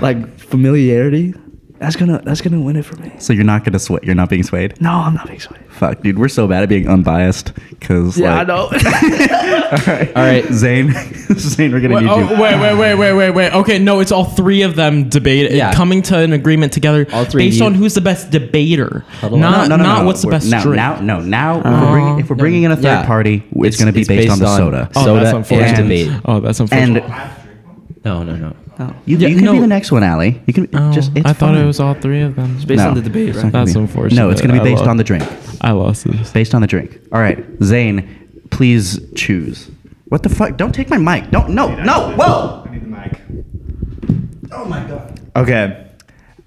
Speaker 3: like familiarity. That's gonna that's gonna win it for me.
Speaker 1: so you're not gonna sweat. You're not being swayed.
Speaker 3: No, I'm not being swayed.
Speaker 1: Fuck, dude. We're so bad at being unbiased. Cause like,
Speaker 3: know.
Speaker 4: All right,
Speaker 1: Zane, Zane, we're gonna
Speaker 2: Wait,
Speaker 1: need you.
Speaker 2: oh, wait, wait, wait, wait, wait, wait. Okay, no, it's all three of them debate
Speaker 4: Yeah.
Speaker 2: coming to an agreement together
Speaker 4: All three of
Speaker 2: based
Speaker 4: you.
Speaker 2: on who's the best debater,
Speaker 4: Huddle
Speaker 2: not
Speaker 4: up.
Speaker 1: No, no, no,
Speaker 2: not
Speaker 1: no.
Speaker 2: what's the
Speaker 1: We're-
Speaker 2: best
Speaker 1: now,
Speaker 2: drink.
Speaker 1: Now, no, now if we're bringing, if we're bringing in a third
Speaker 4: Oh. Yeah.
Speaker 1: party, it's, going to be
Speaker 4: it's
Speaker 1: based, on the soda.
Speaker 2: Oh,
Speaker 4: soda
Speaker 2: that's unfortunate.
Speaker 4: and debate.
Speaker 2: Oh, that's
Speaker 1: and
Speaker 2: unfortunate.
Speaker 4: No, no, no.
Speaker 1: you,
Speaker 2: Yeah,
Speaker 1: you can
Speaker 2: no.
Speaker 1: be the next one, Allie. You can
Speaker 2: oh,
Speaker 1: just. It's
Speaker 2: I thought
Speaker 1: fine.
Speaker 2: it was all three of them.
Speaker 3: based on the debate,
Speaker 1: it's
Speaker 3: right?
Speaker 1: not gonna
Speaker 2: That's
Speaker 1: be-
Speaker 2: unfortunate.
Speaker 1: No, it's going to
Speaker 2: I
Speaker 1: be based
Speaker 2: lost.
Speaker 1: on the drink.
Speaker 2: I lost this.
Speaker 1: Based on the drink. All right, Zane, please choose. What the fuck? Don't take my mic. Don't. No. No. Whoa.
Speaker 6: I need the mic. Oh my god. Okay.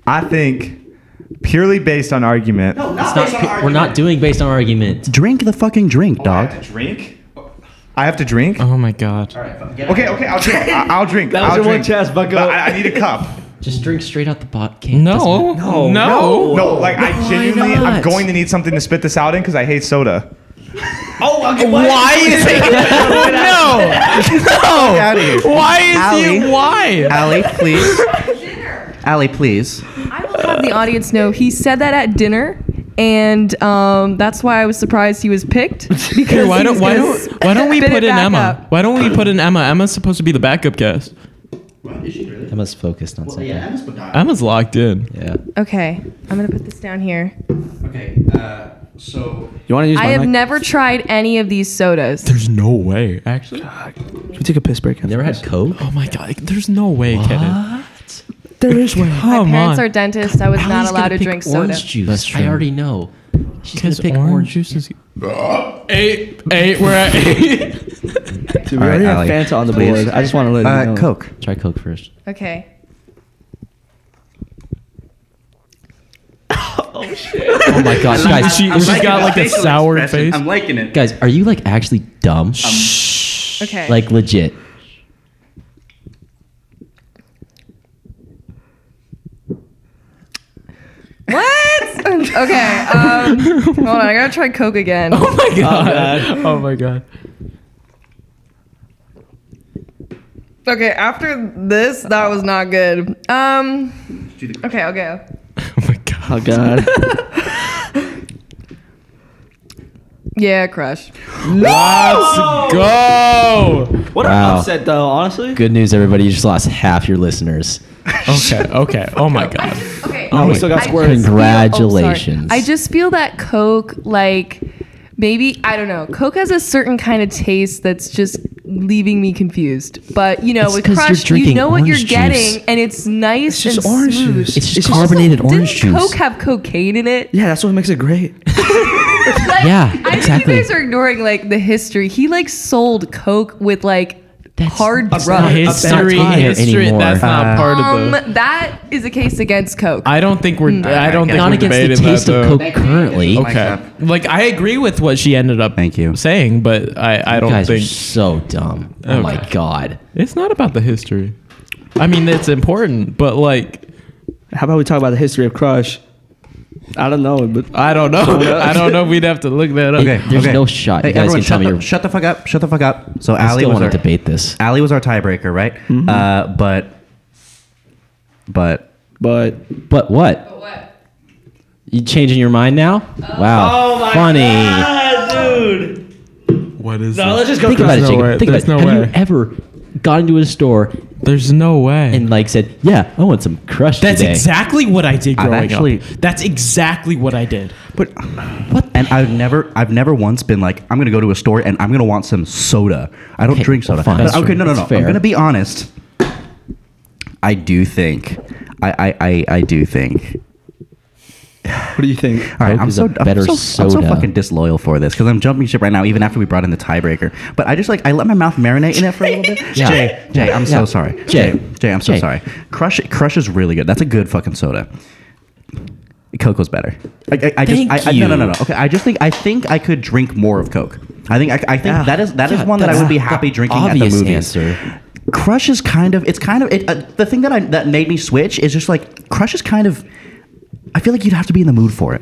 Speaker 6: I think purely based on argument.
Speaker 1: No.
Speaker 4: It's
Speaker 1: Not
Speaker 4: not,
Speaker 1: based on
Speaker 4: we're not
Speaker 1: argument.
Speaker 4: doing based on argument.
Speaker 1: Drink the fucking drink,
Speaker 6: I
Speaker 1: dog.
Speaker 6: have to drink. I have to drink.
Speaker 2: Oh my god.
Speaker 6: Okay, okay, I'll drink. I- I'll drink.
Speaker 3: That was
Speaker 6: I'll
Speaker 3: your one
Speaker 6: drink.
Speaker 3: chance, bucko.
Speaker 6: But I, I need a cup.
Speaker 4: Just drink straight out the bot can.
Speaker 2: No, no, no.
Speaker 6: No, like I genuinely, I'm
Speaker 4: not?
Speaker 6: going to need something to spit this out in because I hate soda.
Speaker 2: Why is he? no,
Speaker 1: Out of here.
Speaker 2: no. Why is
Speaker 1: Allie.
Speaker 2: he? Why?
Speaker 1: Allie, please.
Speaker 5: Dinner.
Speaker 1: Allie, please.
Speaker 5: I will have the audience know he said that at dinner
Speaker 7: and um, that's why I was surprised he was picked. Because
Speaker 2: Here, why
Speaker 7: he
Speaker 2: don't
Speaker 7: was
Speaker 2: why
Speaker 7: gonna
Speaker 2: don't why don't we
Speaker 7: spin
Speaker 2: put
Speaker 7: it
Speaker 2: in
Speaker 7: back
Speaker 2: Emma?
Speaker 7: up.
Speaker 2: Why don't we put in Emma? Emma's supposed to be the backup guest.
Speaker 4: Emma's focused on something. Yeah.
Speaker 2: Emma's locked in.
Speaker 7: Okay, I'm gonna put this down here.
Speaker 1: Okay. Uh, so
Speaker 3: You want to use
Speaker 7: I
Speaker 3: my
Speaker 7: have
Speaker 3: mic?
Speaker 7: never tried any of these sodas.
Speaker 2: There's no way, actually.
Speaker 3: Can we take a piss break?
Speaker 4: You never had Coke?
Speaker 2: Oh my god, like, there's no way, Kenan.
Speaker 7: There is one. My
Speaker 2: Come
Speaker 7: parents
Speaker 2: on.
Speaker 7: are dentists. I was
Speaker 4: Allie's
Speaker 7: not allowed
Speaker 4: gonna
Speaker 7: to
Speaker 4: pick
Speaker 7: drink soda.
Speaker 4: orange juice.
Speaker 2: That's true.
Speaker 4: I already know. She's gonna
Speaker 2: Because
Speaker 4: pick
Speaker 2: orange, juice is eight, eight. We're at eight.
Speaker 3: Dude, we
Speaker 1: All right,
Speaker 3: already
Speaker 1: Allie,
Speaker 3: have Fanta on the
Speaker 1: please.
Speaker 3: board. I just want to let you
Speaker 1: uh,
Speaker 3: know.
Speaker 1: Coke.
Speaker 4: Try Coke first.
Speaker 7: Okay.
Speaker 4: Oh my gosh, guys,
Speaker 2: She, she's got like a sour face.
Speaker 1: I'm liking it.
Speaker 4: guys, are you like actually
Speaker 7: Um,
Speaker 4: dumb?
Speaker 7: Okay.
Speaker 4: Like legit.
Speaker 7: what? okay. Um, hold on. I gotta try Coke again.
Speaker 2: Oh my god. Oh my god.
Speaker 7: Okay. After this, that was not good. Um. Okay, I'll go.
Speaker 2: Oh my god.
Speaker 3: Oh God.
Speaker 7: Yeah, crush.
Speaker 2: Let's go.
Speaker 3: what
Speaker 4: Wow.
Speaker 3: an upset, though. Honestly.
Speaker 4: Good news, everybody. You just lost half your listeners.
Speaker 2: Okay. Okay. Oh my god.
Speaker 7: Okay.
Speaker 3: Oh, we
Speaker 4: my
Speaker 3: still got
Speaker 7: I
Speaker 3: squirted.
Speaker 7: just feel- oh, sorry.
Speaker 4: Congratulations.
Speaker 7: I just feel that Coke, like, maybe, I don't know. Coke has a certain kind of taste that's just leaving me confused. But, you know,
Speaker 4: It's
Speaker 7: with
Speaker 4: 'cause you're
Speaker 7: Crush, you
Speaker 4: drinking
Speaker 7: know what you're
Speaker 4: orange
Speaker 7: getting,
Speaker 4: juice.
Speaker 7: and it's nice and smooth.
Speaker 4: It's just
Speaker 3: It's just-
Speaker 4: carbonated
Speaker 7: Didn't
Speaker 4: orange juice.
Speaker 7: Coke have cocaine in it?
Speaker 3: Yeah, that's what makes it great.
Speaker 7: Like,
Speaker 4: Yeah,
Speaker 7: I think
Speaker 4: exactly.
Speaker 7: you guys are ignoring, like, the history. He, like, sold Coke with, like, hard
Speaker 4: that's
Speaker 7: drugs.
Speaker 4: not his-
Speaker 2: History.
Speaker 4: time
Speaker 2: History.
Speaker 4: anymore.
Speaker 2: That's not
Speaker 1: Uh,
Speaker 2: part
Speaker 7: Um,
Speaker 2: of the. Mm.
Speaker 7: that is a case against Coke.
Speaker 2: I don't think we're. I don't think
Speaker 4: Not
Speaker 2: we're
Speaker 4: against the
Speaker 2: debating
Speaker 4: taste
Speaker 2: that.
Speaker 4: of
Speaker 2: though. Oh,
Speaker 4: Coke currently.
Speaker 1: Okay.
Speaker 2: Okay. Like I agree with what she ended up.
Speaker 1: Thank you.
Speaker 2: Saying, but I I
Speaker 4: You
Speaker 2: don't
Speaker 4: guys
Speaker 2: think
Speaker 4: are so dumb. Oh my
Speaker 2: Okay.
Speaker 4: god.
Speaker 2: it's not about the history. I mean, it's important, but like
Speaker 3: How about we talk about the history of Crush? I don't know, but
Speaker 2: I don't know.
Speaker 3: yeah.
Speaker 2: I don't know. We'd have to look that up.
Speaker 1: Okay.
Speaker 4: There's
Speaker 1: okay.
Speaker 4: no shot. You
Speaker 1: Hey,
Speaker 4: guys
Speaker 1: everyone,
Speaker 4: can tell
Speaker 1: shut
Speaker 4: me
Speaker 1: the,
Speaker 4: you're-
Speaker 1: shut the fuck up. Shut the fuck up. So
Speaker 4: I
Speaker 1: Allie
Speaker 4: still
Speaker 1: was
Speaker 4: want
Speaker 1: our
Speaker 4: to debate this.
Speaker 1: Allie was our tiebreaker, right?
Speaker 4: Mm-hmm.
Speaker 1: Uh, but but
Speaker 3: but
Speaker 4: But what?
Speaker 5: What?
Speaker 4: You changing your mind now? Wow. Funny.
Speaker 3: dude.
Speaker 2: What is?
Speaker 3: No, let's just go.
Speaker 4: Think about it,
Speaker 2: no
Speaker 4: Jacob.
Speaker 2: way.
Speaker 4: Think
Speaker 2: There's
Speaker 4: about it.
Speaker 2: no
Speaker 4: Have
Speaker 2: way.
Speaker 4: you ever got into a store
Speaker 2: There's no way.
Speaker 4: and like said, "Yeah, I want some crush
Speaker 2: that's
Speaker 4: today"?
Speaker 2: exactly what I did
Speaker 1: I've
Speaker 2: growing
Speaker 1: actually-
Speaker 2: up. That's exactly what I did.
Speaker 1: but what? And I've never I've never once been like I'm gonna go to a store and I'm gonna want some soda. I don't
Speaker 4: Okay,
Speaker 1: drink soda.
Speaker 4: fine.
Speaker 1: But,
Speaker 4: That's
Speaker 1: okay,
Speaker 4: true.
Speaker 1: no, no,
Speaker 4: That's
Speaker 1: no. I'm
Speaker 4: fair.
Speaker 1: gonna be honest. I do think. I I I, I do think.
Speaker 3: What do you think?
Speaker 1: All right,
Speaker 4: Coke
Speaker 1: I'm
Speaker 4: is
Speaker 1: so,
Speaker 4: a better
Speaker 1: I'm, so, I'm so
Speaker 4: soda.
Speaker 1: fucking disloyal for this because I'm jumping ship right now, even after we brought in the tiebreaker. But I just like I let my mouth marinate in it for a little bit.
Speaker 4: Yeah.
Speaker 1: Jay, Jay, I'm
Speaker 4: Yeah.
Speaker 1: so sorry.
Speaker 4: Jay.
Speaker 1: Jay, Jay, I'm so
Speaker 4: Jay.
Speaker 1: sorry. Crush, Crush is really good. That's a good fucking soda. Coco's better. I, I, I
Speaker 4: Thank
Speaker 1: just I, I, no no no
Speaker 4: you.
Speaker 1: no. Okay, I just think I think I could drink more of Coke. I think I, I think that is that is
Speaker 4: Yeah,
Speaker 1: one that I
Speaker 4: that's
Speaker 1: would be
Speaker 4: the
Speaker 1: happy drinking at the
Speaker 4: obvious
Speaker 1: movies.
Speaker 4: answer.
Speaker 1: Crush is kind of it's kind of it, uh, the thing that I that made me switch is just like Crush is kind of I feel like you'd have to be in the mood for it.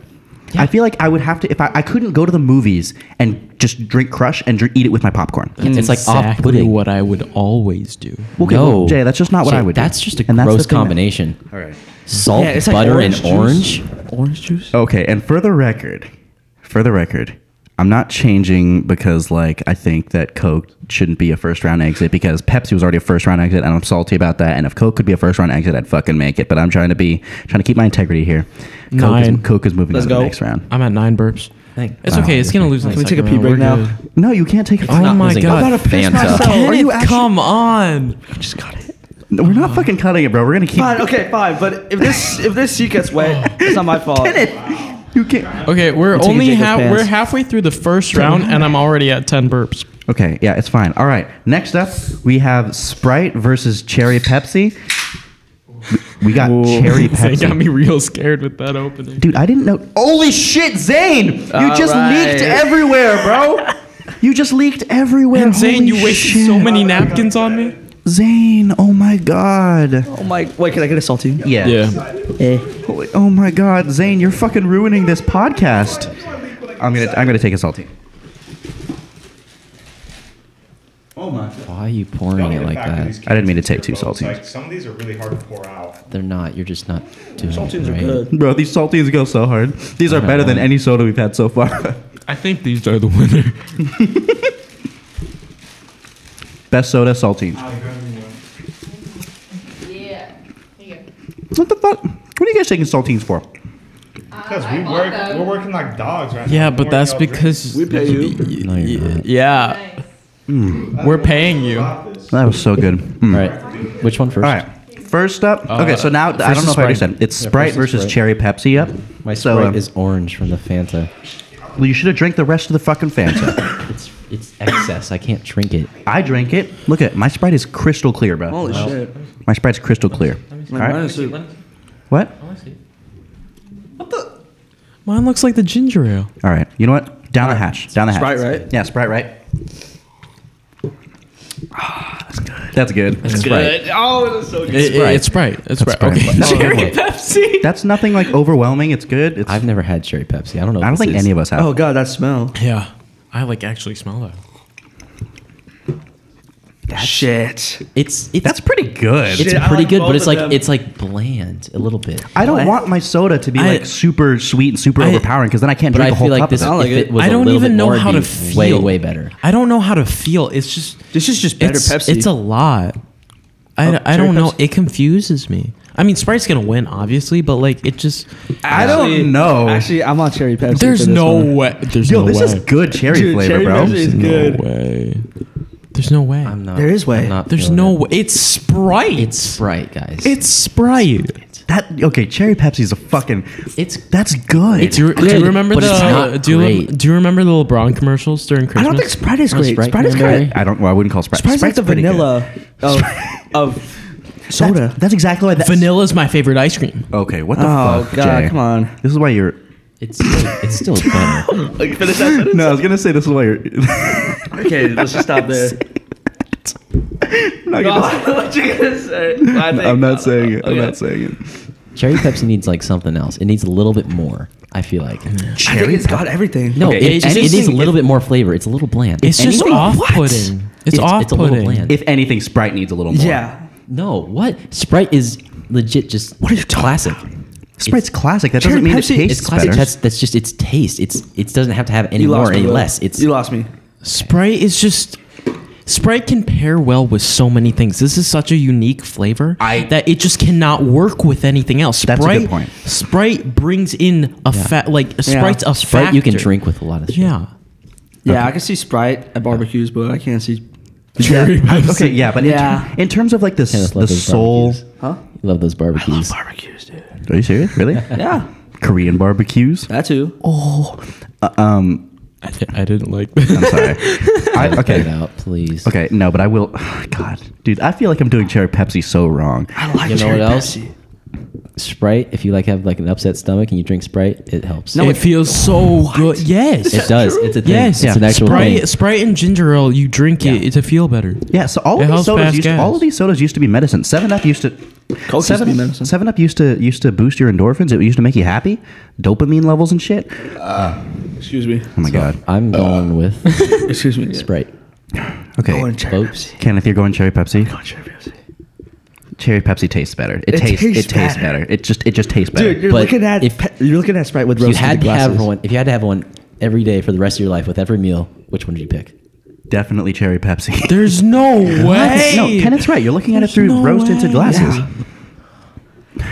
Speaker 1: I feel like I would have to if I, I couldn't go to the movies and just drink Crush and drink, eat it with my popcorn.
Speaker 4: It's like
Speaker 2: Exactly
Speaker 4: off-putting.
Speaker 2: what I would always do.
Speaker 1: Okay,
Speaker 4: no,
Speaker 1: well, Jay, that's just not what
Speaker 4: Jay,
Speaker 1: I would do.
Speaker 4: That's just a
Speaker 1: And that's the
Speaker 4: gross
Speaker 1: thing that-
Speaker 4: combination.
Speaker 1: All right.
Speaker 4: Salt,
Speaker 3: Yeah, it's like
Speaker 4: butter,
Speaker 3: orange
Speaker 4: and
Speaker 3: juice.
Speaker 4: orange.
Speaker 2: Orange juice.
Speaker 1: Okay, and for the record, for the record, I'm not changing because like I think that Coke shouldn't be a first round exit because Pepsi was already a first round exit and I'm salty about that. And if Coke could be a first round exit, I'd fucking make it. But I'm trying to be trying to keep my integrity here. Coke
Speaker 2: Nine.
Speaker 1: is Coke is moving
Speaker 3: Let's
Speaker 1: on to
Speaker 3: go.
Speaker 1: the next round.
Speaker 2: I'm at nine burps.
Speaker 4: Thank-
Speaker 2: It's
Speaker 1: Wow,
Speaker 2: okay. It's gonna lose. in the
Speaker 3: Can we take a
Speaker 2: second
Speaker 3: pee
Speaker 2: round.
Speaker 3: break
Speaker 2: We're
Speaker 3: now?
Speaker 2: good.
Speaker 1: No, you can't take it.
Speaker 4: not
Speaker 2: Oh my
Speaker 4: losing
Speaker 2: god!
Speaker 4: I'm about to piss Fanta. myself.
Speaker 1: Are you
Speaker 2: Kenneth, come on!
Speaker 1: No, we're not fucking cutting it, bro. We're gonna keep.
Speaker 3: Fine, okay, fine. But if this if this seat gets wet, it's not my fault.
Speaker 1: You can't.
Speaker 2: Okay, we're
Speaker 3: taking
Speaker 2: only
Speaker 3: Jacob's
Speaker 2: half.
Speaker 3: pants.
Speaker 2: We're halfway through the first round, and I'm already at ten burps.
Speaker 1: Okay, yeah, it's fine. All right, next up we have Sprite versus Cherry Pepsi. We- We got Cherry
Speaker 2: They
Speaker 1: Pepsi.
Speaker 2: got me real scared with that opening.
Speaker 1: Dude, I didn't know. Holy shit, Zane! You
Speaker 3: All
Speaker 1: just
Speaker 3: right.
Speaker 1: leaked everywhere, bro. You just leaked everywhere.
Speaker 2: and
Speaker 1: Holy
Speaker 2: Zane, you wasted
Speaker 1: shit.
Speaker 2: so many napkins on me.
Speaker 1: Zane, oh my god.
Speaker 3: Oh my! Wait, can I get a saltine?
Speaker 1: Yeah. Holy, oh my god, Zane, you're fucking ruining this podcast. I'm gonna, I'm gonna take a salty.
Speaker 6: Oh my god.
Speaker 4: Why are you pouring it like that?
Speaker 1: I didn't mean to take two saltines.
Speaker 8: Like, some of these are really hard to pour out.
Speaker 4: They're not. You're just not doing
Speaker 3: Saltines
Speaker 4: it
Speaker 3: are
Speaker 4: right.
Speaker 3: good.
Speaker 1: Bro, these saltines go so hard. These are better than any soda we've had so far.
Speaker 9: I think these are the winner.
Speaker 1: Best soda, saltines.
Speaker 5: Yeah. Here.
Speaker 1: What the fuck? What are you guys taking saltines for?
Speaker 8: Because we work, we're working like dogs right now.
Speaker 2: Yeah, but
Speaker 8: We're pouring
Speaker 2: that's
Speaker 8: y'all drinks.
Speaker 2: because
Speaker 3: We pay you. Hmm.
Speaker 4: No, you're not.
Speaker 2: yeah,
Speaker 5: Nice.
Speaker 2: we're paying you.
Speaker 1: That was so good. Mm.
Speaker 4: All right. Which one first?
Speaker 1: All right. First up, okay. So now I don't know if I
Speaker 4: Sprite.
Speaker 1: understand. It's
Speaker 4: Yeah,
Speaker 1: Sprite
Speaker 4: first is
Speaker 1: versus
Speaker 4: Sprite.
Speaker 1: Cherry Pepsi. Yep.
Speaker 4: My
Speaker 1: so,
Speaker 4: Sprite
Speaker 1: um,
Speaker 4: is orange from the Fanta.
Speaker 1: well, you should have drank the rest of the fucking Fanta.
Speaker 4: It's it's excess. I can't drink it.
Speaker 1: I drank it. Look at my Sprite is crystal clear, bro.
Speaker 3: Holy shit.
Speaker 1: My Sprite's crystal clear. All
Speaker 3: Like, mine
Speaker 1: right.
Speaker 3: is soup.
Speaker 1: What?
Speaker 2: Mine looks like the ginger ale.
Speaker 1: All right. You know what? Down the hatch. Down the hatch.
Speaker 3: Sprite, right?
Speaker 1: Yeah, Sprite, right? Ah, that's good. That's good. That's Sprite.
Speaker 3: Oh, it is so good.
Speaker 2: It- it- It's Sprite. It's Sprite.
Speaker 1: Sprite.
Speaker 2: Okay.
Speaker 4: Oh,
Speaker 1: That's a good
Speaker 2: Cherry
Speaker 1: one.
Speaker 2: Pepsi.
Speaker 1: That's nothing like overwhelming. It's good. It's,
Speaker 4: I've never had cherry Pepsi. I don't know.
Speaker 1: I don't think any of us have.
Speaker 3: Oh god, that smell.
Speaker 2: Yeah, I like actually smell that.
Speaker 3: shit.
Speaker 4: It's it's
Speaker 1: That's pretty good.
Speaker 4: it's
Speaker 3: Shit, I
Speaker 4: pretty
Speaker 3: like
Speaker 4: good,
Speaker 3: both
Speaker 4: but it's
Speaker 3: of
Speaker 4: like
Speaker 3: them.
Speaker 4: it's like bland a little bit.
Speaker 1: I don't
Speaker 3: What?
Speaker 1: want my soda to be
Speaker 2: I-
Speaker 1: like super sweet and super
Speaker 2: I-
Speaker 1: overpowering because then I can't
Speaker 4: But
Speaker 1: drink
Speaker 4: I
Speaker 1: a whole
Speaker 4: feel like
Speaker 1: cup
Speaker 4: this.
Speaker 1: of
Speaker 4: If
Speaker 1: it.
Speaker 3: like it.
Speaker 4: it was
Speaker 2: I
Speaker 4: a
Speaker 2: don't
Speaker 4: little
Speaker 2: even
Speaker 4: bit
Speaker 2: know
Speaker 4: more, it'd
Speaker 2: how to
Speaker 4: be way
Speaker 2: feel.
Speaker 4: way better.
Speaker 2: I don't know how to feel. It's just
Speaker 3: This is just better
Speaker 2: it's,
Speaker 3: Pepsi.
Speaker 2: It's a lot. I,
Speaker 3: Oh,
Speaker 2: I
Speaker 3: cherry
Speaker 2: don't know.
Speaker 3: Pepsi?
Speaker 2: It confuses me. I mean, Sprite's gonna win, obviously, but like it just
Speaker 1: I don't know.
Speaker 3: Actually, I'm on cherry Pepsi. for
Speaker 2: there's
Speaker 3: this
Speaker 2: no
Speaker 3: one.
Speaker 2: way. There's
Speaker 1: Yo,
Speaker 2: no
Speaker 1: this
Speaker 2: way.
Speaker 1: is good cherry
Speaker 3: Dude,
Speaker 1: flavor,
Speaker 3: cherry
Speaker 1: bro.
Speaker 3: Pepsi is
Speaker 2: No
Speaker 3: good.
Speaker 2: way. There's no way.
Speaker 4: I'm not.
Speaker 3: There is way.
Speaker 4: I'm not
Speaker 2: There's
Speaker 4: feeling
Speaker 2: no
Speaker 4: it.
Speaker 2: way. It's Sprite.
Speaker 4: It's Sprite, guys.
Speaker 2: It's Sprite.
Speaker 1: That okay? Cherry Pepsi is a fucking.
Speaker 4: It's-
Speaker 1: that's good.
Speaker 2: Do you, do you
Speaker 4: good,
Speaker 2: remember
Speaker 4: but
Speaker 2: the
Speaker 4: it's not
Speaker 2: do you,
Speaker 4: great.
Speaker 2: do you remember the LeBron commercials during Christmas?
Speaker 3: I don't think Sprite is
Speaker 4: Oh,
Speaker 3: great.
Speaker 4: Sprite
Speaker 3: Sprite is
Speaker 4: cranberry.
Speaker 3: kind
Speaker 1: I don't. Well, I wouldn't call Sprite.
Speaker 3: Sprite's like the
Speaker 1: pretty good.
Speaker 3: vanilla of, of soda.
Speaker 1: That's, that's exactly why. That's,
Speaker 2: vanilla is my favorite ice cream.
Speaker 1: Okay, what the
Speaker 3: oh
Speaker 1: fuck?
Speaker 3: god,
Speaker 1: Jay?
Speaker 3: come on.
Speaker 1: This is why you're.
Speaker 4: It's still, it's still better.
Speaker 1: No, I was gonna say this is why you're.
Speaker 3: Okay, let's just stop there.
Speaker 1: no,
Speaker 3: what you gonna say?
Speaker 1: I'm not saying it. I'm not saying it.
Speaker 4: Cherry Pepsi needs like something else. It needs a little bit more. I feel like.
Speaker 3: I think it's got everything.
Speaker 4: No,
Speaker 1: Okay,
Speaker 4: it,
Speaker 1: it's
Speaker 4: and it
Speaker 1: just-
Speaker 4: needs a little bit more flavor. It's a little bland.
Speaker 2: It's
Speaker 4: If
Speaker 2: just
Speaker 4: anything-
Speaker 2: off-putting. It's,
Speaker 4: It's a little
Speaker 2: off-putting.
Speaker 4: bland.
Speaker 1: If anything, Sprite needs a little more.
Speaker 3: Yeah.
Speaker 4: No, what Sprite is legit. Just what are you classic?
Speaker 1: Sprite's classic. That doesn't
Speaker 3: Cherry
Speaker 1: mean
Speaker 3: Pepsi
Speaker 1: it tastes
Speaker 4: It's classic.
Speaker 1: better.
Speaker 4: That's that's just its taste. It's it doesn't have to have any
Speaker 3: You
Speaker 4: more
Speaker 3: lost
Speaker 4: or
Speaker 3: me.
Speaker 4: any
Speaker 3: Will.
Speaker 4: less. It's
Speaker 3: you lost me.
Speaker 2: Sprite is just Sprite can pair well with so many things. This is such a unique flavor
Speaker 1: I-
Speaker 2: that it just cannot work with anything else. Sprite,
Speaker 1: That's a good point.
Speaker 2: Sprite brings in a fat like Sprite's a
Speaker 4: Sprite you can
Speaker 2: factor.
Speaker 4: drink with a lot of shit.
Speaker 2: Yeah,
Speaker 3: Yeah, I can see Sprite at barbecues, but I can't see.
Speaker 2: cherry Pepsi.
Speaker 1: okay, yeah, but
Speaker 3: Yeah.
Speaker 1: In, in terms of like the,
Speaker 4: Kenneth
Speaker 1: s- the
Speaker 4: loves those
Speaker 1: soul.
Speaker 4: barbecues.
Speaker 3: Huh?
Speaker 4: You love those barbecues.
Speaker 3: Barbecues, dude.
Speaker 1: Are you serious? Really?
Speaker 3: Yeah,
Speaker 1: Korean barbecues.
Speaker 3: that too.
Speaker 1: Uh, um,
Speaker 2: I, di- I didn't like.
Speaker 1: I'm sorry. I,
Speaker 4: Cut it
Speaker 1: okay.
Speaker 4: out, please.
Speaker 1: Okay, no, but I will. God, dude, I feel like I'm doing cherry Pepsi so wrong.
Speaker 3: I like
Speaker 4: You know
Speaker 3: cherry
Speaker 4: what else?
Speaker 3: Pepsi.
Speaker 4: Sprite. If you like have like an upset stomach and you drink Sprite, it helps.
Speaker 2: it feels so good. Yes,
Speaker 4: it does. It's a thing.
Speaker 2: Yes,
Speaker 4: It's an actual
Speaker 2: Sprite,
Speaker 4: thing.
Speaker 2: Sprite and ginger ale. You drink
Speaker 4: Yeah.
Speaker 2: it to feel better.
Speaker 1: Yeah, so all of
Speaker 2: It
Speaker 1: these
Speaker 2: helps
Speaker 1: sodas
Speaker 2: pass
Speaker 1: used to,
Speaker 2: gas.
Speaker 1: all of these sodas used to be medicine. Seven Up used to.
Speaker 3: Coke
Speaker 1: Seven,
Speaker 3: used to be medicine.
Speaker 1: Seven Up used to used to boost your endorphins. It used to make you happy, dopamine levels and shit. Oh
Speaker 3: Uh, Excuse me.
Speaker 1: my god.
Speaker 2: Oh.
Speaker 4: I'm going with
Speaker 3: Excuse me.
Speaker 4: Sprite.
Speaker 1: Okay,
Speaker 3: Going cherry
Speaker 4: Folks.
Speaker 3: Pepsi.
Speaker 1: Kenneth, you're going cherry Pepsi.
Speaker 3: Going cherry Pepsi.
Speaker 1: Cherry Pepsi tastes better. It,
Speaker 3: It
Speaker 1: tastes,
Speaker 3: tastes
Speaker 1: It tastes
Speaker 3: better.
Speaker 1: better. It just. It just tastes better.
Speaker 3: Dude, you're
Speaker 4: But
Speaker 3: looking at
Speaker 4: if-
Speaker 3: pe- you're looking at Sprite with
Speaker 4: If you
Speaker 3: roasted
Speaker 4: had to
Speaker 3: glasses.
Speaker 4: have one. If you had to have one every day for the rest of your life with every meal, which one would you pick?
Speaker 1: Definitely cherry Pepsi.
Speaker 2: There's no way.
Speaker 1: No, Kenneth's right. You're looking at it
Speaker 2: There's
Speaker 1: through
Speaker 2: no
Speaker 1: roasted
Speaker 2: way.
Speaker 1: glasses.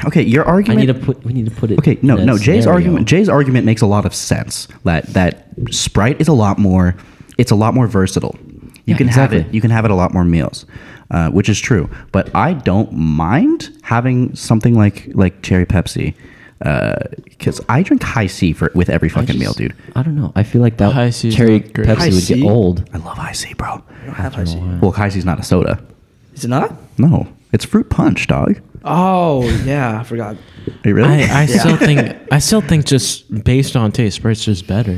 Speaker 1: Okay, your
Speaker 4: I
Speaker 1: argument.
Speaker 4: need to put. We need to put it.
Speaker 1: Okay, no,
Speaker 4: in a
Speaker 1: no. Jay's
Speaker 4: scenario.
Speaker 1: argument. Jay's argument makes a lot of sense. That that Sprite is a lot more. It's a lot more versatile. You
Speaker 4: Yeah,
Speaker 1: can have it.
Speaker 4: exactly.
Speaker 1: You can have it a lot more meals, uh, which is true. But I don't mind having something like like cherry Pepsi, because I drink high C for with every
Speaker 4: I
Speaker 1: fucking meal,
Speaker 4: just-
Speaker 1: dude.
Speaker 4: I don't know. I feel like that
Speaker 2: High C's
Speaker 4: cherry
Speaker 2: not great.
Speaker 4: Pepsi
Speaker 3: High
Speaker 4: would
Speaker 3: C?
Speaker 4: get old.
Speaker 1: I love high C, bro.
Speaker 3: I don't have high C.
Speaker 1: Well, high C's not a soda.
Speaker 3: Is it not?
Speaker 1: No, it's fruit punch, dog.
Speaker 3: Oh yeah, I forgot.
Speaker 1: Are you really?
Speaker 2: I, I still think I still think just based on taste, Sprite's just better.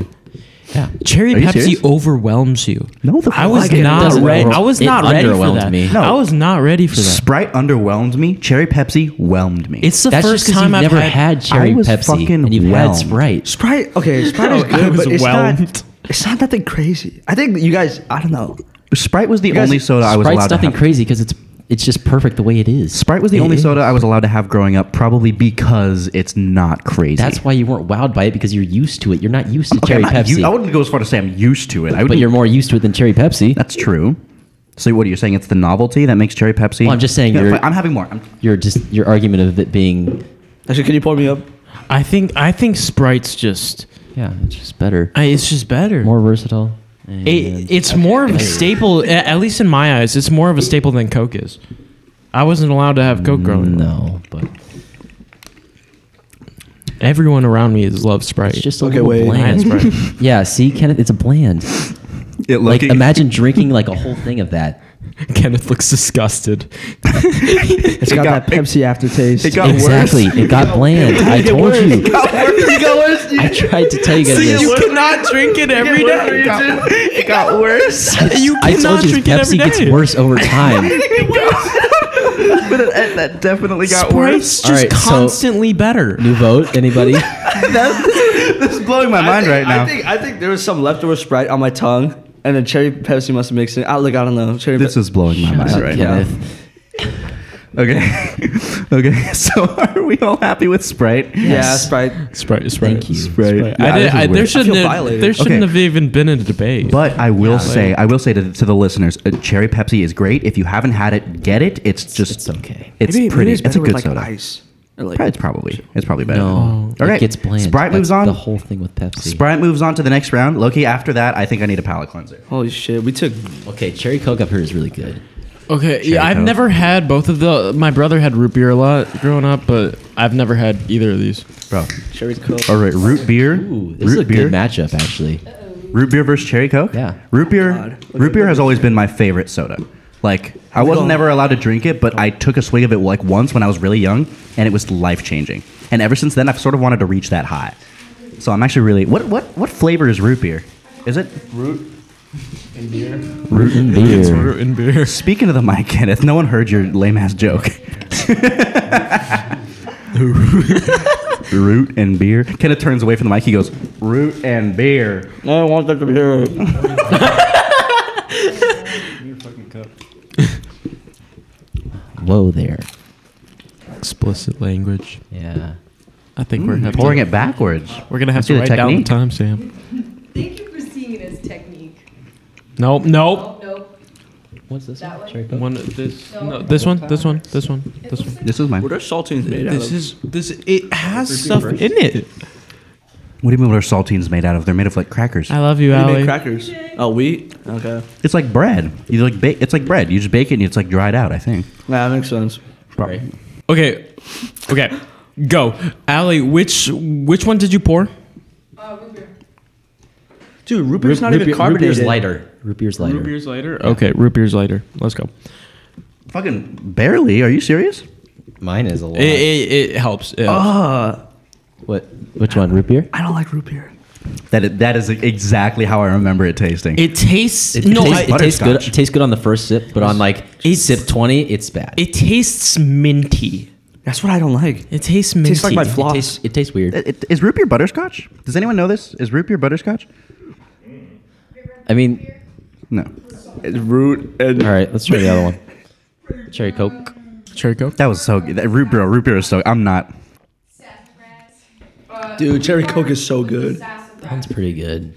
Speaker 2: Yeah, cherry
Speaker 1: Are you
Speaker 2: Pepsi
Speaker 1: serious?
Speaker 2: overwhelms you.
Speaker 1: No, the
Speaker 2: I was
Speaker 1: fuck it
Speaker 2: not
Speaker 4: doesn't.
Speaker 2: ready.
Speaker 4: Overwhelm-
Speaker 2: I was
Speaker 4: it
Speaker 2: not ready for
Speaker 4: underwhelmed
Speaker 2: that.
Speaker 4: me.
Speaker 2: Me.
Speaker 1: No.
Speaker 2: I was not ready for that.
Speaker 1: Sprite underwhelmed me. Cherry Pepsi whelmed me.
Speaker 2: it's the
Speaker 4: That's
Speaker 2: first
Speaker 4: just because
Speaker 2: time
Speaker 4: you've
Speaker 2: I've
Speaker 4: never
Speaker 2: had.
Speaker 4: had cherry
Speaker 1: I was
Speaker 4: Pepsi
Speaker 1: fucking
Speaker 4: and you've
Speaker 1: whelmed.
Speaker 4: had Sprite.
Speaker 3: Sprite. Okay, Sprite is
Speaker 2: I
Speaker 3: good,
Speaker 2: was
Speaker 3: but it's
Speaker 2: whelmed.
Speaker 3: not. It's not nothing crazy. I think you guys. I don't know.
Speaker 1: Sprite was the
Speaker 4: guys-
Speaker 1: only soda I was allowed
Speaker 4: Sprite's
Speaker 1: to
Speaker 4: nothing
Speaker 1: have.
Speaker 4: crazy because it's it's just perfect the way it is.
Speaker 1: Sprite was the
Speaker 4: It
Speaker 1: only
Speaker 4: is.
Speaker 1: soda I was allowed to have growing up, probably because it's not crazy.
Speaker 4: That's why you weren't wowed by it because you're used to it. You're not used to
Speaker 1: Okay,
Speaker 4: cherry
Speaker 1: I'm not-
Speaker 4: Pepsi,
Speaker 1: you- I wouldn't go as far to say I'm used to it. I
Speaker 4: but
Speaker 1: wouldn't-
Speaker 4: you're more used to it than cherry Pepsi.
Speaker 1: That's true. So what are you saying? It's the novelty that makes cherry Pepsi.
Speaker 4: Well, I'm just saying
Speaker 1: No,
Speaker 4: you're-
Speaker 1: fine, I'm having more. I'm,
Speaker 4: You're just your argument of it being
Speaker 3: Actually, can you pour me up?
Speaker 2: I think I think Sprite's just
Speaker 4: yeah, it's just better,
Speaker 2: I, it's just better.
Speaker 4: more versatile.
Speaker 2: It, it's more of a staple, a- at least in my eyes. It's more of a staple than Coke is. I wasn't allowed to have Coke growing up.
Speaker 4: no, but
Speaker 2: Everyone around me is loves Sprite.
Speaker 4: it's just a
Speaker 3: Okay,
Speaker 4: little
Speaker 3: wait.
Speaker 2: I had
Speaker 4: bland.
Speaker 2: Sprite.
Speaker 4: yeah, see, Kenneth, it's a bland.
Speaker 1: it
Speaker 4: Like imagine drinking like a whole thing of that.
Speaker 2: Kenneth looks disgusted.
Speaker 3: It's got,
Speaker 6: got-
Speaker 3: that Pepsi aftertaste.
Speaker 6: It got
Speaker 4: Exactly,
Speaker 6: worse.
Speaker 4: it got bland. I told you.
Speaker 3: it got worse. You
Speaker 4: I tried to tell you guys this.
Speaker 2: cannot drink it every
Speaker 3: it got- it got worse.
Speaker 2: You
Speaker 4: I
Speaker 2: cannot
Speaker 4: told you
Speaker 2: drink it every
Speaker 4: Pepsi
Speaker 2: day.
Speaker 4: gets worse over time.
Speaker 1: but it, it- that definitely got
Speaker 2: Sprite's just
Speaker 4: All right, so-
Speaker 2: constantly better.
Speaker 4: New vote, anybody?
Speaker 1: This is blowing my mind right now.
Speaker 3: I think, I think there was some leftover Sprite on my tongue, and then cherry Pepsi must have mixed it. I like I don't know. Cherry
Speaker 1: this
Speaker 3: Pe-
Speaker 1: is blowing my mind right now.
Speaker 4: Kenneth.
Speaker 1: Okay, okay. So are we all happy with Sprite?
Speaker 3: yeah Sprite.
Speaker 2: Sprite, Sprite.
Speaker 4: Thank you.
Speaker 1: Sprite.
Speaker 2: I did, I, there shouldn't
Speaker 3: feel
Speaker 2: have,
Speaker 3: violated.
Speaker 2: there shouldn't
Speaker 1: Okay.
Speaker 2: have even been a debate.
Speaker 1: But I will say, I will say to, to the listeners, uh, cherry Pepsi is great. If you haven't had it, get it. It's just
Speaker 4: It's okay.
Speaker 1: It's
Speaker 3: Maybe- maybe
Speaker 1: pretty.
Speaker 3: It's,
Speaker 1: it's a
Speaker 3: better
Speaker 1: good
Speaker 3: with,
Speaker 1: soda.
Speaker 3: Like ice. Oh. Or like,
Speaker 1: Probably- It's probably. It's probably better.
Speaker 4: No,
Speaker 1: Oh. All
Speaker 4: it
Speaker 1: right.
Speaker 4: gets bland.
Speaker 1: Sprite
Speaker 4: That's
Speaker 1: moves on.
Speaker 4: The whole thing with Pepsi.
Speaker 1: Sprite moves on to the next round. Loki. After that, I think I need a palate cleanser.
Speaker 3: holy shit, we took.
Speaker 4: Okay, cherry coke up here is really good.
Speaker 2: okay, yeah, I've
Speaker 1: Coke.
Speaker 2: never had both of the. My brother had root beer a lot growing up, but I've never had either of these.
Speaker 1: Bro.
Speaker 3: Cherry Coke.
Speaker 1: All right, root beer.
Speaker 4: Ooh, this is a
Speaker 1: root beer.
Speaker 4: good matchup actually.
Speaker 1: Root beer versus cherry coke.
Speaker 4: Yeah.
Speaker 1: Root beer.
Speaker 3: God.
Speaker 1: Root beer has always been my favorite soda. Like I wasn't ever allowed to drink it, but I took a swig of it like once when I was really young, and it was life changing. And ever since then, I've sort of wanted to reach that high. So I'm actually really what what what flavor is root beer? Is it?
Speaker 4: Root and beer.
Speaker 2: Root and beer.
Speaker 1: Speaking of the mic, Kenneth, no one heard your lame ass joke. root and beer. Kenneth turns away from the mic. He goes, root and beer.
Speaker 3: I don't want that to be here.
Speaker 4: Whoa there.
Speaker 2: Explicit language.
Speaker 4: Yeah.
Speaker 2: I think we're have
Speaker 1: Hmm, Pouring
Speaker 2: to,
Speaker 1: it backwards.
Speaker 2: We're gonna have
Speaker 1: See
Speaker 2: to
Speaker 1: the
Speaker 2: write down the
Speaker 1: technique?
Speaker 2: time, Sam.
Speaker 5: Thank you for seeing it as technique.
Speaker 2: Nope, nope.
Speaker 5: Oh, nope.
Speaker 4: What's this?
Speaker 5: That
Speaker 4: One?
Speaker 5: one?
Speaker 4: Cherry coke.
Speaker 2: One, this, no, this one, this one, this one,
Speaker 5: It
Speaker 2: this
Speaker 5: looks
Speaker 2: one.
Speaker 5: like
Speaker 1: This is mine.
Speaker 3: What
Speaker 1: What
Speaker 3: are saltines made out
Speaker 2: This
Speaker 3: of?
Speaker 2: is this. It has stuff in it.
Speaker 1: do you mean? What are saltines made out of? They're made of like crackers.
Speaker 2: I love you,
Speaker 3: We made
Speaker 2: Allie.
Speaker 3: crackers. Oh, wheat. Okay,
Speaker 1: It's like bread. You like ba- It's like bread. You just bake it and it's like dried out. I think.
Speaker 3: yeah, that makes sense.
Speaker 1: Probably.
Speaker 2: Okay, okay, go, Allie. Which which one did you pour?
Speaker 5: uh, root beer.
Speaker 3: Dude, root beer's not
Speaker 4: root,
Speaker 3: even
Speaker 4: beer- root
Speaker 3: carbonated.
Speaker 4: beer's lighter. Root beer's lighter.
Speaker 2: later. Okay, root beers later. Let's go.
Speaker 1: Fucking barely. Are you serious?
Speaker 4: Mine is a lot.
Speaker 2: It, it, it helps. It helps.
Speaker 3: Uh,
Speaker 4: what? Which one? Root beer?
Speaker 3: I don't like root beer.
Speaker 1: That it, that is exactly how I remember it tasting.
Speaker 2: it tastes
Speaker 4: It,
Speaker 2: no.
Speaker 4: tastes,
Speaker 2: I-
Speaker 4: it tastes good.
Speaker 1: butterscotch.
Speaker 4: It tastes good on the first sip, but on like
Speaker 2: It's-
Speaker 4: sip twenty, it's bad.
Speaker 2: it tastes minty.
Speaker 3: That's what I don't like.
Speaker 2: It tastes minty.
Speaker 3: Tastes like my floss.
Speaker 4: tastes, it tastes weird.
Speaker 1: It- it- is root beer butterscotch? Does anyone know this? Is root beer butterscotch?
Speaker 4: I mean,
Speaker 1: No.
Speaker 3: It's root and
Speaker 4: all right. Let's try the other one. Cherry coke.
Speaker 2: cherry coke.
Speaker 1: That was so good. That root beer. Root beer is so. I'm not.
Speaker 5: Sassafras. Uh,
Speaker 3: Dude, cherry Coke is so good.
Speaker 5: Sassafras.
Speaker 4: It's pretty good.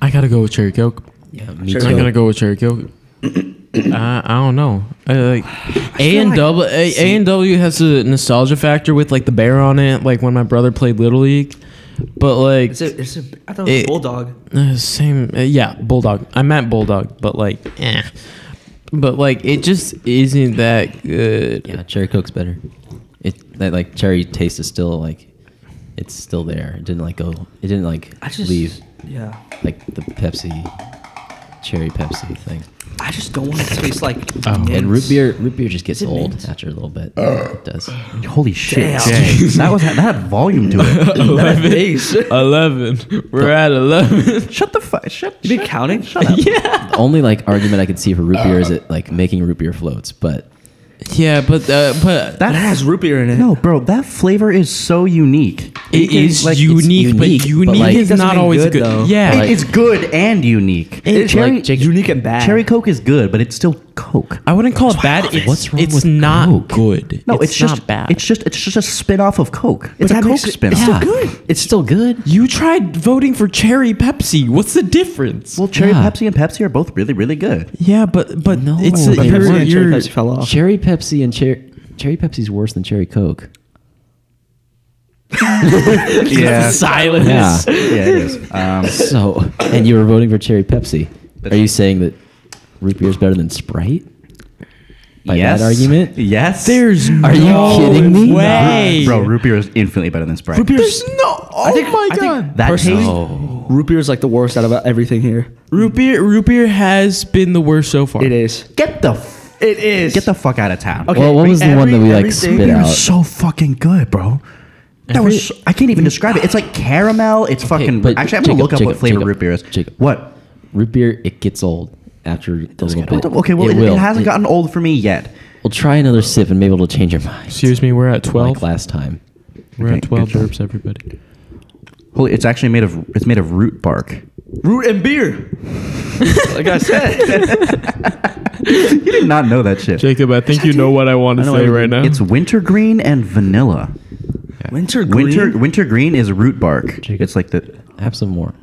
Speaker 2: I gotta go with cherry coke.
Speaker 4: Yeah, me
Speaker 3: Cherry
Speaker 2: I'm
Speaker 3: Coke.
Speaker 4: too.
Speaker 2: gonna go with cherry coke. I, I don't know. I, like A and W. A, A and W has a nostalgia factor with like the bear on it, like when my brother played little league. But like
Speaker 3: It's a, it's a, I thought it was
Speaker 2: It-
Speaker 3: bulldog.
Speaker 2: Uh, same, uh, yeah, bulldog. I meant bulldog, but like, eh. But like, it just isn't that good.
Speaker 4: Yeah, cherry coke's better. It that like cherry taste is still like, it's still there. It didn't like go. It didn't like
Speaker 3: I just
Speaker 4: leave
Speaker 3: Yeah,
Speaker 4: like the Pepsi, cherry Pepsi thing.
Speaker 3: I just don't want it to taste like.
Speaker 4: And root beer, root beer just gets
Speaker 3: it
Speaker 4: old
Speaker 3: mint?
Speaker 4: after a little bit. It does.
Speaker 1: Holy shit.
Speaker 3: Damn.
Speaker 1: Jay. that was that had volume to it.
Speaker 3: Eleven.
Speaker 2: Eleven. We're at eleven.
Speaker 1: shut the fuck. Shut.
Speaker 3: You be counting? Shut up.
Speaker 4: The only like argument I could see for root beer is it like making root beer floats, but
Speaker 2: Yeah, but uh, but
Speaker 1: That
Speaker 3: has root beer in it.
Speaker 1: No, bro, that flavor is so unique.
Speaker 2: it is
Speaker 4: like, it's
Speaker 2: unique,
Speaker 4: unique,
Speaker 2: But
Speaker 4: but,
Speaker 2: unique
Speaker 4: like,
Speaker 2: is
Speaker 3: doesn't
Speaker 2: not
Speaker 3: mean
Speaker 2: always
Speaker 3: good,
Speaker 2: good.
Speaker 3: though.
Speaker 2: Yeah,
Speaker 1: It- it's good and unique.
Speaker 3: It's
Speaker 1: cherry,
Speaker 3: like unique and bad.
Speaker 1: cherry Coke is good, but it's still Coke.
Speaker 2: I wouldn't call it bad. It's,
Speaker 4: What's wrong
Speaker 2: it's
Speaker 4: with
Speaker 2: not
Speaker 4: Coke?
Speaker 2: good.
Speaker 1: No, it's, just
Speaker 2: not bad.
Speaker 1: It's just it's just a spin off of Coke. It's a
Speaker 3: that
Speaker 1: Coke
Speaker 3: makes it-
Speaker 1: spin
Speaker 4: yeah.
Speaker 1: off.
Speaker 4: It's still good.
Speaker 2: you tried voting for Cherry Pepsi. What's the difference?
Speaker 1: Well, cherry
Speaker 4: Yeah.
Speaker 1: Pepsi and Pepsi are both really really good.
Speaker 2: yeah, but but
Speaker 4: No,
Speaker 2: it's
Speaker 4: but
Speaker 2: you're-
Speaker 4: Pepsi
Speaker 3: and
Speaker 2: you're-
Speaker 3: cherry Pepsi fell off.
Speaker 4: Cherry Pepsi and cherry cherry Pepsi's worse than cherry Coke.
Speaker 1: Yeah,
Speaker 2: silence.
Speaker 4: Yeah.
Speaker 1: yeah, it is. Um,
Speaker 4: so, and you were voting for cherry Pepsi. Are you saying that root beer is better than Sprite? By
Speaker 1: yes,
Speaker 4: that argument?
Speaker 1: Yes,
Speaker 2: There's
Speaker 4: Are you
Speaker 2: no
Speaker 4: kidding me?
Speaker 2: way,
Speaker 1: bro. Root beer is infinitely better than Sprite.
Speaker 2: There's no. Oh my
Speaker 3: I
Speaker 2: god.
Speaker 3: think
Speaker 1: That
Speaker 3: personally,
Speaker 1: taste-
Speaker 3: root beer is like the worst out of everything here.
Speaker 2: Root beer, root beer has been the worst so far.
Speaker 3: It is.
Speaker 1: Get the f-
Speaker 3: It is.
Speaker 1: get the fuck out of town.
Speaker 3: Okay,
Speaker 4: well, what
Speaker 3: bring
Speaker 4: was the one that
Speaker 3: every-
Speaker 4: we like
Speaker 3: everything-
Speaker 4: spit
Speaker 1: It
Speaker 4: out?
Speaker 1: was so fucking good, bro. That was so, I can't even describe it. It's like caramel. It's fucking.
Speaker 4: but
Speaker 1: Actually, I'm gonna
Speaker 4: Jacob,
Speaker 1: look up what
Speaker 4: Jacob,
Speaker 1: flavor
Speaker 4: Jacob,
Speaker 1: root beer is.
Speaker 4: Jacob.
Speaker 1: What?
Speaker 4: root beer, it gets old after a little bit.
Speaker 1: Okay, well, it, it
Speaker 4: will.
Speaker 1: hasn't gotten old for me yet.
Speaker 4: We'll try another sip and maybe it'll change your mind.
Speaker 2: Excuse me, we're at twelve.
Speaker 4: Like last time.
Speaker 2: we're
Speaker 1: Okay,
Speaker 2: at twelve
Speaker 1: good job.
Speaker 2: burps, everybody.
Speaker 1: Holy, it's actually made of it's made of root bark.
Speaker 3: root and beer. like I said,
Speaker 1: you did not know that shit.
Speaker 2: Jacob, I think you know what I want to say right now.
Speaker 1: It's wintergreen and vanilla.
Speaker 3: winter green.
Speaker 1: Winter wintergreen is root bark. It's like the
Speaker 4: Have some more.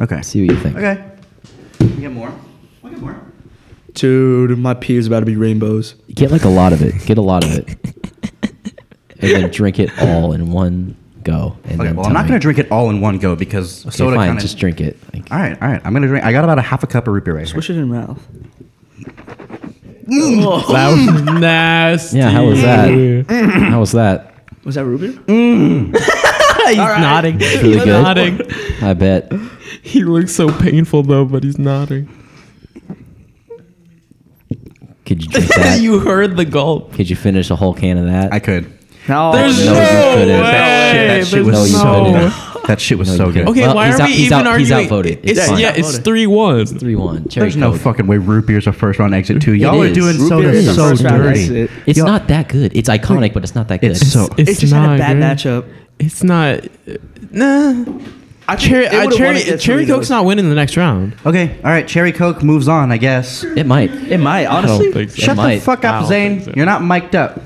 Speaker 1: okay.
Speaker 4: See what you think.
Speaker 1: Okay. We get more. We get more.
Speaker 3: Dude, my pee is about to be rainbows.
Speaker 4: Get like a lot of it. Get a lot of it. and then drink it all in one go. And
Speaker 1: Okay.
Speaker 4: then
Speaker 1: Well,
Speaker 4: tell
Speaker 1: I'm not
Speaker 4: me.
Speaker 1: gonna drink it all in one go because
Speaker 4: Okay,
Speaker 1: soda
Speaker 4: fine.
Speaker 1: kind of.
Speaker 4: Just drink it. Like,
Speaker 1: All right. All right. I'm gonna drink. I got about a half a cup of root beer right here.
Speaker 3: Swish it in your mouth.
Speaker 2: that was nasty.
Speaker 4: yeah, how was that? how was that?
Speaker 3: Was that root beer?
Speaker 2: He's nodding.
Speaker 4: Really
Speaker 2: He's
Speaker 4: good?
Speaker 2: nodding.
Speaker 4: I bet.
Speaker 2: He looks so painful though, but he's nodding.
Speaker 4: Could you drink that?
Speaker 2: you heard the gulp.
Speaker 4: Could you finish a whole can of that?
Speaker 1: I could.
Speaker 3: No,
Speaker 2: There's
Speaker 4: no,
Speaker 2: no,
Speaker 4: you couldn't.
Speaker 1: That shit,
Speaker 2: way.
Speaker 1: that shit
Speaker 2: There's
Speaker 1: was
Speaker 4: no, you
Speaker 1: so
Speaker 4: couldn't.
Speaker 1: good. That shit was
Speaker 4: No,
Speaker 1: so
Speaker 4: you
Speaker 1: good.
Speaker 4: couldn't.
Speaker 2: Okay,
Speaker 4: Well,
Speaker 2: why
Speaker 4: he's
Speaker 2: are
Speaker 4: out-
Speaker 2: we
Speaker 4: he's
Speaker 2: even
Speaker 4: out- he's
Speaker 2: arguing?
Speaker 4: outvoted. It's
Speaker 2: It's,
Speaker 4: fine.
Speaker 2: yeah, it's three one.
Speaker 4: Three one. Cherry
Speaker 1: There's no
Speaker 4: Coke.
Speaker 1: fucking way root beer's a first round exit too. Y'all
Speaker 4: is.
Speaker 1: are doing
Speaker 4: Root
Speaker 1: soda
Speaker 4: beer is a
Speaker 1: so
Speaker 4: first round
Speaker 1: dirty.
Speaker 3: exit.
Speaker 4: It's
Speaker 1: Yo-
Speaker 4: not that good. It's iconic, but it's not that good.
Speaker 1: It's so
Speaker 2: It's,
Speaker 3: It's just had a
Speaker 2: not
Speaker 3: bad
Speaker 2: good.
Speaker 3: matchup.
Speaker 2: It's not. uh, Nah.
Speaker 3: I think
Speaker 2: Cherry,
Speaker 3: they would've
Speaker 2: uh,
Speaker 3: won
Speaker 2: cherry,
Speaker 3: against
Speaker 2: cherry
Speaker 3: Doritos.
Speaker 2: Coke's not winning the next round.
Speaker 1: okay. All right. Cherry Coke moves on, I guess.
Speaker 4: it might.
Speaker 3: It might honestly.
Speaker 2: think
Speaker 1: Shut the
Speaker 4: might.
Speaker 1: fuck
Speaker 2: I
Speaker 1: up,
Speaker 2: don't
Speaker 1: Zane.
Speaker 2: think so.
Speaker 1: You're not mic'd up.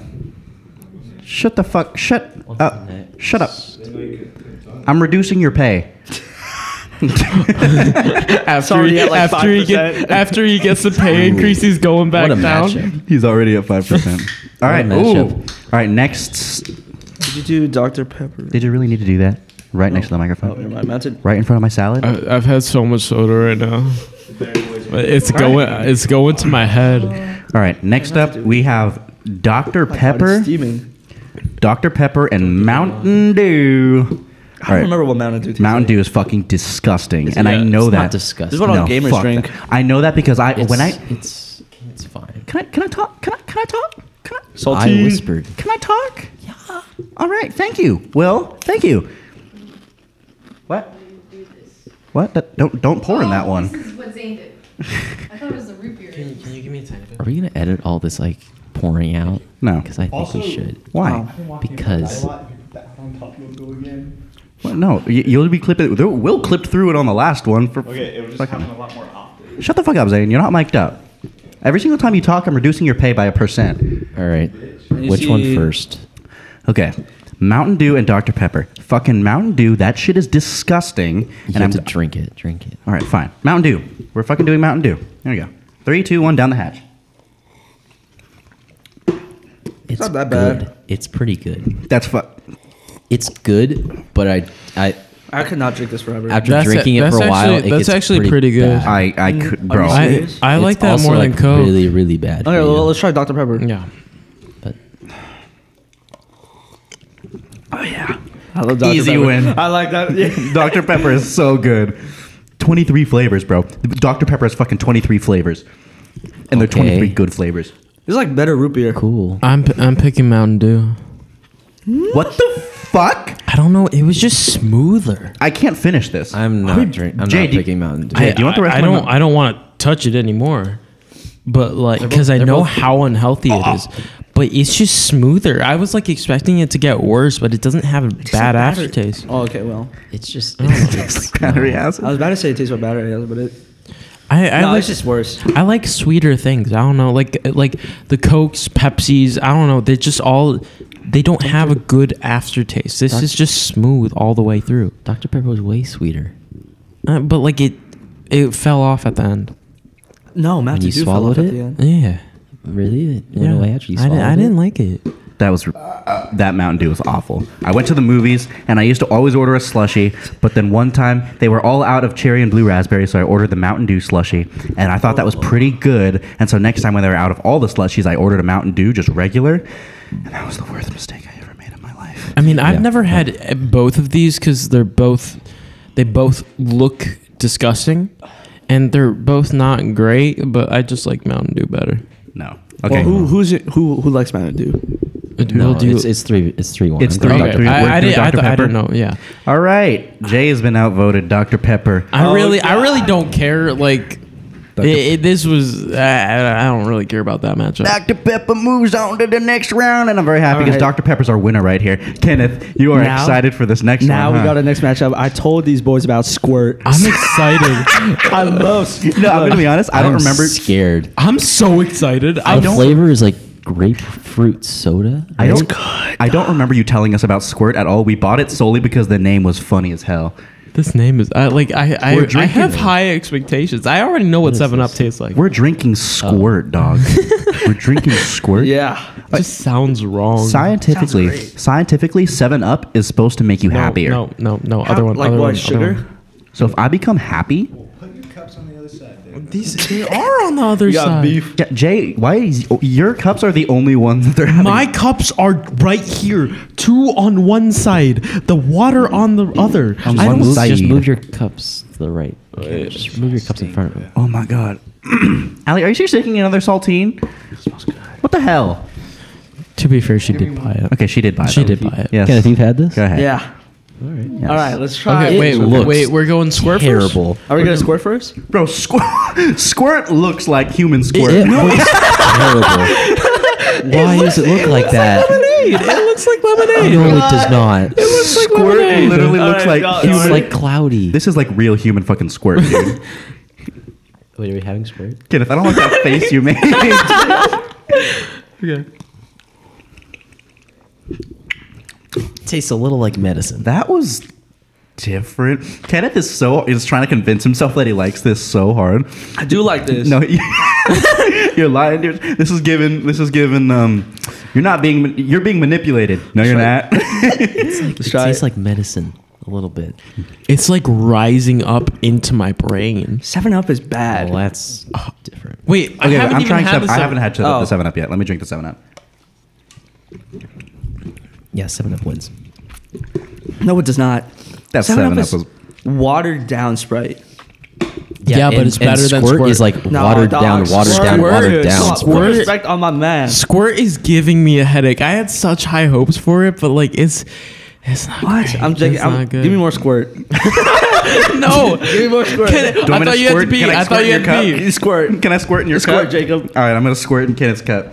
Speaker 1: Shut the fuck. Shut up. Shut up. I'm reducing your pay.
Speaker 2: After,
Speaker 3: already
Speaker 2: he,
Speaker 3: at, like,
Speaker 2: after, he get,
Speaker 3: 5%.
Speaker 2: after he gets the pay increase, he's going back
Speaker 4: What a
Speaker 2: down.
Speaker 4: matchup.
Speaker 1: He's already at five percent. All right.
Speaker 4: What a
Speaker 1: Ooh.
Speaker 4: matchup.
Speaker 1: All right. Next.
Speaker 3: Did you do Dr Pepper?
Speaker 1: Did you really need to do that? Right next to the
Speaker 3: Oh,
Speaker 1: microphone.
Speaker 3: never mind. Uh, Mountain.
Speaker 1: Right in front of my salad.
Speaker 9: I, I've had so much soda right now.
Speaker 2: It's going. It's going to my head.
Speaker 1: All right. Next up, we have Dr Pepper,
Speaker 3: Steaming.
Speaker 1: Dr Pepper, and Mountain Dew.
Speaker 3: I
Speaker 1: All
Speaker 3: don't
Speaker 1: right.
Speaker 3: remember what Mountain Dew tastes
Speaker 1: Mountain Dew is fucking disgusting, and I
Speaker 4: yeah,
Speaker 1: know
Speaker 4: it's
Speaker 1: that.
Speaker 4: not disgusting. This is
Speaker 3: what all
Speaker 1: No,
Speaker 3: gamers
Speaker 1: fuck
Speaker 3: drink.
Speaker 1: that. I know that because I
Speaker 4: It's,
Speaker 1: when I
Speaker 4: it's it's fine.
Speaker 1: can I can I talk can I can I talk can I
Speaker 4: I whispered.
Speaker 1: Can I talk? Yeah. All right. Thank you, Will. Thank you. What? What? That- don't don't pour in that one.
Speaker 5: This is what Zane did. I thought it was the root beer.
Speaker 2: Can you give me a tiny bit?
Speaker 4: Are we gonna edit all this like pouring out?
Speaker 1: No.
Speaker 4: Because I think we should.
Speaker 1: Why?
Speaker 4: Because
Speaker 1: What? No. You, you'll be clipping. there- Will clipped through it on the last one for.
Speaker 8: Okay, it would just
Speaker 1: Fuck.
Speaker 8: happen a lot more often.
Speaker 1: Shut the fuck up, Zane. You're not mic'd up. Every single time you talk, I'm reducing your pay by a percent.
Speaker 4: all right, which one first?
Speaker 1: Okay. Mountain Dew and Dr Pepper. Fucking Mountain Dew. That shit is disgusting.
Speaker 4: You
Speaker 1: and
Speaker 4: have
Speaker 1: I'm
Speaker 4: to drink it. Drink it.
Speaker 1: All right, fine. Mountain Dew. We're fucking doing Mountain Dew. There we go. Three, two, one, down the hatch.
Speaker 4: It's
Speaker 3: not that
Speaker 4: good.
Speaker 3: bad.
Speaker 4: It's pretty good.
Speaker 1: That's fuck.
Speaker 4: It's good, but I I
Speaker 3: I could not drink this forever.
Speaker 4: after
Speaker 2: That's
Speaker 4: drinking
Speaker 2: it-
Speaker 4: it,
Speaker 2: that's
Speaker 4: for a while,
Speaker 2: actually-
Speaker 4: it
Speaker 2: that's
Speaker 4: gets
Speaker 2: actually pretty good.
Speaker 4: bad.
Speaker 1: I I could, bro.
Speaker 3: Are you
Speaker 2: I
Speaker 3: serious?
Speaker 2: I
Speaker 4: It's
Speaker 2: like that
Speaker 4: also,
Speaker 2: more
Speaker 4: like,
Speaker 2: than Coke.
Speaker 4: Really, really bad.
Speaker 3: okay,
Speaker 4: for
Speaker 3: well,
Speaker 4: you.
Speaker 3: let's try Dr Pepper.
Speaker 2: Yeah.
Speaker 1: Oh,
Speaker 3: I love Dr
Speaker 1: Easy
Speaker 3: Pepper.
Speaker 1: win.
Speaker 3: I like that. Yeah.
Speaker 1: Dr Pepper is so good. Twenty three flavors, bro. Dr Pepper has fucking twenty three flavors, and they're
Speaker 4: Okay.
Speaker 1: twenty three good flavors.
Speaker 3: It's like better root beer.
Speaker 4: cool.
Speaker 2: I'm I'm picking Mountain Dew.
Speaker 1: What the fuck?
Speaker 2: I don't know. It was just smoother.
Speaker 1: I can't finish this.
Speaker 4: I'm not drinking. I'm
Speaker 1: Jay,
Speaker 4: not
Speaker 1: do-
Speaker 4: picking Mountain Dew.
Speaker 1: Hey, do you want the rest
Speaker 2: I,
Speaker 1: of
Speaker 2: I
Speaker 1: my
Speaker 2: don't.
Speaker 1: mo-
Speaker 2: I don't want to touch it anymore. But like, because I
Speaker 4: they're
Speaker 2: know
Speaker 4: both-
Speaker 2: how unhealthy it is. but it's just smoother. I was like expecting it to get worse, but it doesn't have a bad aftertaste.
Speaker 3: Oh, okay. Well,
Speaker 4: It's just
Speaker 2: Oh.
Speaker 1: It's like battery
Speaker 3: I
Speaker 1: acid.
Speaker 3: was about to say it tastes like battery acid, but it.
Speaker 2: I, I
Speaker 3: no,
Speaker 2: like
Speaker 3: it's just worse.
Speaker 2: I like sweeter things. I don't know, like like the Cokes, Pepsis. I don't know. They just all they don't have a good aftertaste. This is just smooth all the way through.
Speaker 4: Dr Pepper was way sweeter.
Speaker 2: Uh, but like it, it fell off at the end.
Speaker 3: No, Matt,
Speaker 4: you
Speaker 3: do fall off
Speaker 4: swallowed
Speaker 3: at
Speaker 4: it?
Speaker 3: the end.
Speaker 2: Yeah,
Speaker 4: Really? It went
Speaker 2: yeah.
Speaker 4: away after you
Speaker 2: I, di-
Speaker 4: swallowed
Speaker 2: I
Speaker 4: it?
Speaker 2: didn't like it.
Speaker 1: That was that Mountain Dew was awful. I went to the movies and I used to always order a slushie, but then one time they were all out of cherry and blue raspberry, so I ordered the Mountain Dew slushie, and I thought that was pretty good. And so next time when they were out of all the slushies, I ordered a Mountain Dew just regular, and that was the worst mistake I ever made in my life.
Speaker 2: I mean, I've
Speaker 4: Yeah.
Speaker 2: never had uh, both of these because they're both, they both look disgusting, and they're both not great. But I just like Mountain Dew better.
Speaker 1: No.
Speaker 3: Well,
Speaker 1: Okay.
Speaker 3: who who's it, who who likes Mountain Dew?
Speaker 4: No,
Speaker 2: We'll do-
Speaker 4: it's, it's three. It's three one.
Speaker 1: It's
Speaker 4: I'm glad
Speaker 1: three.
Speaker 4: Dr.
Speaker 1: Pepper.
Speaker 2: Uh, okay. I, I,
Speaker 1: We're doing
Speaker 2: did, I,
Speaker 1: Dr.
Speaker 2: th- I don't
Speaker 1: Pepper?
Speaker 2: know. Yeah.
Speaker 1: All right. Jay has been outvoted. Dr. Pepper.
Speaker 2: I really, I really don't care. Like, it, it, this was, I, I don't really care about that matchup.
Speaker 1: Dr. Pepper moves on to the next round, and I'm very happy
Speaker 3: All
Speaker 1: because
Speaker 3: right.
Speaker 1: Dr. Pepper's our winner right here. Kenneth, you are
Speaker 3: Now-
Speaker 1: excited for this next
Speaker 3: Now
Speaker 1: one.
Speaker 3: we
Speaker 1: huh?
Speaker 3: got our next matchup. I told these boys about Squirt.
Speaker 2: I'm excited.
Speaker 3: I love. Squirt.
Speaker 1: No, I'm gonna be honest. I don't
Speaker 4: I'm
Speaker 1: remember.
Speaker 4: Scared.
Speaker 2: I'm so excited. I
Speaker 4: The
Speaker 2: don't.
Speaker 4: flavor is like grapefruit soda.
Speaker 1: I don't. I don't remember you telling us about Squirt at all. We bought it solely because the name was funny as hell.
Speaker 2: This name is I like I
Speaker 1: We're
Speaker 2: I, I
Speaker 1: drinking
Speaker 2: have
Speaker 1: it.
Speaker 2: high expectations. I already know what
Speaker 4: is
Speaker 2: Seven Up
Speaker 4: this?
Speaker 2: tastes like.
Speaker 1: We're drinking
Speaker 2: Oh.
Speaker 1: Squirt, dog. We're drinking Squirt.
Speaker 3: Yeah.
Speaker 2: It just sounds wrong.
Speaker 1: Scientifically, scientifically, Seven Up is supposed to make you
Speaker 2: No,
Speaker 1: happier.
Speaker 2: No, no, no. other one.
Speaker 3: Like
Speaker 2: other
Speaker 3: what?
Speaker 2: one,
Speaker 3: sugar.
Speaker 2: Other one.
Speaker 1: So if I become happy,
Speaker 8: Put your cups on the other side, dude.
Speaker 2: These they are on the other side.
Speaker 1: Yeah, Jay, why is oh, your cups are the only ones that they're having?
Speaker 2: My cups are right here. Two on one side. The water on the other. I
Speaker 1: one
Speaker 2: don't
Speaker 1: side.
Speaker 4: Just
Speaker 1: Said.
Speaker 4: move your cups to the right. Okay, just move your cups in front of you.
Speaker 1: oh my god, Ali, are you seriously taking another saltine? What the hell?
Speaker 2: To be fair, she did buy it.
Speaker 1: Okay, she did buy it.
Speaker 2: She did buy it.
Speaker 1: Yes.
Speaker 4: Kenneth, you've had this?
Speaker 1: Go ahead.
Speaker 3: Yeah.
Speaker 1: Yes.
Speaker 3: All right. Let's try.
Speaker 2: Okay,
Speaker 3: it.
Speaker 2: wait,
Speaker 4: looks
Speaker 2: wait. We're going square first?
Speaker 4: Terrible.
Speaker 3: Are we gonna squirt first?
Speaker 1: bro. Squirt, squirt looks like human squirt.
Speaker 4: It looks terrible. Why does it look like that?
Speaker 2: Lemonade. It looks like lemonade.
Speaker 4: No, it does not.
Speaker 1: squirt
Speaker 2: lemonade.
Speaker 1: literally
Speaker 3: All
Speaker 1: looks like
Speaker 3: right, y'all-
Speaker 1: human.
Speaker 4: It's like cloudy.
Speaker 1: This is like real human fucking squirt, dude.
Speaker 4: Wait, are we having squirt?
Speaker 1: Kenneth, I don't like that face you made.
Speaker 4: tastes a little like medicine.
Speaker 1: that was different. Kenneth is so is trying to convince himself that he likes this so hard.
Speaker 3: I do like this.
Speaker 1: No, you- you're lying, dude. This is given. This is given. Um, you're not being. You're being manipulated. No, you're not.
Speaker 4: It
Speaker 3: try
Speaker 4: tastes
Speaker 3: it.
Speaker 4: like medicine a little bit.
Speaker 2: It's like rising up into my brain.
Speaker 3: Seven Up is bad.
Speaker 4: Well, that's different.
Speaker 2: Wait, I
Speaker 1: Okay,
Speaker 2: haven't
Speaker 1: I'm
Speaker 2: even
Speaker 1: trying.
Speaker 2: had
Speaker 1: Seven,
Speaker 2: this
Speaker 1: I
Speaker 2: up-
Speaker 1: haven't had
Speaker 3: Oh.
Speaker 1: the Seven Up yet. Let me drink the Seven Up.
Speaker 4: Yeah, Seven Up wins.
Speaker 3: No, it does not.
Speaker 1: That Seven Up was.
Speaker 3: watered down Sprite.
Speaker 2: Yeah, but it's better than
Speaker 4: squirt.
Speaker 2: squirt.
Speaker 4: Is like
Speaker 3: No,
Speaker 4: watered
Speaker 3: dog,
Speaker 4: down, watered
Speaker 3: Squirt
Speaker 4: down, watered
Speaker 3: is-
Speaker 4: down.
Speaker 3: Stop, put
Speaker 2: Squirt.
Speaker 3: Respect on my man.
Speaker 2: Squirt is giving me a headache. I had such high hopes for it, but like it's it's not.
Speaker 3: What?
Speaker 2: great.
Speaker 3: I'm
Speaker 2: It's
Speaker 3: joking.
Speaker 2: not
Speaker 3: I'm,
Speaker 2: good.
Speaker 3: give me more Squirt.
Speaker 2: No, give me more
Speaker 3: squirt.
Speaker 2: Can, I
Speaker 1: Do want me
Speaker 2: thought
Speaker 1: to
Speaker 2: you had to
Speaker 1: squirt?
Speaker 2: be.
Speaker 1: Can
Speaker 2: I, thought
Speaker 1: squirt in
Speaker 2: you
Speaker 1: your
Speaker 2: had
Speaker 1: cup?
Speaker 2: to be.
Speaker 3: squirt.
Speaker 1: Can I squirt in your
Speaker 3: Squirt,
Speaker 1: cup?
Speaker 3: Jacob.
Speaker 1: All right, I'm gonna squirt in Kenneth's cup.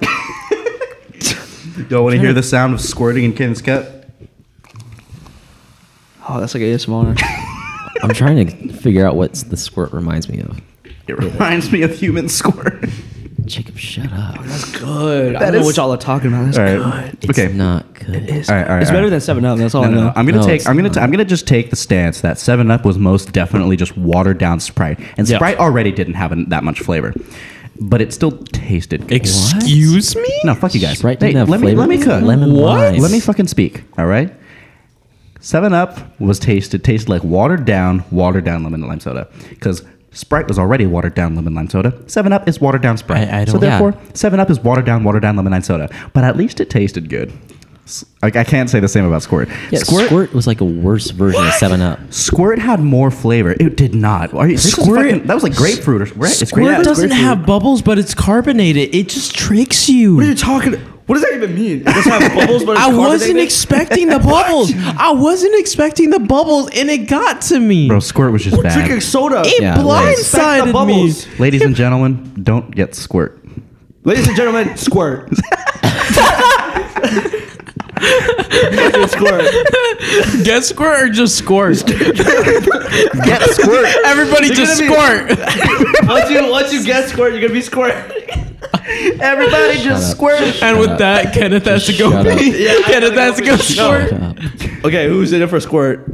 Speaker 1: Y'all want to hear the sound of squirting in Kenneth's cup?
Speaker 3: Oh, that's like ASMR.
Speaker 4: I'm trying to figure out what the squirt reminds me of.
Speaker 1: It reminds me of human squirt.
Speaker 4: Jacob, shut up.
Speaker 3: that's good. I
Speaker 1: That
Speaker 3: don't know
Speaker 1: is-
Speaker 3: what y'all are talking about. That's
Speaker 1: All
Speaker 3: good.
Speaker 1: right.
Speaker 4: It's
Speaker 1: okay.
Speaker 4: not good.
Speaker 3: It's,
Speaker 1: All right, all right,
Speaker 3: it's
Speaker 1: all
Speaker 3: better
Speaker 1: right.
Speaker 3: than Seven Up. That's all
Speaker 1: No,
Speaker 3: I
Speaker 1: no,
Speaker 3: know.
Speaker 1: no. I'm gonna
Speaker 4: No,
Speaker 1: take.
Speaker 4: it's
Speaker 1: I'm gonna. T- I'm gonna just take the stance that Seven Up was most definitely just watered down Sprite, and
Speaker 2: Yeah.
Speaker 1: Sprite already didn't have an, that much flavor, but it still tasted. good.
Speaker 2: Excuse me.
Speaker 1: No, fuck you guys.
Speaker 4: Sprite
Speaker 1: Hey,
Speaker 4: didn't have
Speaker 1: let me
Speaker 4: flavor.
Speaker 1: let me cook.
Speaker 4: Lemon
Speaker 1: what?
Speaker 4: lime.
Speaker 1: Let me fucking speak. All right. Seven Up was tasted tasted like watered down, watered down lemon and lime soda because. Sprite was already watered down lemon lime soda. Seven Up is watered down Sprite.
Speaker 2: I- I
Speaker 1: so
Speaker 2: don't-
Speaker 1: therefore, Seven Up is watered down, watered down lemon lime soda. But at least it tasted good. S- Like I can't say the same about Squirt.
Speaker 4: Yeah, squirt? was like a worse version of Seven Up.
Speaker 1: Squirt had more flavor. It did not. Are you,
Speaker 2: Squirt-
Speaker 1: squirt. that was like grapefruit or right? It's
Speaker 2: Squirt
Speaker 1: grapefruit.
Speaker 2: doesn't have bubbles, but it's carbonated. It just tricks you.
Speaker 3: What are you talking? What does that even mean? It doesn't have bubbles, but it's
Speaker 2: I wasn't
Speaker 3: carbonated?
Speaker 2: expecting the bubbles. I wasn't expecting the bubbles, and it got to me.
Speaker 1: Bro, squirt was just
Speaker 3: We're drinking
Speaker 1: bad.
Speaker 3: soda.
Speaker 2: it
Speaker 4: Yeah, it was.
Speaker 3: Respect the
Speaker 2: blindsided me.
Speaker 3: bubbles.
Speaker 1: Ladies and gentlemen, don't get squirt.
Speaker 3: Ladies and gentlemen, squirt. Fucking squirt.
Speaker 2: Get squirt or just squirt?
Speaker 1: Get squirt.
Speaker 2: Everybody just
Speaker 3: gonna
Speaker 2: squirt.
Speaker 3: Once you once you get squirt, you're gonna be squirt.
Speaker 1: Everybody just
Speaker 4: up.
Speaker 1: squirt.
Speaker 2: and with
Speaker 4: up.
Speaker 2: that, Kenneth has to
Speaker 4: Just
Speaker 2: go
Speaker 4: shut up.
Speaker 2: pee.
Speaker 3: Yeah, I
Speaker 2: Kenneth
Speaker 3: gotta
Speaker 2: has to
Speaker 3: go
Speaker 2: go
Speaker 3: pee.
Speaker 2: squirt.
Speaker 4: Shut up.
Speaker 3: Okay, who's in it for squirt?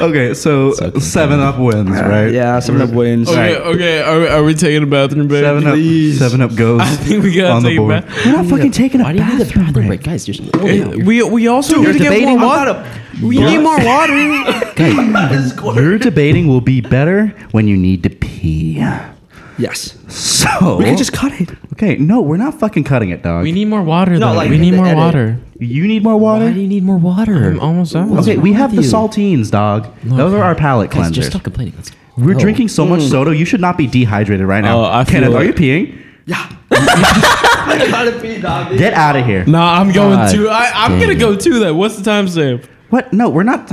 Speaker 1: Okay, so
Speaker 4: okay.
Speaker 1: seven up wins, right?
Speaker 3: Yeah, someone up wins.
Speaker 2: Okay, okay. Are, we- are we taking a bathroom break?
Speaker 1: Seven up, seven up goes
Speaker 2: I think we gotta
Speaker 1: on the
Speaker 2: take a
Speaker 1: board.
Speaker 2: bath-
Speaker 1: We're not fucking taking a
Speaker 4: Why do you need the
Speaker 1: bathroom
Speaker 4: bathroom
Speaker 1: break.
Speaker 4: break, guys? Just
Speaker 2: We we also need to get more
Speaker 1: debating-
Speaker 2: water. We need more water.
Speaker 1: Guys, your debating will be better when you need to pee.
Speaker 3: Yes.
Speaker 1: So we can just cut it. Okay, no, we're not fucking cutting it, dog.
Speaker 2: we need more water
Speaker 3: No,
Speaker 2: though.
Speaker 3: like,
Speaker 2: we need
Speaker 3: the
Speaker 2: more
Speaker 3: edit.
Speaker 2: water.
Speaker 1: you need more
Speaker 4: Why
Speaker 1: water.
Speaker 4: do you need more water?
Speaker 2: I'm almost out.
Speaker 1: Okay, we have the
Speaker 4: you?
Speaker 1: saltines, dog. Those are our palate
Speaker 4: Guys,
Speaker 1: cleansers.
Speaker 4: just stop complaining. Let's
Speaker 1: We're
Speaker 4: go.
Speaker 1: drinking so much soda, you should not be dehydrated right now.
Speaker 2: Oh, I feel
Speaker 1: Kenneth, are
Speaker 2: like-
Speaker 1: you peeing?
Speaker 3: I gotta pee, dog.
Speaker 1: Get out of here.
Speaker 2: Nah, I'm going
Speaker 4: God
Speaker 2: to. I, I'm gonna
Speaker 4: damn.
Speaker 2: go to that. What's the timestamp?
Speaker 1: What? No, we're not.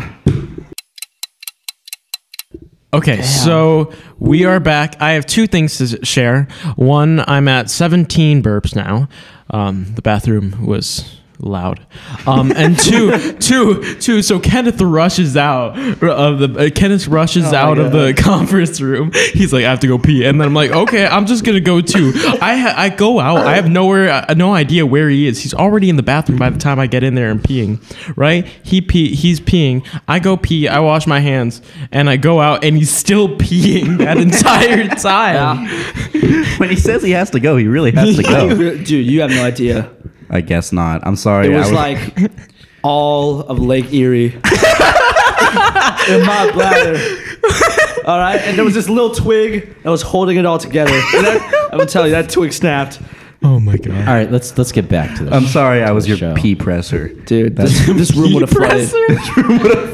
Speaker 2: Okay, so we are back. I have two things to s- share. One, I'm at 17 burps now. Um, the bathroom was loud. Um, and two, two, two. So Kenneth rushes out of the uh, Kenneth rushes out of the conference room. He's like, I have to go pee, and then I'm like, okay, I'm just gonna go too. I ha- I go out. I have nowhere, uh, no idea where he is. He's already in the bathroom by the time I get in there and peeing. Right? He pee. He's peeing. I go pee. I wash my hands, and I go out, and he's still peeing that entire time.
Speaker 1: When he says he has to go, he really has to go.
Speaker 3: Dude, you have no idea.
Speaker 1: I guess not. I'm sorry.
Speaker 3: It
Speaker 1: I
Speaker 3: was like all of Lake Erie in my bladder. All right, and there was this little twig that was holding it all together. And that- I'm gonna tell you, that twig snapped,
Speaker 2: Oh my god.
Speaker 4: All right, let's let's get back to this.
Speaker 1: I'm sorry. I was your
Speaker 4: Show.
Speaker 1: pee presser.
Speaker 3: dude. This, this room would have flooded.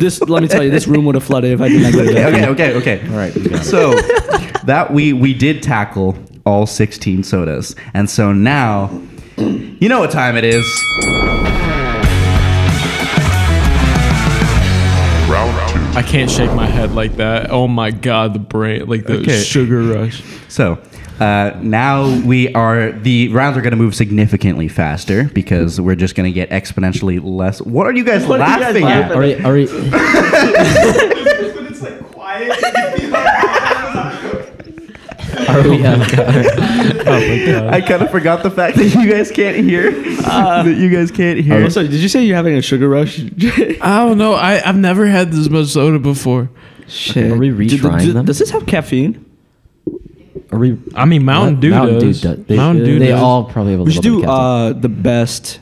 Speaker 3: This, let me tell you, this room would have flooded if I didn't go to
Speaker 1: Okay,
Speaker 3: that.
Speaker 1: okay, okay, okay. All right. So that we we did tackle all 16 sodas, and so now you know what time it is.
Speaker 2: I can't shake my head like that. Oh my god, the brain, like the
Speaker 1: Okay.
Speaker 2: sugar rush.
Speaker 1: So uh, now we are the rounds are going to move significantly faster because we're just going to get exponentially less. What are you guys
Speaker 3: What are you guys
Speaker 1: laughing at?
Speaker 3: laughing
Speaker 4: All right, all right.
Speaker 8: when it's like quiet.
Speaker 4: Are we, uh,
Speaker 2: Oh
Speaker 1: I kind of forgot the fact that you guys can't hear.
Speaker 3: Uh,
Speaker 1: that you guys can't hear.
Speaker 3: I'm Oh, sorry, did you say you're having a sugar rush? Shit.
Speaker 2: I don't know. I, I've never had this much soda before.
Speaker 4: Are we
Speaker 3: Did-
Speaker 4: retrying
Speaker 3: did-
Speaker 4: them?
Speaker 3: Does this have caffeine?
Speaker 4: are we?
Speaker 2: I mean, Mountain Dew
Speaker 4: Mountain
Speaker 2: does.
Speaker 4: Dew does. They,
Speaker 2: Mountain Dew
Speaker 4: They
Speaker 2: does.
Speaker 4: all probably have a
Speaker 3: We should
Speaker 4: little
Speaker 3: do
Speaker 4: bit of
Speaker 3: uh, the best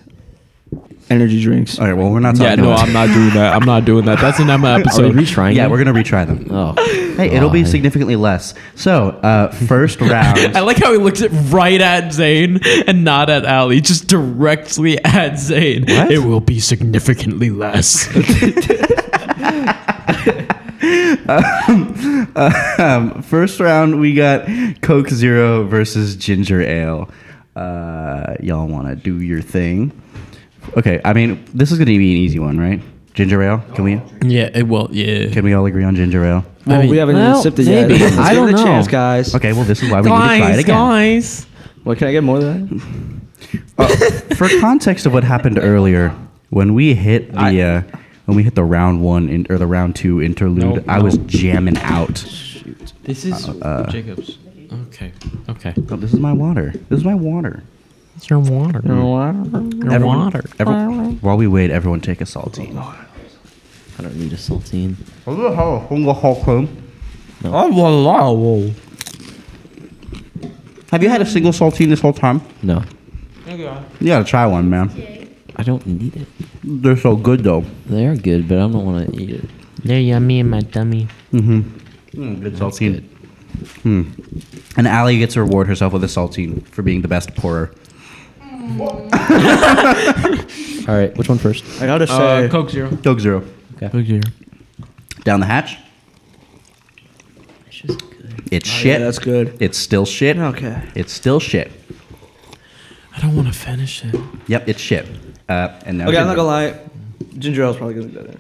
Speaker 3: energy drinks.
Speaker 1: All right. Well, we're not talking.
Speaker 2: Yeah, no,
Speaker 1: about
Speaker 2: I'm not doing that. I'm not doing that. That's another
Speaker 4: caffeine. Are
Speaker 2: episode.
Speaker 4: we retrying?
Speaker 1: Yeah,
Speaker 4: them?
Speaker 1: we're gonna retry them.
Speaker 4: Oh,
Speaker 1: Hey, it'll be
Speaker 4: God.
Speaker 1: significantly less. So, uh, first round.
Speaker 2: I like how he looks at right at Zayn and not at Ali, just directly at Zayn. It will be significantly less.
Speaker 1: Um, first round, we got Coke Zero versus Ginger Ale. Uh, y'all want to do your thing? Okay, I mean, this is going to be an easy one, right? Ginger Ale? Can we
Speaker 2: yeah, it will. Yeah.
Speaker 1: can we all agree on ginger ale?
Speaker 3: Well,
Speaker 2: mean,
Speaker 3: Oh, we haven't
Speaker 4: well,
Speaker 3: even sipped it
Speaker 4: maybe.
Speaker 3: yet. Let's
Speaker 4: I
Speaker 3: give
Speaker 4: don't
Speaker 3: it a
Speaker 4: know.
Speaker 3: chance, guys.
Speaker 1: Okay, well, this is why we need to try it
Speaker 2: Guys,
Speaker 1: again.
Speaker 2: guys.
Speaker 3: What can I get more than that?
Speaker 1: For context of what happened earlier, when we hit the uh, when we hit the round one in, or the round two interlude,
Speaker 2: Nope,
Speaker 1: I was jamming out.
Speaker 2: This is Jacobs. Okay. Okay.
Speaker 1: Oh, this is my water. This is my water.
Speaker 2: It's your water. Your
Speaker 1: Everyone-
Speaker 2: water.
Speaker 1: Every, while we wait, everyone take a saltine.
Speaker 4: I don't need a saltine.
Speaker 2: Oh, wow, wow.
Speaker 1: Have you had a single saltine this whole time?
Speaker 4: No,
Speaker 1: You gotta try one, man.
Speaker 4: I don't need it.
Speaker 1: They're so good, though.
Speaker 4: They are good, but I don't want to eat it.
Speaker 2: They're yummy in my dummy.
Speaker 3: Mm,
Speaker 1: good saltine. Hmm. And Allie gets to reward herself with a saltine for being the best pourer.
Speaker 4: All right, which one first?
Speaker 3: I gotta say,
Speaker 2: Uh, Coke Zero.
Speaker 1: Dog Zero.
Speaker 2: Coke Zero.
Speaker 1: Down the hatch.
Speaker 4: It's just good.
Speaker 1: It's
Speaker 3: Oh, yeah,
Speaker 1: shit.
Speaker 3: that's good.
Speaker 1: It's still shit.
Speaker 3: Okay.
Speaker 1: It's still shit.
Speaker 2: I don't want to finish it.
Speaker 1: Yep, it's shit. Uh, and now
Speaker 3: Okay, I'm
Speaker 1: ginger.
Speaker 3: not gonna lie. Ginger ale's probably gonna be better.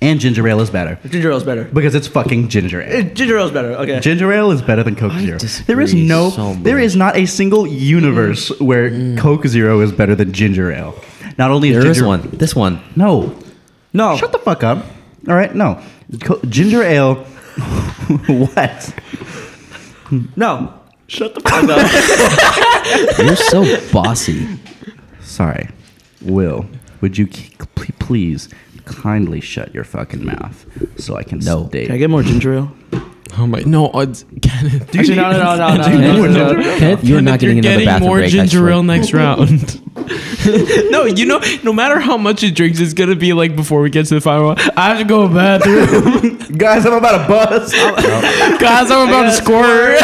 Speaker 1: and ginger ale is better
Speaker 3: Ginger ale's better.
Speaker 1: because it's fucking ginger
Speaker 3: Eh,
Speaker 1: ale.
Speaker 3: Ginger ale's better. Okay.
Speaker 1: Ginger ale is better than Coke
Speaker 4: I
Speaker 1: Zero.
Speaker 4: disagree
Speaker 1: There is no,
Speaker 4: so
Speaker 1: there
Speaker 4: much.
Speaker 1: is not a single universe
Speaker 3: Mm.
Speaker 1: where Coke Zero is better than ginger ale. Not only is
Speaker 4: There is
Speaker 1: ginger
Speaker 4: one. This one.
Speaker 1: No,
Speaker 3: no.
Speaker 1: shut the fuck up. All right, no, Co- ginger ale. what?
Speaker 3: no. Shut the fuck up.
Speaker 4: You're so bossy.
Speaker 1: Sorry, Will. Would you k- pl- please kindly shut your fucking mouth so I can
Speaker 4: No.
Speaker 1: stay?
Speaker 3: Can I get more ginger ale?
Speaker 2: Oh my! No, uh, Kenneth.
Speaker 3: Dude, no, no, no, no, no,
Speaker 1: need
Speaker 3: no,
Speaker 1: more
Speaker 3: no,
Speaker 1: ginger
Speaker 3: no.
Speaker 4: Kenneth, you're not getting
Speaker 2: you're
Speaker 4: another
Speaker 2: getting
Speaker 4: bathroom
Speaker 2: more
Speaker 4: break.
Speaker 2: ginger
Speaker 4: actually.
Speaker 2: ale next round. no, you know, no matter how much he drinks, it's gonna be like before we get to the final. one, I have to go to the bathroom,
Speaker 1: Guys, I'm about to bust.
Speaker 2: guys. I'm about to squirt.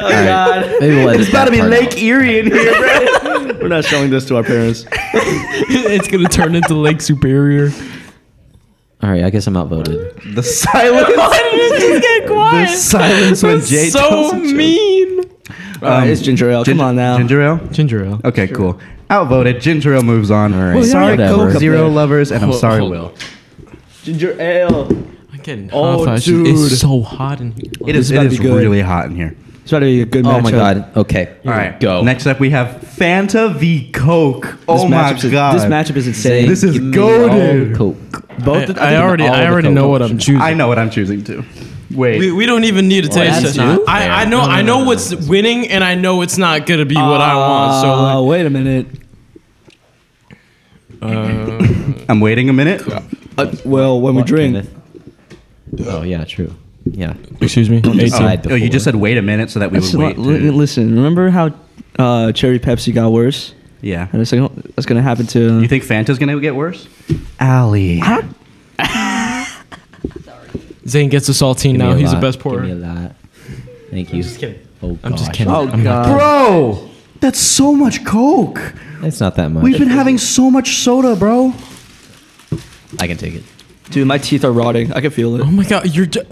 Speaker 4: All right. Maybe we'll edit
Speaker 1: it's about to
Speaker 4: that
Speaker 1: be
Speaker 4: part out.
Speaker 1: Lake Erie in here, bro.
Speaker 3: We're not showing this to our parents.
Speaker 2: it's gonna turn into Lake Superior.
Speaker 4: All right, I guess I'm outvoted.
Speaker 1: the silence.
Speaker 2: Why did it just get quiet?
Speaker 1: the silence when
Speaker 2: That's
Speaker 1: Jay
Speaker 2: so
Speaker 1: tells a joke.
Speaker 2: mean.
Speaker 3: Alright, it's ginger ale.
Speaker 1: Ginger-
Speaker 3: Come on now.
Speaker 1: Ginger ale.
Speaker 2: Ginger ale.
Speaker 1: Okay, cool. Outvoted. Ginger ale moves on. All right.
Speaker 4: Well, yeah,
Speaker 1: sorry,
Speaker 4: whatever.
Speaker 1: Coke Zero
Speaker 3: Hold-
Speaker 1: lovers, and I'm sorry,
Speaker 2: hold-
Speaker 1: Will.
Speaker 3: Ginger ale.
Speaker 2: I'm getting
Speaker 3: Oh,
Speaker 2: hot flashes.
Speaker 3: dude.
Speaker 2: It's so hot in here.
Speaker 1: It is.
Speaker 3: is about
Speaker 1: It
Speaker 3: to
Speaker 1: is
Speaker 3: be good.
Speaker 1: really hot in here.
Speaker 3: It's about to be a good matchup.
Speaker 4: Oh my god. Okay.
Speaker 1: All right,
Speaker 4: Go.
Speaker 1: Next up, we have Fanta v Coke.
Speaker 3: This
Speaker 1: Oh my
Speaker 3: matchup's-
Speaker 1: god.
Speaker 3: This matchup is insane.
Speaker 1: This is
Speaker 4: Give me
Speaker 1: goated.
Speaker 4: all Coke.
Speaker 2: I,
Speaker 3: the-
Speaker 2: I
Speaker 3: think
Speaker 2: already,
Speaker 4: all
Speaker 2: I
Speaker 4: the
Speaker 2: already know
Speaker 4: Coke
Speaker 2: what I'm choosing.
Speaker 1: I know what I'm choosing to. Wait.
Speaker 2: We, we don't even need to taste
Speaker 4: that's
Speaker 2: it. I,
Speaker 4: you?
Speaker 2: I know I know what's winning, and I know it's not gonna be what I want. So
Speaker 3: Uh,
Speaker 4: Oh.
Speaker 2: like,
Speaker 3: wait a minute.
Speaker 1: I'm waiting a minute.
Speaker 3: Uh, Well, when we drink,
Speaker 4: Kenneth? Oh yeah, true. Yeah.
Speaker 2: excuse me,
Speaker 4: decide.
Speaker 1: Oh, you just said wait a minute so that we
Speaker 3: That's
Speaker 1: would
Speaker 3: li-
Speaker 1: wait.
Speaker 3: li-
Speaker 1: to-
Speaker 3: listen. Remember how uh, cherry Pepsi got worse,
Speaker 1: yeah.
Speaker 3: and it's like oh, that's gonna happen to.
Speaker 1: You think Fanta's gonna get worse? Allie.
Speaker 2: Zane gets a saltine
Speaker 4: Give me
Speaker 2: now.
Speaker 4: a
Speaker 2: He's
Speaker 4: lot.
Speaker 2: the best pourer.
Speaker 4: Give me a lot. Thank you. I'm just
Speaker 2: kidding.
Speaker 4: Oh,
Speaker 2: I'm just
Speaker 4: gosh.
Speaker 2: kidding.
Speaker 3: oh
Speaker 2: I'm not-
Speaker 3: God!
Speaker 1: Bro, Uh, that's so much Coke.
Speaker 4: It's not that much.
Speaker 1: We've been having so much soda, bro.
Speaker 4: I can take it.
Speaker 3: Dude, my teeth are rotting. I can feel it.
Speaker 2: Oh my god, you're. Ju-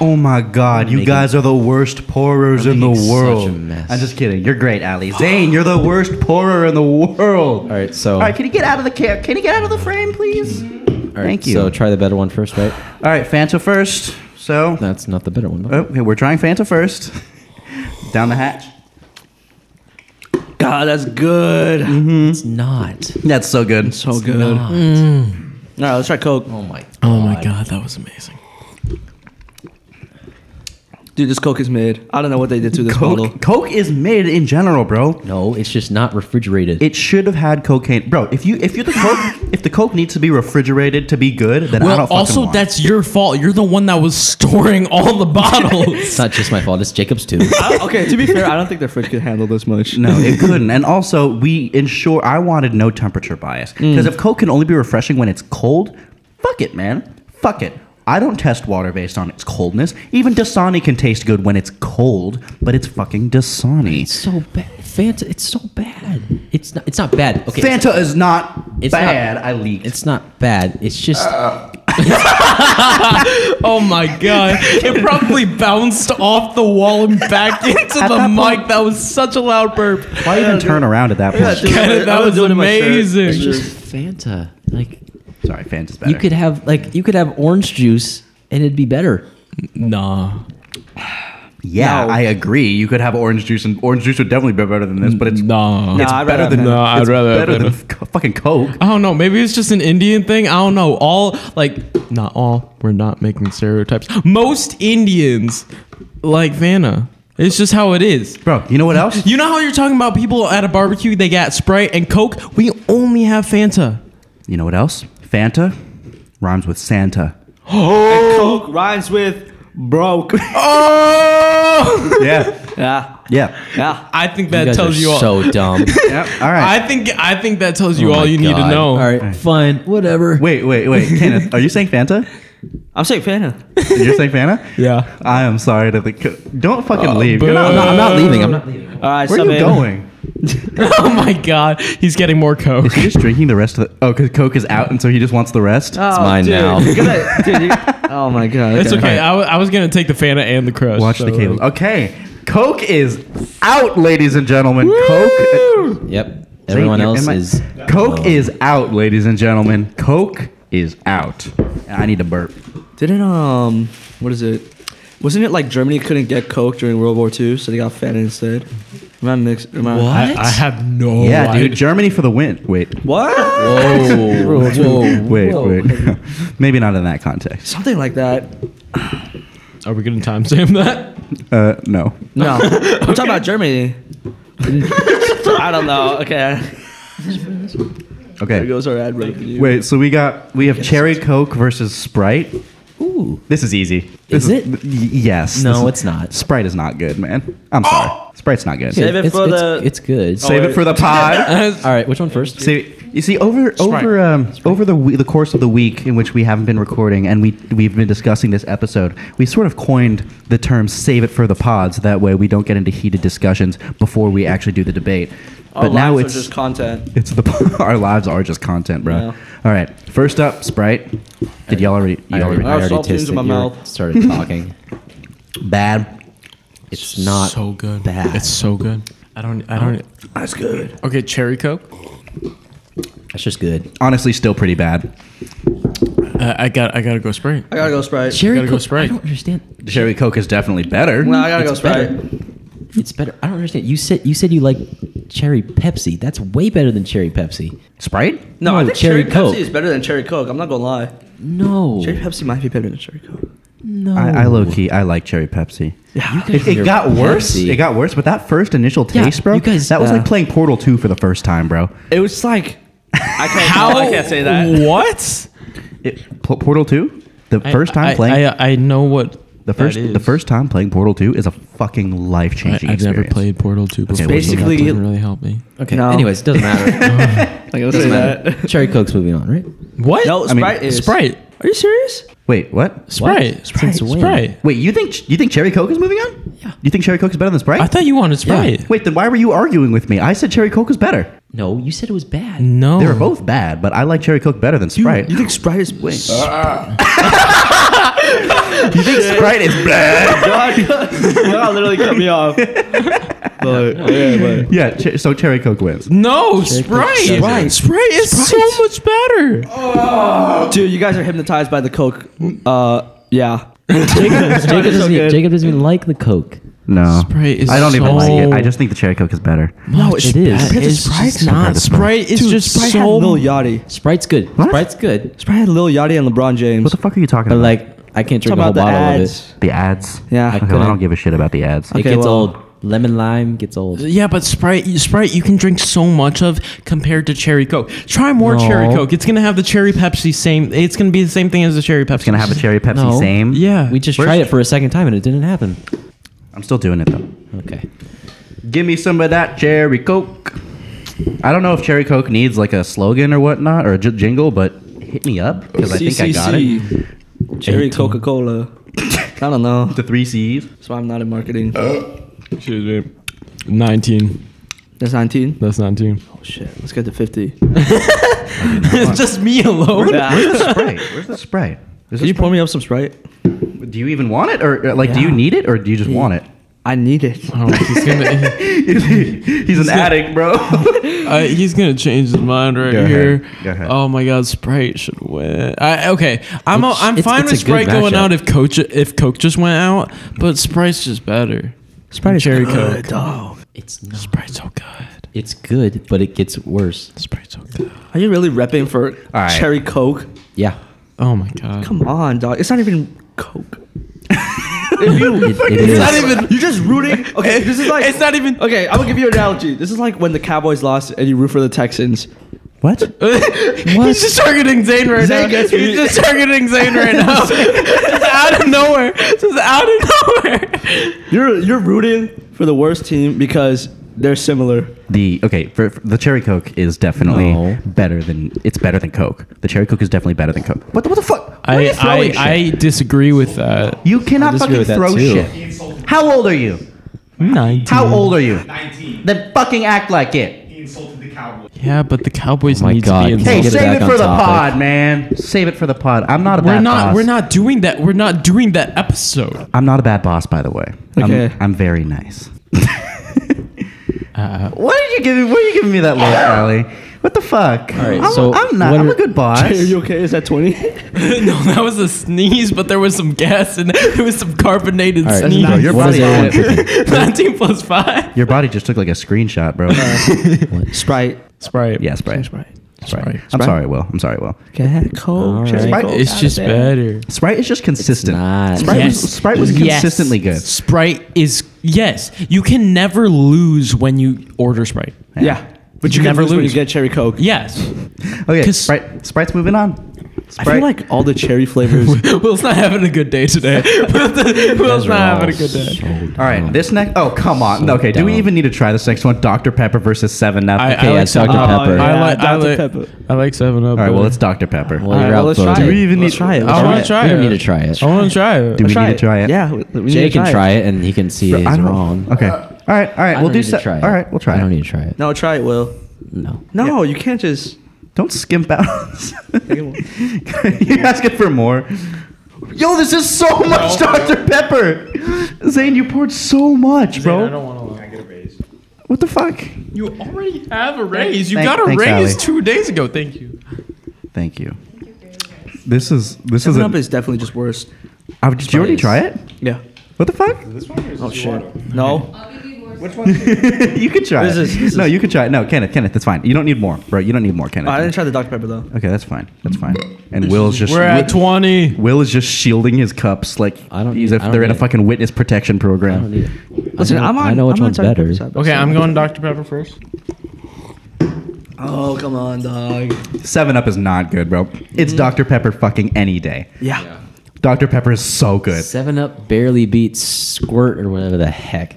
Speaker 1: Oh my God, you
Speaker 4: making-
Speaker 1: guys are the worst pourers
Speaker 4: We're
Speaker 1: in the
Speaker 4: making such a
Speaker 1: world.
Speaker 4: mess.
Speaker 1: I'm just kidding. You're great, Allie. Zane, you're the worst pourer in the world.
Speaker 4: All right. So.
Speaker 1: All right, can you get out of the ca- can you get out of the frame, please?
Speaker 4: all right,
Speaker 1: thank you.
Speaker 4: So try the better one first, right?
Speaker 1: All right, Fanta first. So
Speaker 4: That's not the better one.
Speaker 1: Oh, okay, we're trying Fanta first. Down the hatch.
Speaker 3: God, that's good.
Speaker 4: It's not.
Speaker 1: Mm-hmm. That's so good.
Speaker 3: So good. All
Speaker 4: Not.
Speaker 3: right, let's try Coke.
Speaker 4: Oh my. God.
Speaker 2: oh my god, that was amazing.
Speaker 3: Dude, this Coke is made. I don't know what they did to this bottle.
Speaker 1: Coke, Coke is made in general, bro.
Speaker 4: No, it's just not refrigerated.
Speaker 1: It should have had cocaine, bro. If you if you're the Coke, if the Coke needs to be refrigerated to be good, then I don't
Speaker 2: Well,
Speaker 1: fucking
Speaker 2: also
Speaker 1: want it.
Speaker 2: that's your fault. You're the one that was storing all the bottles.
Speaker 4: it's not just my fault. It's Jacob's too.
Speaker 3: I- okay, to be fair, I don't think their fridge could handle this much.
Speaker 1: No, it couldn't. And also, we ensure I wanted no temperature bias because if Coke can only be refreshing when it's cold, fuck it, man. Fuck it. I don't test water based on its coldness. Even Dasani can taste good when it's cold, but it's fucking Dasani.
Speaker 4: it's so bad. Fanta. It's so bad. It's not. It's not bad. Okay.
Speaker 1: Fanta is not
Speaker 4: It's not-
Speaker 1: bad. I leaked. Uh,
Speaker 4: It's not bad. It's just.
Speaker 2: oh my god, it probably bounced off the wall and back into
Speaker 1: At
Speaker 2: the
Speaker 1: that
Speaker 2: mic.
Speaker 1: point-
Speaker 2: that was such a loud burp.
Speaker 1: Why even turn around at that point?
Speaker 3: dude.
Speaker 2: Kenneth,
Speaker 3: I
Speaker 2: that
Speaker 3: was
Speaker 2: was
Speaker 3: doing it in my shirt.
Speaker 2: amazing.
Speaker 4: it's just Fanta. Like
Speaker 1: Sorry, Fanta's better.
Speaker 4: you could have like you could have orange juice and it'd be better.
Speaker 2: Nah.
Speaker 1: yeah,
Speaker 3: No.
Speaker 1: I agree. You could have orange juice, and orange juice would definitely be better than this. But it's
Speaker 2: Nah.
Speaker 3: Nah, I'd rather
Speaker 1: better
Speaker 3: have
Speaker 1: than
Speaker 3: Fanta.
Speaker 9: No, I'd
Speaker 1: it's
Speaker 9: rather have
Speaker 1: better than
Speaker 9: Fanta.
Speaker 1: f- co- fucking Coke.
Speaker 2: I don't know. Maybe it's just an Indian thing. I don't know. All like not all. We're not making stereotypes. Most Indians like Vanna. It's just how it is.
Speaker 1: Bro, you know what else?
Speaker 2: You know how you're talking about people at a barbecue, they got Sprite and Coke. We only have Fanta.
Speaker 1: You know what else? Fanta rhymes with Santa.
Speaker 3: Coke rhymes with broke.
Speaker 2: Oh!
Speaker 1: Yeah.
Speaker 3: yeah,
Speaker 1: yeah.
Speaker 3: yeah.
Speaker 2: I think
Speaker 4: You
Speaker 2: that
Speaker 4: guys
Speaker 2: tells
Speaker 4: are
Speaker 2: you all.
Speaker 4: so dumb.
Speaker 1: Yeah. All right.
Speaker 2: I think I think that tells you
Speaker 4: Oh
Speaker 2: all
Speaker 4: my
Speaker 2: you need to
Speaker 4: God.
Speaker 2: know.
Speaker 4: All right, fine, whatever.
Speaker 1: wait, wait, wait. Kenneth, are you saying Fanta?
Speaker 3: I'm saying Fanta.
Speaker 1: You're saying Fanta?
Speaker 2: Yeah.
Speaker 1: I am sorry to the. Don't fucking leave. You're not-
Speaker 2: boo.
Speaker 1: I'm not leaving. I'm not.
Speaker 4: leaving.
Speaker 3: All right,
Speaker 1: Where are
Speaker 3: sub
Speaker 1: you
Speaker 3: in.
Speaker 1: going?
Speaker 2: oh my god. He's getting more Coke.
Speaker 1: Is he just drinking the rest of the? Oh, because Coke is out, and so he just wants the rest.
Speaker 3: Oh,
Speaker 4: mine
Speaker 3: dude.
Speaker 4: now.
Speaker 3: You're gonna- dude, you- oh my god.
Speaker 2: It's okay. I wa- I was gonna take the Fanta and the Crush.
Speaker 1: Watch the
Speaker 2: so-
Speaker 1: cable. Okay, Coke is out, ladies and gentlemen. Coke.
Speaker 4: Yep. Everyone
Speaker 1: Zane, you're
Speaker 4: else
Speaker 1: in my-
Speaker 4: is
Speaker 1: Coke is out, ladies and gentlemen. Coke is out. I need to burp.
Speaker 3: Didn't um, what is it? Wasn't it like Germany couldn't get Coke during World War II, so they got Fanta instead? Am I mixed? Am I,
Speaker 4: What?
Speaker 2: I, I have no
Speaker 1: yeah,
Speaker 2: idea.
Speaker 1: dude. Germany for the win. Wait,
Speaker 3: What?
Speaker 4: Whoa, whoa,
Speaker 1: wait,
Speaker 4: whoa.
Speaker 1: wait. Maybe not in that context.
Speaker 3: Something like that.
Speaker 2: Are we gonna timestamp that?
Speaker 1: Uh, no.
Speaker 3: No, I'm talking about Germany. I don't know. Okay, there
Speaker 1: Okay.
Speaker 3: goes our ad revenue.
Speaker 1: Wait. So we got we have cherry coke versus Sprite.
Speaker 4: Ooh.
Speaker 1: This is easy. This
Speaker 4: Is it?
Speaker 1: y- yes.
Speaker 4: No,
Speaker 1: This is-
Speaker 4: it's not. Oh.
Speaker 1: Sprite is not good, man. I'm sorry. Sprite's not good.
Speaker 3: Save it
Speaker 4: it's,
Speaker 3: for
Speaker 4: it's-
Speaker 3: the-
Speaker 4: It's good.
Speaker 1: Save it for
Speaker 4: Oh,
Speaker 1: the pod.
Speaker 4: All right, which one first?
Speaker 1: See, you see, over over um, over the we- the course of the week in which we haven't been recording, and we we've been discussing this episode, we sort of coined the term "save it for the pods." That way, we don't get into heated discussions before we actually do the debate.
Speaker 3: Our
Speaker 1: but now
Speaker 3: lives
Speaker 1: it's
Speaker 3: are just content.
Speaker 1: it's the po- our lives are just content, bro.
Speaker 3: Yeah.
Speaker 1: All right, first up, Sprite. Did y'all already? You
Speaker 4: I
Speaker 1: all
Speaker 4: already,
Speaker 1: already
Speaker 4: I already
Speaker 3: salt
Speaker 4: tasted
Speaker 3: into my
Speaker 4: you
Speaker 3: mouth.
Speaker 4: started talking.
Speaker 1: bad.
Speaker 4: It's not
Speaker 2: so good.
Speaker 4: bad.
Speaker 2: It's so good. I don't. I don't.
Speaker 3: That's good.
Speaker 2: Okay, cherry coke.
Speaker 4: That's just good.
Speaker 1: Honestly, still pretty bad.
Speaker 2: Uh, I got. I gotta go spray.
Speaker 3: I gotta go Sprite.
Speaker 4: Cherry
Speaker 2: gotta go
Speaker 4: Coke-
Speaker 2: Sprite.
Speaker 4: I don't understand.
Speaker 1: Cherry Coke is definitely better.
Speaker 3: No, I gotta go
Speaker 4: It's
Speaker 3: Sprite.
Speaker 4: It's better. I don't understand. You said you said you like cherry Pepsi. That's way better than cherry Pepsi.
Speaker 1: Sprite?
Speaker 3: No, I
Speaker 4: No,
Speaker 3: think
Speaker 4: Cherry
Speaker 3: cherry,
Speaker 4: Coke.
Speaker 3: Pepsi is better than cherry Coke. I'm not gonna lie.
Speaker 4: No.
Speaker 3: Cherry Pepsi might be better than cherry Coke.
Speaker 4: no.
Speaker 1: I, I low key I like cherry Pepsi.
Speaker 4: You guys
Speaker 1: It,
Speaker 4: and your
Speaker 1: it got worse.
Speaker 4: Pepsi.
Speaker 1: It got worse. But that first initial
Speaker 4: Yeah,
Speaker 1: taste, bro,
Speaker 4: you guys-
Speaker 1: that was
Speaker 4: yeah.
Speaker 1: like playing Portal Two for the first time, bro.
Speaker 3: It was like I can't. How? I can't say that.
Speaker 2: What?
Speaker 1: It, P- Portal Two, the first time
Speaker 2: I, I-
Speaker 1: playing
Speaker 2: I, I know what.
Speaker 1: the first
Speaker 2: that
Speaker 1: the
Speaker 2: is.
Speaker 1: first time playing Portal Two is a fucking life
Speaker 2: I,
Speaker 1: changing
Speaker 2: I've
Speaker 1: experience.
Speaker 2: never played Portal 2 before.
Speaker 3: basically-
Speaker 2: so that doesn't really help me.
Speaker 4: Okay.
Speaker 3: No.
Speaker 4: Anyways, doesn't matter.
Speaker 3: I can't say
Speaker 4: doesn't
Speaker 3: that.
Speaker 4: matter. Cherry Coke's moving on, right?
Speaker 2: What?
Speaker 3: No,
Speaker 1: mean,
Speaker 3: Sprite is.
Speaker 2: Sprite.
Speaker 3: Are you serious?
Speaker 1: Wait, what?
Speaker 2: Sprite. Sprite.
Speaker 4: Since when?
Speaker 2: Sprite.
Speaker 1: Wait, you think you think cherry Coke is moving on? Yeah. You think cherry Coke is better than Sprite?
Speaker 2: I thought you wanted Sprite.
Speaker 1: Wait, then why were you arguing with me? I said cherry Coke is better.
Speaker 4: No, you said it was bad.
Speaker 2: No.
Speaker 1: They were both bad, but I like cherry Coke better than Sprite.
Speaker 3: You think Sprite is wait?
Speaker 1: you think Sprite is bad?
Speaker 3: God, God literally cut me off. But yeah, but
Speaker 1: Yeah. Ch- so cherry Coke wins.
Speaker 2: No, Sprite.
Speaker 4: Sprite.
Speaker 2: Sprite. is so much better.
Speaker 3: Dude, you guys are hypnotized by the Coke. Uh, yeah.
Speaker 4: Jacob, doesn't even, Jacob doesn't even like the Coke.
Speaker 1: No.
Speaker 2: Sprite is
Speaker 1: I don't even like it.
Speaker 2: so-
Speaker 1: I just think the cherry Coke is better.
Speaker 2: No,
Speaker 4: it is. Compared to
Speaker 2: It's
Speaker 4: Sprite,
Speaker 2: just not. Sprite is just
Speaker 3: Sprite had
Speaker 2: so.
Speaker 3: Lil Yachty.
Speaker 4: Sprite's good.
Speaker 1: What?
Speaker 4: Sprite's good.
Speaker 3: Sprite had Lil Yachty and LeBron James.
Speaker 1: What the fuck are you talking
Speaker 4: But
Speaker 1: about?
Speaker 4: like, I can't
Speaker 3: Talk
Speaker 4: drink a whole
Speaker 3: about the
Speaker 4: bottle
Speaker 3: ads.
Speaker 1: The ads. Okay,
Speaker 3: Yeah. I
Speaker 1: well, I,
Speaker 4: couldn't-
Speaker 1: don't give a shit about the ads.
Speaker 4: of it.
Speaker 3: Okay,
Speaker 4: it gets
Speaker 3: well-
Speaker 4: old. Lemon lime gets old.
Speaker 2: Yeah, but Sprite, Sprite, you can drink so much of compared to Cherry Coke. Try more Cherry
Speaker 4: No.
Speaker 2: Coke. It's gonna have the Cherry Pepsi same. It's gonna be the same thing as the Cherry Pepsi.
Speaker 1: It's gonna have a cherry Pepsi
Speaker 4: No.
Speaker 1: same.
Speaker 2: Yeah,
Speaker 4: We just
Speaker 1: Where's-
Speaker 4: tried it for a second time and it didn't happen.
Speaker 1: I'm still doing it though.
Speaker 4: Okay.
Speaker 1: Give me some of that cherry Coke. I don't know if cherry Coke needs like a slogan or whatnot or a j- jingle, but hit me up because I think I got it.
Speaker 3: CCC. Cherry Coca Cola. I don't know.
Speaker 1: The three C's.
Speaker 3: That's why I'm not in marketing.
Speaker 9: Excuse me. 19.
Speaker 3: That's 19.
Speaker 9: That's 19.
Speaker 3: Oh shit. Let's get to 50.
Speaker 2: It's just me alone.
Speaker 3: Can
Speaker 1: Sprite. Where's the Sprite? Is
Speaker 3: you
Speaker 1: it
Speaker 3: pour me up some Sprite?
Speaker 1: do you even want it or uh, like do you need it or do you just want it?
Speaker 3: I need it.
Speaker 2: Oh, he's gonna,
Speaker 1: He's an addict, bro.
Speaker 2: uh, he's gonna change his mind right
Speaker 1: Go ahead.
Speaker 2: here.
Speaker 1: Go ahead.
Speaker 2: Oh my God, Sprite should win. I, okay, I'm i I'm
Speaker 4: It's-
Speaker 2: fine
Speaker 4: it's
Speaker 2: with
Speaker 4: a good
Speaker 2: Sprite going
Speaker 4: matchup.
Speaker 2: out if Coach if Coke just went out, but Sprite's just better. Sprite Cherry Coke.
Speaker 3: Dog.
Speaker 4: It's not.
Speaker 2: Sprite's so good.
Speaker 4: It's good, but it gets worse.
Speaker 2: Sprite's so good.
Speaker 3: Are you really repping for
Speaker 1: right.
Speaker 3: Cherry Coke?
Speaker 4: Yeah.
Speaker 2: Oh my God.
Speaker 3: Come on, dog. It's not even Coke.
Speaker 4: It- it is.
Speaker 3: even. You're just rooting. Okay, this is like.
Speaker 2: It's not even.
Speaker 3: Okay, I'm gonna give you an analogy. This is like when the Cowboys lost and you root for the Texans.
Speaker 1: what?
Speaker 2: He's just targeting Zayn right
Speaker 3: Zayn
Speaker 2: now.
Speaker 3: gets me.
Speaker 2: He's just targeting Zayn right now. just out of nowhere. Just out of nowhere.
Speaker 3: You're you're rooting for the worst team because they're similar.
Speaker 1: The okay, for, for- the cherry Coke is definitely
Speaker 4: No.
Speaker 1: better than it's better than Coke. The cherry Coke is definitely better than Coke. What the, what the fuck? Why are you
Speaker 2: I,
Speaker 1: throwing shit?
Speaker 2: I, I disagree with that.
Speaker 1: You cannot
Speaker 4: disagree
Speaker 1: fucking
Speaker 4: with that
Speaker 1: throw
Speaker 4: too.
Speaker 1: shit. How old are you?
Speaker 2: Nine.
Speaker 4: Mm-hmm.
Speaker 1: How old are you?
Speaker 8: 19.
Speaker 1: Then fucking act like it.
Speaker 8: He insulted the Cowboys.
Speaker 2: Yeah, but the Cowboys
Speaker 4: Oh my
Speaker 2: need
Speaker 4: God.
Speaker 2: to be in.
Speaker 1: Hey,
Speaker 4: Get it
Speaker 1: save
Speaker 4: back
Speaker 1: it
Speaker 4: on
Speaker 1: for the
Speaker 4: topic.
Speaker 1: pod, man. Save it for the pod. I'm not a
Speaker 2: We're
Speaker 1: bad
Speaker 2: not.
Speaker 1: boss.
Speaker 2: We're not doing that. We're not doing that episode.
Speaker 1: I'm not a bad boss, by the way. I'm-
Speaker 3: Okay.
Speaker 1: I'm, very
Speaker 4: Uh-uh.
Speaker 1: nice. Why did you give me? Why are you giving me that look, Allie? What the fuck? All
Speaker 4: right,
Speaker 1: I'm,
Speaker 4: so
Speaker 1: I'm not.
Speaker 4: what
Speaker 1: I'm
Speaker 4: are-
Speaker 1: a good boss.
Speaker 3: Are you okay? Is that 20?
Speaker 10: no, that was a sneeze, but there was some gas and there was some carbonated
Speaker 4: All right,
Speaker 10: sneeze.
Speaker 1: Bro, your
Speaker 4: What is
Speaker 1: body-
Speaker 4: that one cooking?
Speaker 10: 19 plus 5.
Speaker 1: Your body just took like a screenshot, bro.
Speaker 3: Uh, Sprite.
Speaker 2: Sprite.
Speaker 1: Yeah, Sprite.
Speaker 2: Sprite.
Speaker 1: Sprite. I'm sorry, Will. I'm sorry, Will.
Speaker 3: Get
Speaker 4: All
Speaker 3: cold.
Speaker 4: right.
Speaker 6: Sprite-
Speaker 2: It's just better.
Speaker 1: Sprite is just consistent.
Speaker 4: not.
Speaker 1: Sprite,
Speaker 10: Yes.
Speaker 1: was, Sprite was
Speaker 10: Yes.
Speaker 1: consistently good.
Speaker 10: Sprite is yes. You can never lose when you order Sprite.
Speaker 3: Yeah. But you,
Speaker 10: You
Speaker 3: can
Speaker 10: never
Speaker 3: never lose. When you
Speaker 10: lose.
Speaker 3: get cherry coke.
Speaker 10: Yes.
Speaker 1: Okay,
Speaker 10: 'Cause-
Speaker 1: Sprite, Sprite's moving on.
Speaker 3: I feel like all the cherry flavors.
Speaker 10: Will's not having a good day today. Will's not having a good day.
Speaker 1: All right, this next. Oh, come on.
Speaker 4: So
Speaker 1: okay, do we
Speaker 4: dumb.
Speaker 1: even need to try this next one? Dr. Pepper versus 7 Up.
Speaker 2: I,
Speaker 1: All
Speaker 2: I like
Speaker 4: yes, Dr.
Speaker 2: Seven Up.
Speaker 4: Pepper.
Speaker 2: I
Speaker 3: Yeah,
Speaker 2: like I
Speaker 3: Dr.
Speaker 2: like
Speaker 3: Pepper.
Speaker 2: I like Seven Up.
Speaker 1: right, well,
Speaker 2: better.
Speaker 1: it's Dr. Pepper.
Speaker 4: Well,
Speaker 3: All
Speaker 4: you're
Speaker 3: right, well, let's try
Speaker 4: outvoted.
Speaker 3: it.
Speaker 2: Do we even
Speaker 3: Let's
Speaker 2: need-
Speaker 3: try it.
Speaker 2: I
Speaker 3: Let's
Speaker 2: wanna
Speaker 3: Oh, try it.
Speaker 2: try
Speaker 4: We don't
Speaker 2: it.
Speaker 4: need to try it.
Speaker 2: I want to try it.
Speaker 1: do we
Speaker 3: Try
Speaker 1: need to try it?
Speaker 3: Yeah, we, we need
Speaker 4: Jay
Speaker 3: to
Speaker 4: can try it, and he can see
Speaker 1: Bro,
Speaker 4: he's
Speaker 1: I don't,
Speaker 4: wrong.
Speaker 1: Okay. All right, all right,
Speaker 4: I
Speaker 1: we'll
Speaker 4: don't
Speaker 1: do
Speaker 4: need to
Speaker 1: se-
Speaker 4: try it.
Speaker 1: All right, we'll try
Speaker 4: I don't
Speaker 1: it.
Speaker 4: need to try it.
Speaker 3: No, try it, Will.
Speaker 4: No.
Speaker 3: No, you can't just.
Speaker 1: Don't skimp out. You're asking for more. Yo, this is so much Dr. Pepper. Zane, you poured so much, bro.
Speaker 8: I get a raise.
Speaker 1: what the fuck?
Speaker 10: You already have a raise. You
Speaker 1: Thank-
Speaker 10: got a
Speaker 1: thanks,
Speaker 10: raise
Speaker 1: Ally.
Speaker 10: two days ago. Thank you.
Speaker 1: Thank you. This is this is.
Speaker 3: Seven Up
Speaker 1: An,
Speaker 3: is definitely just worse.
Speaker 1: uh, did you already
Speaker 4: Sprite
Speaker 1: try it?
Speaker 3: Yeah.
Speaker 1: What the fuck?
Speaker 8: This one or is
Speaker 3: Oh
Speaker 8: this
Speaker 3: shit.
Speaker 8: water?
Speaker 3: No.
Speaker 5: I'll give you more.
Speaker 8: Which one?
Speaker 1: you can try.
Speaker 3: This
Speaker 1: it.
Speaker 3: is- this
Speaker 1: no,
Speaker 3: is-
Speaker 1: you can try. it. No, Kenneth, Kenneth, it's fine. You don't need more, bro. You don't need more, Kenneth.
Speaker 3: I didn't try the Dr Pepper though.
Speaker 1: okay, that's fine. That's fine. And Will's just
Speaker 2: We're at
Speaker 1: Will,
Speaker 2: twenty.
Speaker 1: Will is just shielding his cups like
Speaker 4: I don't
Speaker 1: he's
Speaker 4: need-
Speaker 1: if
Speaker 4: I don't
Speaker 1: they're in a
Speaker 4: need it.
Speaker 1: fucking witness protection
Speaker 4: I don't
Speaker 1: program.
Speaker 4: need it.
Speaker 3: Listen,
Speaker 4: I know,
Speaker 3: I'm on.
Speaker 4: I know which
Speaker 3: I'm on
Speaker 4: one's
Speaker 3: Dr.
Speaker 4: better.
Speaker 3: Pepper side by
Speaker 2: Okay,
Speaker 3: side.
Speaker 2: I'm going Dr Pepper first.
Speaker 3: Oh come on, dog.
Speaker 1: Seven Up is not good, bro. It's
Speaker 4: Mm-hmm.
Speaker 1: Dr Pepper fucking any day.
Speaker 3: Yeah.
Speaker 1: Dr Pepper is so good.
Speaker 4: Seven Up barely beats Squirt or whatever the heck.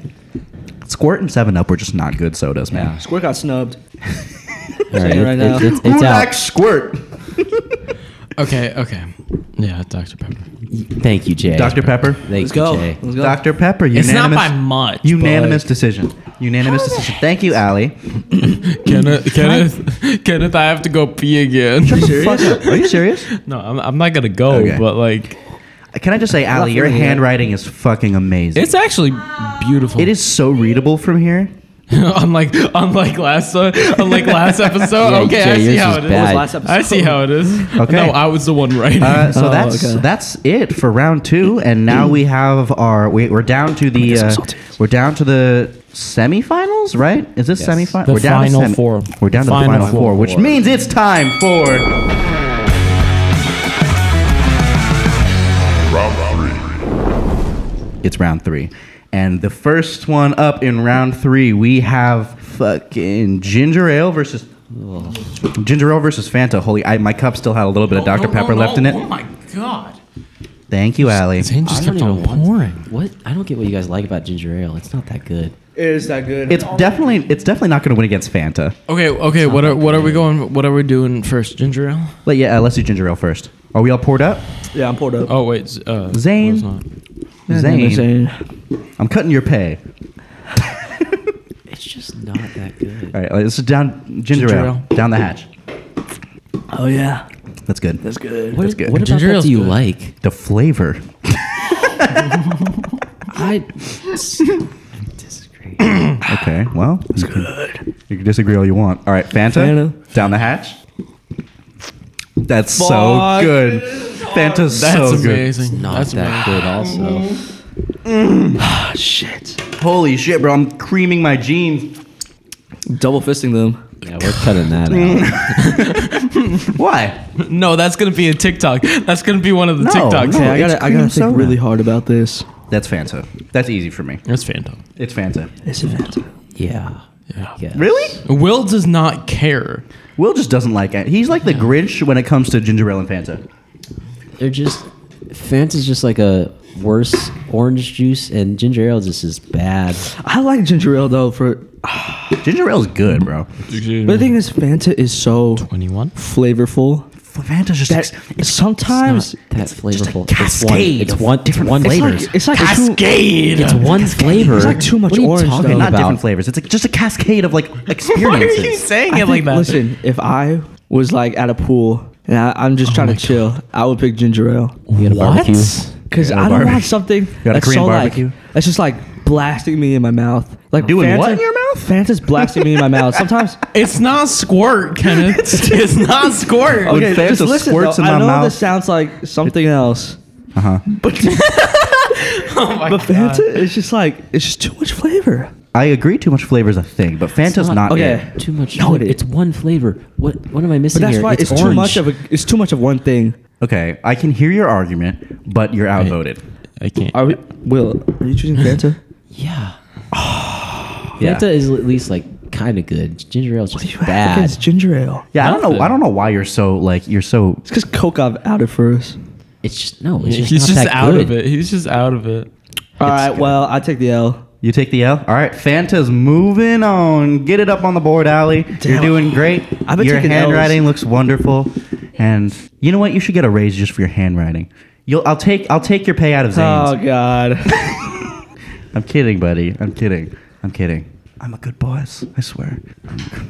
Speaker 1: Squirt and Seven Up were just not good sodas, man.
Speaker 4: Yeah.
Speaker 3: Squirt got snubbed.
Speaker 4: All right,
Speaker 3: it right
Speaker 4: it-
Speaker 3: now.
Speaker 4: it- it's-
Speaker 1: Who
Speaker 4: it's out.
Speaker 1: likes Squirt?
Speaker 10: Okay. Okay. Yeah, Dr Pepper.
Speaker 4: Thank you, Jay.
Speaker 1: Dr Pepper.
Speaker 4: Thank
Speaker 3: Let's
Speaker 4: you,
Speaker 3: go.
Speaker 4: Jay.
Speaker 3: Let's go.
Speaker 1: Dr Pepper. Unanimous.
Speaker 10: It's not by much.
Speaker 1: Unanimous decision. Unanimous decision. Thank you, Allie.
Speaker 2: Kenneth, Kenneth, Kenneth, I have to go pee again.
Speaker 1: Fuck up. Are you serious?
Speaker 2: No, I'm, I'm not gonna go.
Speaker 1: Okay.
Speaker 2: But like,
Speaker 1: Can I just say, Allie, your
Speaker 3: really, yeah.
Speaker 1: handwriting is fucking amazing.
Speaker 10: It's actually beautiful.
Speaker 1: it is so readable from here.
Speaker 2: unlike unlike last uh, unlike last episode.
Speaker 4: Yeah,
Speaker 2: okay,
Speaker 4: Jay,
Speaker 2: I see
Speaker 4: yours
Speaker 2: how
Speaker 4: was
Speaker 2: it is.
Speaker 4: bad.
Speaker 3: Last episode.
Speaker 2: I see how it is.
Speaker 1: Okay.
Speaker 2: No, I was the one writing.
Speaker 1: Uh, so
Speaker 3: Oh,
Speaker 1: that's
Speaker 3: okay.
Speaker 1: that's it for round two, and now we have our we, we're down to the uh, we're down to the semifinals, right? Is this
Speaker 4: Yes.
Speaker 1: semifinal?
Speaker 2: The
Speaker 1: we're down
Speaker 2: final
Speaker 1: to semi-
Speaker 2: four.
Speaker 1: We're down to
Speaker 2: Final
Speaker 1: the final four,
Speaker 2: four.
Speaker 1: which means it's time for it's round three. And the first one up in round three, we have fucking ginger ale versus ginger ale versus Fanta. Holy, I, my cup still had a little bit of Dr Pepper left in it.
Speaker 10: Oh my god.
Speaker 1: Thank you, Allie.
Speaker 10: Zane just
Speaker 4: I
Speaker 10: kept
Speaker 4: don't
Speaker 10: on
Speaker 4: even want-
Speaker 10: pouring.
Speaker 4: What? I don't get what you guys like about ginger ale. It's not that good.
Speaker 3: Is that good?
Speaker 1: It's definitely it's definitely not going to win against Fanta.
Speaker 10: Okay, okay. What are what are we going? What are we doing first? Ginger ale.
Speaker 1: But yeah, uh, let's do ginger ale first. Are we all poured up?
Speaker 3: yeah, I'm poured up.
Speaker 10: Oh wait, z- uh,
Speaker 1: Zane.
Speaker 10: was not.
Speaker 1: Zane, I'm cutting your pay.
Speaker 4: It's just not that good.
Speaker 1: All right, let's do down ginger,
Speaker 10: Ginger
Speaker 1: ale,
Speaker 10: ale.
Speaker 1: down the hatch.
Speaker 3: Oh yeah,
Speaker 1: That's good.
Speaker 3: that's good.
Speaker 4: What,
Speaker 1: That's good.
Speaker 4: what about
Speaker 10: Ginger
Speaker 4: that
Speaker 10: ale's
Speaker 4: do you
Speaker 10: good.
Speaker 4: like?
Speaker 1: the flavor.
Speaker 4: I, I disagree. I
Speaker 1: Okay, well, it's good. You can disagree all you want. All right, Fanta,
Speaker 3: Fanta.
Speaker 1: down the hatch. That's so
Speaker 3: Fuck.
Speaker 1: good. Fanta's
Speaker 2: That's
Speaker 1: so
Speaker 2: amazing.
Speaker 4: Not
Speaker 2: That's
Speaker 4: that good.
Speaker 3: Mm-hmm.
Speaker 4: Also,
Speaker 3: Ah, shit.
Speaker 1: good. Holy shit, bro! I'm creaming my jeans.
Speaker 3: Double fisting them.
Speaker 4: yeah, we're cutting that out.
Speaker 1: Why?
Speaker 10: No, that's gonna be a TikTok. That's gonna be one of the
Speaker 1: No,
Speaker 10: TikToks.
Speaker 1: no.
Speaker 3: Hey, I
Speaker 1: it's
Speaker 3: gotta, I
Speaker 1: cream
Speaker 3: gotta think
Speaker 1: soda.
Speaker 3: really hard about this.
Speaker 1: That's Fanta. That's easy for me.
Speaker 10: That's Fanta.
Speaker 1: It's Fanta.
Speaker 3: This event.
Speaker 4: Yeah.
Speaker 10: Yeah.
Speaker 4: I guess.
Speaker 1: Really?
Speaker 10: Will does not care.
Speaker 1: Will just doesn't like it. He's like the Grinch when it comes to ginger ale and Fanta.
Speaker 4: They're just Fanta's just like a worse orange juice, and ginger ale just is bad.
Speaker 3: I like ginger ale though. For
Speaker 1: Ginger ale is good, bro.
Speaker 3: but the thing is, Fanta is so
Speaker 10: Twenty-one.
Speaker 3: flavorful
Speaker 1: Fanta's just
Speaker 3: that sometimes
Speaker 4: It's not that flavorful. It's one.
Speaker 1: cascade
Speaker 4: It's
Speaker 1: of
Speaker 4: one. It's
Speaker 1: different
Speaker 4: one
Speaker 1: flavors.
Speaker 4: flavors.
Speaker 3: it's like it's like too,
Speaker 4: It's one flavor.
Speaker 3: It's like too much
Speaker 4: what are you
Speaker 3: orange,
Speaker 4: Talking
Speaker 3: though.
Speaker 1: not
Speaker 4: about?
Speaker 1: different flavors. It's like just a cascade of like
Speaker 10: Why are you
Speaker 1: experiences.
Speaker 10: saying
Speaker 3: I
Speaker 10: it like
Speaker 3: think-
Speaker 10: that?
Speaker 3: Listen, if I was like at a pool and I, I'm just trying to chill, I would pick ginger ale.
Speaker 4: Oh You got a
Speaker 10: What?
Speaker 4: barbecue.
Speaker 3: because
Speaker 1: Yeah,
Speaker 3: I don't
Speaker 1: barbe-
Speaker 3: want something
Speaker 1: got a
Speaker 3: that's
Speaker 1: Korean
Speaker 3: so
Speaker 1: barbecue?
Speaker 3: like that's just like blasting me in my mouth. Like
Speaker 1: Doing
Speaker 3: Fanta-
Speaker 1: what in your
Speaker 3: mouth? Fanta's blasting me in my mouth. Sometimes
Speaker 2: It's not squirt, Kenneth. it's not squirt.
Speaker 1: When
Speaker 3: okay, just
Speaker 1: Fanta
Speaker 3: listen.
Speaker 1: squirts
Speaker 3: though.
Speaker 1: in
Speaker 3: I
Speaker 1: my
Speaker 3: know
Speaker 1: mouth-
Speaker 3: this sounds like something else,
Speaker 1: Uh huh.
Speaker 3: but Fanta is just like it's just too much flavor.
Speaker 1: I agree. Too much flavor is a thing, but Fanta's not.
Speaker 3: okay.
Speaker 1: it.
Speaker 4: Too much.
Speaker 3: No,
Speaker 4: No,
Speaker 3: it is.
Speaker 4: it's one flavor. What what am I missing
Speaker 3: But that's
Speaker 4: here?
Speaker 3: why it's, too
Speaker 4: orange.
Speaker 3: much of a it's too much of one thing.
Speaker 1: Okay, I can hear your argument, but you're outvoted.
Speaker 2: I can't.
Speaker 3: Are we? Will are you choosing Fanta?
Speaker 4: Yeah. Fanta is at least like kind of good. Ginger ale is just
Speaker 3: Okay, it's
Speaker 4: bad.
Speaker 3: ginger ale.
Speaker 1: Yeah, I don't know. I don't know why you're so like you're so.
Speaker 3: It's because Coke got out of for us.
Speaker 4: It's just no. It's just
Speaker 2: He's
Speaker 4: not
Speaker 2: just
Speaker 4: that
Speaker 2: out
Speaker 4: good.
Speaker 2: of it. He's just out of it.
Speaker 3: All right. Well, I take the L.
Speaker 1: You take the L. All right, Fanta's moving on. Get it up on the board, Allie. You're
Speaker 3: Damn.
Speaker 1: doing great.
Speaker 3: I've been
Speaker 1: your
Speaker 3: taking
Speaker 1: handwriting
Speaker 3: Ls.
Speaker 1: looks wonderful, and you know what? You should get a raise just for your handwriting. You'll. I'll take. I'll take your pay out of Zane's.
Speaker 3: Oh God.
Speaker 1: I'm kidding, buddy. I'm kidding. I'm kidding. I'm a good boss. I swear.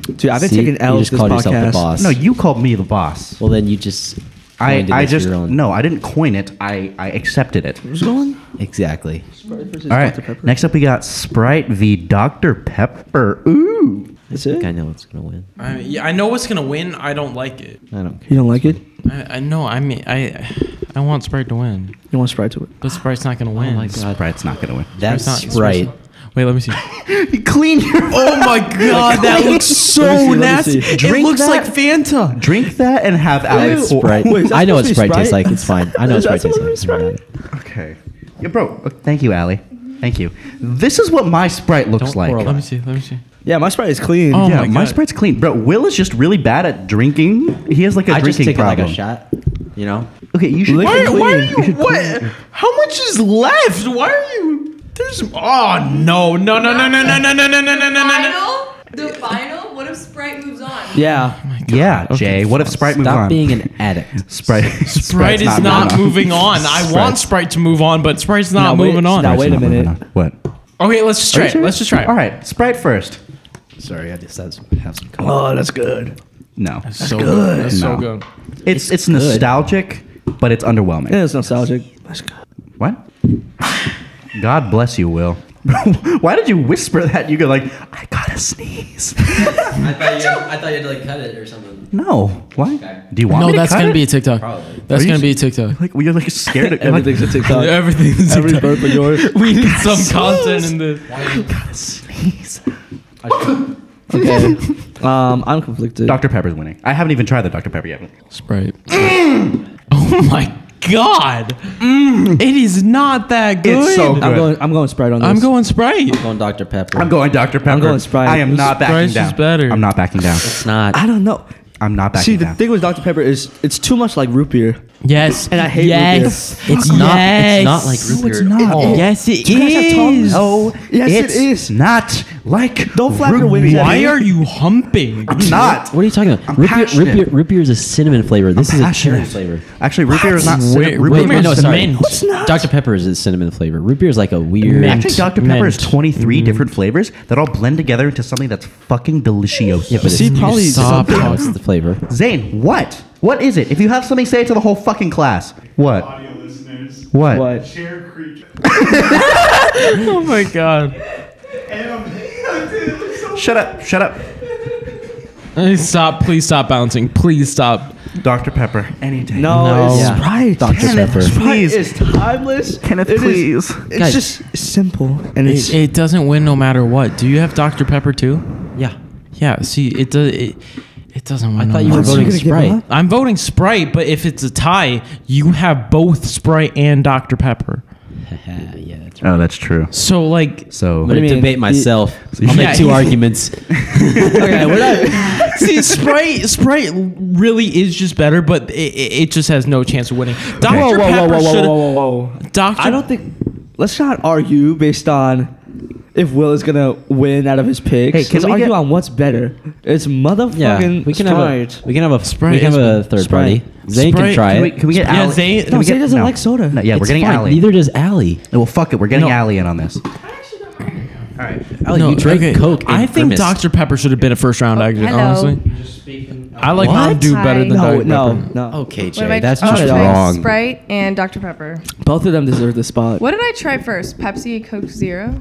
Speaker 3: Dude, I've been
Speaker 4: See,
Speaker 3: taking
Speaker 4: You
Speaker 3: L's
Speaker 4: just
Speaker 3: this
Speaker 4: called yourself the
Speaker 3: podcast.
Speaker 4: boss.
Speaker 1: No, you called me the boss.
Speaker 4: Well, then you just.
Speaker 1: I,
Speaker 4: coined it
Speaker 1: I
Speaker 4: as
Speaker 1: just
Speaker 4: your own.
Speaker 1: no, I didn't coin it. I, I accepted it.
Speaker 3: Who's going?
Speaker 4: Exactly.
Speaker 1: All right. Next up, we got Sprite v Dr Pepper. Ooh.
Speaker 3: That's
Speaker 4: I think I
Speaker 3: it.
Speaker 4: know what's gonna win.
Speaker 2: I, yeah, I know what's gonna win. I don't like it.
Speaker 4: I don't care.
Speaker 3: You don't like it?
Speaker 2: I, I know. I mean, I I want Sprite to win,
Speaker 3: You want Sprite to it?
Speaker 2: but Sprite's not gonna win.
Speaker 4: Oh my God.
Speaker 1: Sprite's not gonna win.
Speaker 4: That's
Speaker 2: Sprite's not-
Speaker 4: Sprite.
Speaker 2: Sprite's not- Wait, let me see.
Speaker 1: You clean your.
Speaker 2: Oh my God, that looks
Speaker 3: Let me
Speaker 2: so
Speaker 3: see, let me
Speaker 2: nasty.
Speaker 3: see.
Speaker 2: It
Speaker 1: Drink
Speaker 2: looks
Speaker 1: that.
Speaker 2: like Fanta.
Speaker 1: Drink that and have Alex. pour-
Speaker 4: Sprite.
Speaker 3: Wait, is that
Speaker 4: I know what
Speaker 3: supposed to be
Speaker 4: Sprite tastes
Speaker 3: Sprite?
Speaker 4: like. It's fine. I know what
Speaker 3: Is that
Speaker 4: Sprite tastes
Speaker 3: supposed to
Speaker 4: like.
Speaker 3: be
Speaker 1: Okay. Yeah, bro. uh, Thank you, Allie. Thank you. This is what my Sprite looks
Speaker 2: Don't
Speaker 1: like.
Speaker 2: pour it. Let me see. Let me see.
Speaker 3: Yeah, my Sprite is clean.
Speaker 2: Oh.
Speaker 1: yeah,
Speaker 2: uh, my
Speaker 1: my,
Speaker 2: God.
Speaker 1: Sprite's clean, bro. Will is just really bad at drinking. He has like a
Speaker 4: I just
Speaker 1: drinking
Speaker 4: take it like
Speaker 1: problem.
Speaker 4: a shot. You know.
Speaker 1: Okay, you should.
Speaker 3: Lick
Speaker 2: Why,
Speaker 3: it
Speaker 2: why are
Speaker 3: clean.
Speaker 2: you? What? How much is left? Why are you? There's. Oh no! No! No! No! No! No! No! No! No! No! No! No!
Speaker 7: Final? The final? What if Sprite moves on?
Speaker 3: Yeah.
Speaker 1: Yeah, Jay. What if Sprite moved
Speaker 4: Stop
Speaker 1: on?
Speaker 4: being an addict.
Speaker 1: Sprite.
Speaker 2: Sprite
Speaker 1: Sprite's
Speaker 2: is not
Speaker 1: moving on.
Speaker 2: moving on. I want
Speaker 1: Sprite's-
Speaker 2: Sprite to move on, but Sprite's
Speaker 3: Now
Speaker 2: not
Speaker 3: wait-
Speaker 2: moving on.
Speaker 3: now wait a
Speaker 1: Not moving
Speaker 3: minute.
Speaker 1: on. What?
Speaker 2: Okay, let's just try it. Let's just try it.
Speaker 1: All right, Sprite first.
Speaker 4: Sorry, I just have some. Have some
Speaker 3: Oh, that's good.
Speaker 1: No,
Speaker 2: So good. That's so
Speaker 1: No.
Speaker 2: good.
Speaker 1: it's it's, nostalgic, but it's underwhelming.
Speaker 3: Yeah, it's nostalgic. That's good.
Speaker 1: What? God bless you, Will. Why did you whisper that? You go like, I gotta sneeze.
Speaker 4: I thought you. I thought you had to like cut it or something.
Speaker 1: no. Why?
Speaker 4: Okay.
Speaker 1: Do you want
Speaker 2: No,
Speaker 1: me to
Speaker 2: that's
Speaker 1: cut
Speaker 2: gonna
Speaker 1: it?
Speaker 2: be a TikTok.
Speaker 4: Probably.
Speaker 2: That's
Speaker 1: Are you
Speaker 2: gonna be a
Speaker 1: s-
Speaker 2: TikTok.
Speaker 1: like well, you're like scared. Of,
Speaker 3: Everything's a
Speaker 1: like,
Speaker 3: TikTok.
Speaker 2: Everything's a
Speaker 3: Every
Speaker 2: TikTok.
Speaker 3: birth of yours.
Speaker 2: We need some content in this.
Speaker 1: I gotta sneeze.
Speaker 3: Okay. Um, I'm conflicted.
Speaker 1: Dr Pepper's winning. I haven't even tried the Dr Pepper yet.
Speaker 2: Sprite. oh my god! It is not that good.
Speaker 1: Mm. It's so
Speaker 3: I'm
Speaker 1: good.
Speaker 3: going. I'm going Sprite on this.
Speaker 2: I'm going Sprite.
Speaker 4: Going Dr Pepper.
Speaker 1: I'm going Dr Pepper.
Speaker 3: going Sprite.
Speaker 1: I am not backing
Speaker 2: Sprite's
Speaker 1: down.
Speaker 2: is better.
Speaker 1: I'm not backing down.
Speaker 4: It's not.
Speaker 3: I don't know.
Speaker 1: I'm not backing
Speaker 3: See, the
Speaker 1: down.
Speaker 3: thing with Dr Pepper is it's too much like root beer.
Speaker 2: Yes.
Speaker 3: And I hate root
Speaker 2: yes. yes.
Speaker 4: It's not. It's not like root
Speaker 1: No, it's
Speaker 4: beer at
Speaker 1: not.
Speaker 4: all.
Speaker 1: It-
Speaker 2: Yes, it
Speaker 1: You guys have tongues?
Speaker 2: is.
Speaker 1: No,
Speaker 3: Yes, it
Speaker 1: it's
Speaker 3: is.
Speaker 1: Not like
Speaker 3: Don't flap your
Speaker 1: root
Speaker 3: wings at
Speaker 1: beer.
Speaker 3: me.
Speaker 2: Why are you humping?
Speaker 1: I'm not.
Speaker 4: What are you talking about?
Speaker 1: I'm
Speaker 4: root, beer, root, beer,
Speaker 1: passionate.
Speaker 4: root beer is a cinnamon flavor. This is a
Speaker 1: Passionate.
Speaker 4: cherry flavor.
Speaker 1: Actually, root beer is not.
Speaker 2: Wait,
Speaker 1: Cinnamon. Root
Speaker 2: wait,
Speaker 1: beer
Speaker 2: wait,
Speaker 1: is
Speaker 2: no,
Speaker 1: not
Speaker 2: sorry.
Speaker 1: cinnamon.
Speaker 2: What's
Speaker 4: Dr Pepper is a cinnamon flavor. Root beer is like a weird.
Speaker 2: Mint.
Speaker 1: Actually, Dr Pepper is
Speaker 2: Mint.
Speaker 1: 23 different flavors that all blend together into something that's fucking delicious.
Speaker 4: Yeah, but
Speaker 3: See,
Speaker 4: it's
Speaker 3: probably
Speaker 2: Stop.
Speaker 4: Oh, it's the flavor.
Speaker 1: Zane, what? What is it? If you have something, say it to the whole fucking class. What?
Speaker 11: Audio listeners.
Speaker 1: What?
Speaker 3: What?
Speaker 11: Share Creek.
Speaker 2: Oh my god.
Speaker 11: And I'm, dude, it's so
Speaker 1: Shut up! Shut up!
Speaker 2: Hey, Stop. Please stop bouncing. Please stop.
Speaker 1: Dr Pepper. Any day.
Speaker 3: No, it's
Speaker 4: Yeah.
Speaker 3: Sprite.
Speaker 4: Dr
Speaker 1: Kenneth,
Speaker 4: Pepper.
Speaker 3: Sprite
Speaker 1: Please.
Speaker 3: is timeless.
Speaker 1: Kenneth,
Speaker 3: It is-
Speaker 1: please.
Speaker 3: it's
Speaker 4: Guys.
Speaker 3: just simple and it's
Speaker 2: It, it doesn't win no matter what. Do you have Dr. Pepper too?
Speaker 4: Yeah.
Speaker 2: Yeah, see, it does. It, it doesn't win.
Speaker 4: I
Speaker 2: no
Speaker 4: thought you were
Speaker 2: matter
Speaker 3: What's
Speaker 4: voting
Speaker 3: he gonna give
Speaker 4: Sprite.
Speaker 3: up?
Speaker 2: what. I'm voting Sprite, but if it's a tie, you have both Sprite and Dr. Pepper.
Speaker 4: yeah, that's right.
Speaker 1: Oh, that's true.
Speaker 2: So, like,
Speaker 1: So
Speaker 4: I'm gonna
Speaker 3: do you mean?
Speaker 4: debate myself. I'll
Speaker 2: Yeah,
Speaker 4: make two
Speaker 2: he-
Speaker 4: arguments.
Speaker 3: okay. We're not.
Speaker 2: see, Sprite Sprite really is just better, but it, it it just has no chance of winning. Dr.
Speaker 3: Whoa, whoa, whoa,
Speaker 2: Pepper
Speaker 3: whoa, whoa,
Speaker 2: should
Speaker 3: whoa, whoa, whoa.
Speaker 2: Dr.
Speaker 3: I don't think. Let's not argue based on if Will is gonna win out of his picks.
Speaker 1: Hey, can
Speaker 3: let's
Speaker 1: we
Speaker 3: argue
Speaker 1: get-
Speaker 3: on what's better. It's motherfucking
Speaker 4: Yeah, we can
Speaker 3: Sprite.
Speaker 4: have a we can have a
Speaker 2: Sprite
Speaker 4: we can have a
Speaker 2: is-
Speaker 4: third
Speaker 3: Sprite.
Speaker 4: party. Zane
Speaker 2: Sprite-
Speaker 4: can try
Speaker 1: can
Speaker 4: it.
Speaker 1: we, can we get
Speaker 2: Yeah,
Speaker 1: Allie?
Speaker 2: Zane-
Speaker 1: can
Speaker 2: no,
Speaker 1: we
Speaker 3: Zane
Speaker 1: get-
Speaker 3: doesn't like soda.
Speaker 1: No, yeah, we're
Speaker 4: It's
Speaker 1: getting
Speaker 4: fine.
Speaker 1: Allie.
Speaker 4: Neither does Allie.
Speaker 1: Well, fuck it. We're getting
Speaker 2: No.
Speaker 1: Allie in on this.
Speaker 4: Allie, you drank Coke. and
Speaker 2: I think
Speaker 4: grimaced.
Speaker 2: Dr. Pepper should have been a first round exit,
Speaker 12: hello.
Speaker 2: honestly. I like Mountain Dew better than
Speaker 3: No,
Speaker 2: Diet
Speaker 3: no,
Speaker 2: Pepper.
Speaker 3: no.
Speaker 4: Okay,
Speaker 7: What
Speaker 4: Jay,
Speaker 7: did
Speaker 4: that's
Speaker 7: I
Speaker 4: just
Speaker 7: try?
Speaker 4: wrong.
Speaker 7: Sprite and Dr. Pepper.
Speaker 3: Both of them deserve the spot.
Speaker 7: What did I try first? Pepsi and Coke Zero?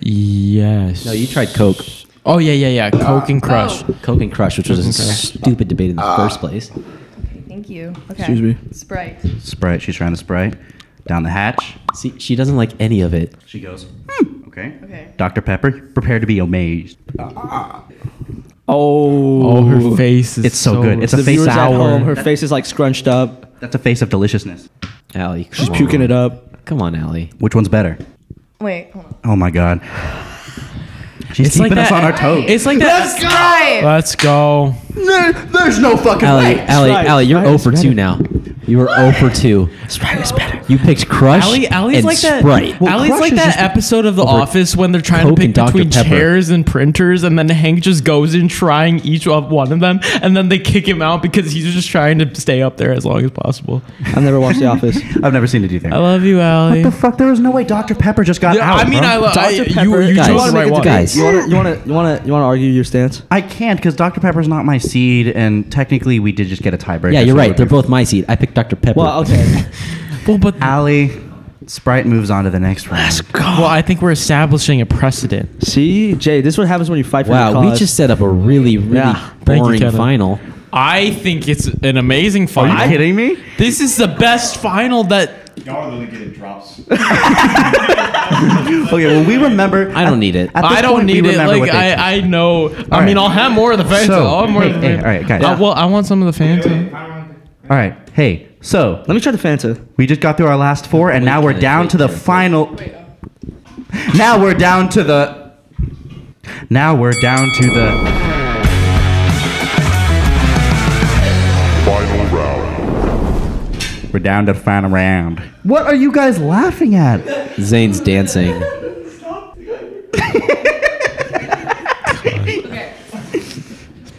Speaker 2: Yes.
Speaker 4: No, you tried Coke,
Speaker 2: Oh yeah, yeah, yeah. Coke and Crush.
Speaker 7: Oh,
Speaker 4: Coke and Crush, which was a stupid debate in the
Speaker 3: Ah.
Speaker 4: first place.
Speaker 7: okay, thank you. Okay.
Speaker 3: Excuse me.
Speaker 7: Sprite.
Speaker 1: Sprite. She's trying to Sprite. Down the hatch.
Speaker 4: See, she doesn't like any of it.
Speaker 1: She goes, hmm. Okay.
Speaker 7: Okay.
Speaker 1: Dr. Pepper, prepare to be amazed.
Speaker 3: Oh,
Speaker 2: Oh, her face is.
Speaker 1: It's so good. It's a
Speaker 3: the
Speaker 1: face
Speaker 3: viewers at
Speaker 1: hour.
Speaker 3: home, her face is like scrunched up.
Speaker 1: That's a face of deliciousness.
Speaker 4: Allie, come
Speaker 3: She's
Speaker 4: on.
Speaker 3: puking it up.
Speaker 4: Come on, Allie.
Speaker 1: Which one's better?
Speaker 7: Wait, hold on.
Speaker 1: Oh my God. She's
Speaker 2: It's like
Speaker 1: keeping us
Speaker 2: that-
Speaker 1: on our toes.
Speaker 2: It's like that.
Speaker 7: Let's go!
Speaker 2: Let's go.
Speaker 1: there's no fucking
Speaker 4: Allie, Allie,
Speaker 3: Sprite.
Speaker 4: Allie, you're
Speaker 3: Sprite
Speaker 4: 0
Speaker 3: is
Speaker 4: for 2 now. You were 0 for 2. Sprite is better. You picked Crush
Speaker 2: Allie, Allie's
Speaker 4: and
Speaker 2: like that.
Speaker 4: Sprite.
Speaker 2: Allie's
Speaker 4: Crush
Speaker 2: like
Speaker 4: is
Speaker 2: that
Speaker 4: just-
Speaker 2: episode of The
Speaker 4: over
Speaker 2: Office when they're trying
Speaker 4: Coke
Speaker 2: to pick
Speaker 4: and Dr.
Speaker 2: between
Speaker 4: Pepper.
Speaker 2: chairs and printers, and then Hank just goes in trying each of one of them, and then they kick him out because he's just trying to stay up there as long as possible.
Speaker 3: I've never watched The Office.
Speaker 1: I've never seen it either.
Speaker 2: I love you, Allie.
Speaker 1: the fuck? There was no way Dr. Pepper just got
Speaker 2: Yeah,
Speaker 1: out.
Speaker 2: I mean,
Speaker 1: bro.
Speaker 2: I love
Speaker 3: Dr.
Speaker 2: you.
Speaker 3: Pepper.
Speaker 2: You
Speaker 4: Guys,
Speaker 2: chose the right
Speaker 4: make it
Speaker 2: one.
Speaker 4: the guys.
Speaker 3: You wanna, you wanna, you wanna, you wanna argue your stance?
Speaker 1: I can't because Dr. Pepper's not my seed, and technically we did just get a tiebreaker.
Speaker 4: Yeah, you're
Speaker 1: so it
Speaker 4: right.
Speaker 1: would
Speaker 4: They're
Speaker 1: be-
Speaker 4: both my seed. I picked Dr. Pepper.
Speaker 3: Well, okay.
Speaker 2: Well, but
Speaker 1: Allie, Sprite moves on to the next round.
Speaker 2: well, I think we're establishing a precedent.
Speaker 3: See, Jay, this is what happens when you fight for your
Speaker 4: Wow,
Speaker 3: cause.
Speaker 4: we just set up a really, really
Speaker 3: Yeah.
Speaker 2: Thank you,
Speaker 4: boring
Speaker 2: Kevin.
Speaker 4: final.
Speaker 2: I think it's an amazing
Speaker 1: Are
Speaker 2: final.
Speaker 1: you kidding me?
Speaker 2: This is the best final that
Speaker 8: Y'all are literally getting drops.
Speaker 1: Okay, well, we remember.
Speaker 4: I don't need it.
Speaker 1: At this
Speaker 2: I don't
Speaker 1: point, we
Speaker 2: need it.
Speaker 1: remember
Speaker 2: Like
Speaker 1: what they-
Speaker 2: I, I know. I mean,
Speaker 1: right.
Speaker 2: I'll have more of the fans.
Speaker 1: So,
Speaker 2: I'll have more
Speaker 1: hey,
Speaker 2: of the
Speaker 1: hey,
Speaker 2: fans.
Speaker 1: all right, guys.
Speaker 2: Uh, well, I want some of the fans.
Speaker 1: All right, hey, so
Speaker 3: Let me try the Fanta.
Speaker 1: we just got through our last four, and now we're
Speaker 4: wait,
Speaker 1: down
Speaker 4: wait,
Speaker 1: to the
Speaker 4: wait.
Speaker 1: final. Now we're down to the. Now we're down to the.
Speaker 8: Final round.
Speaker 1: We're down to the final round. What are you guys laughing at?
Speaker 4: Zane's dancing.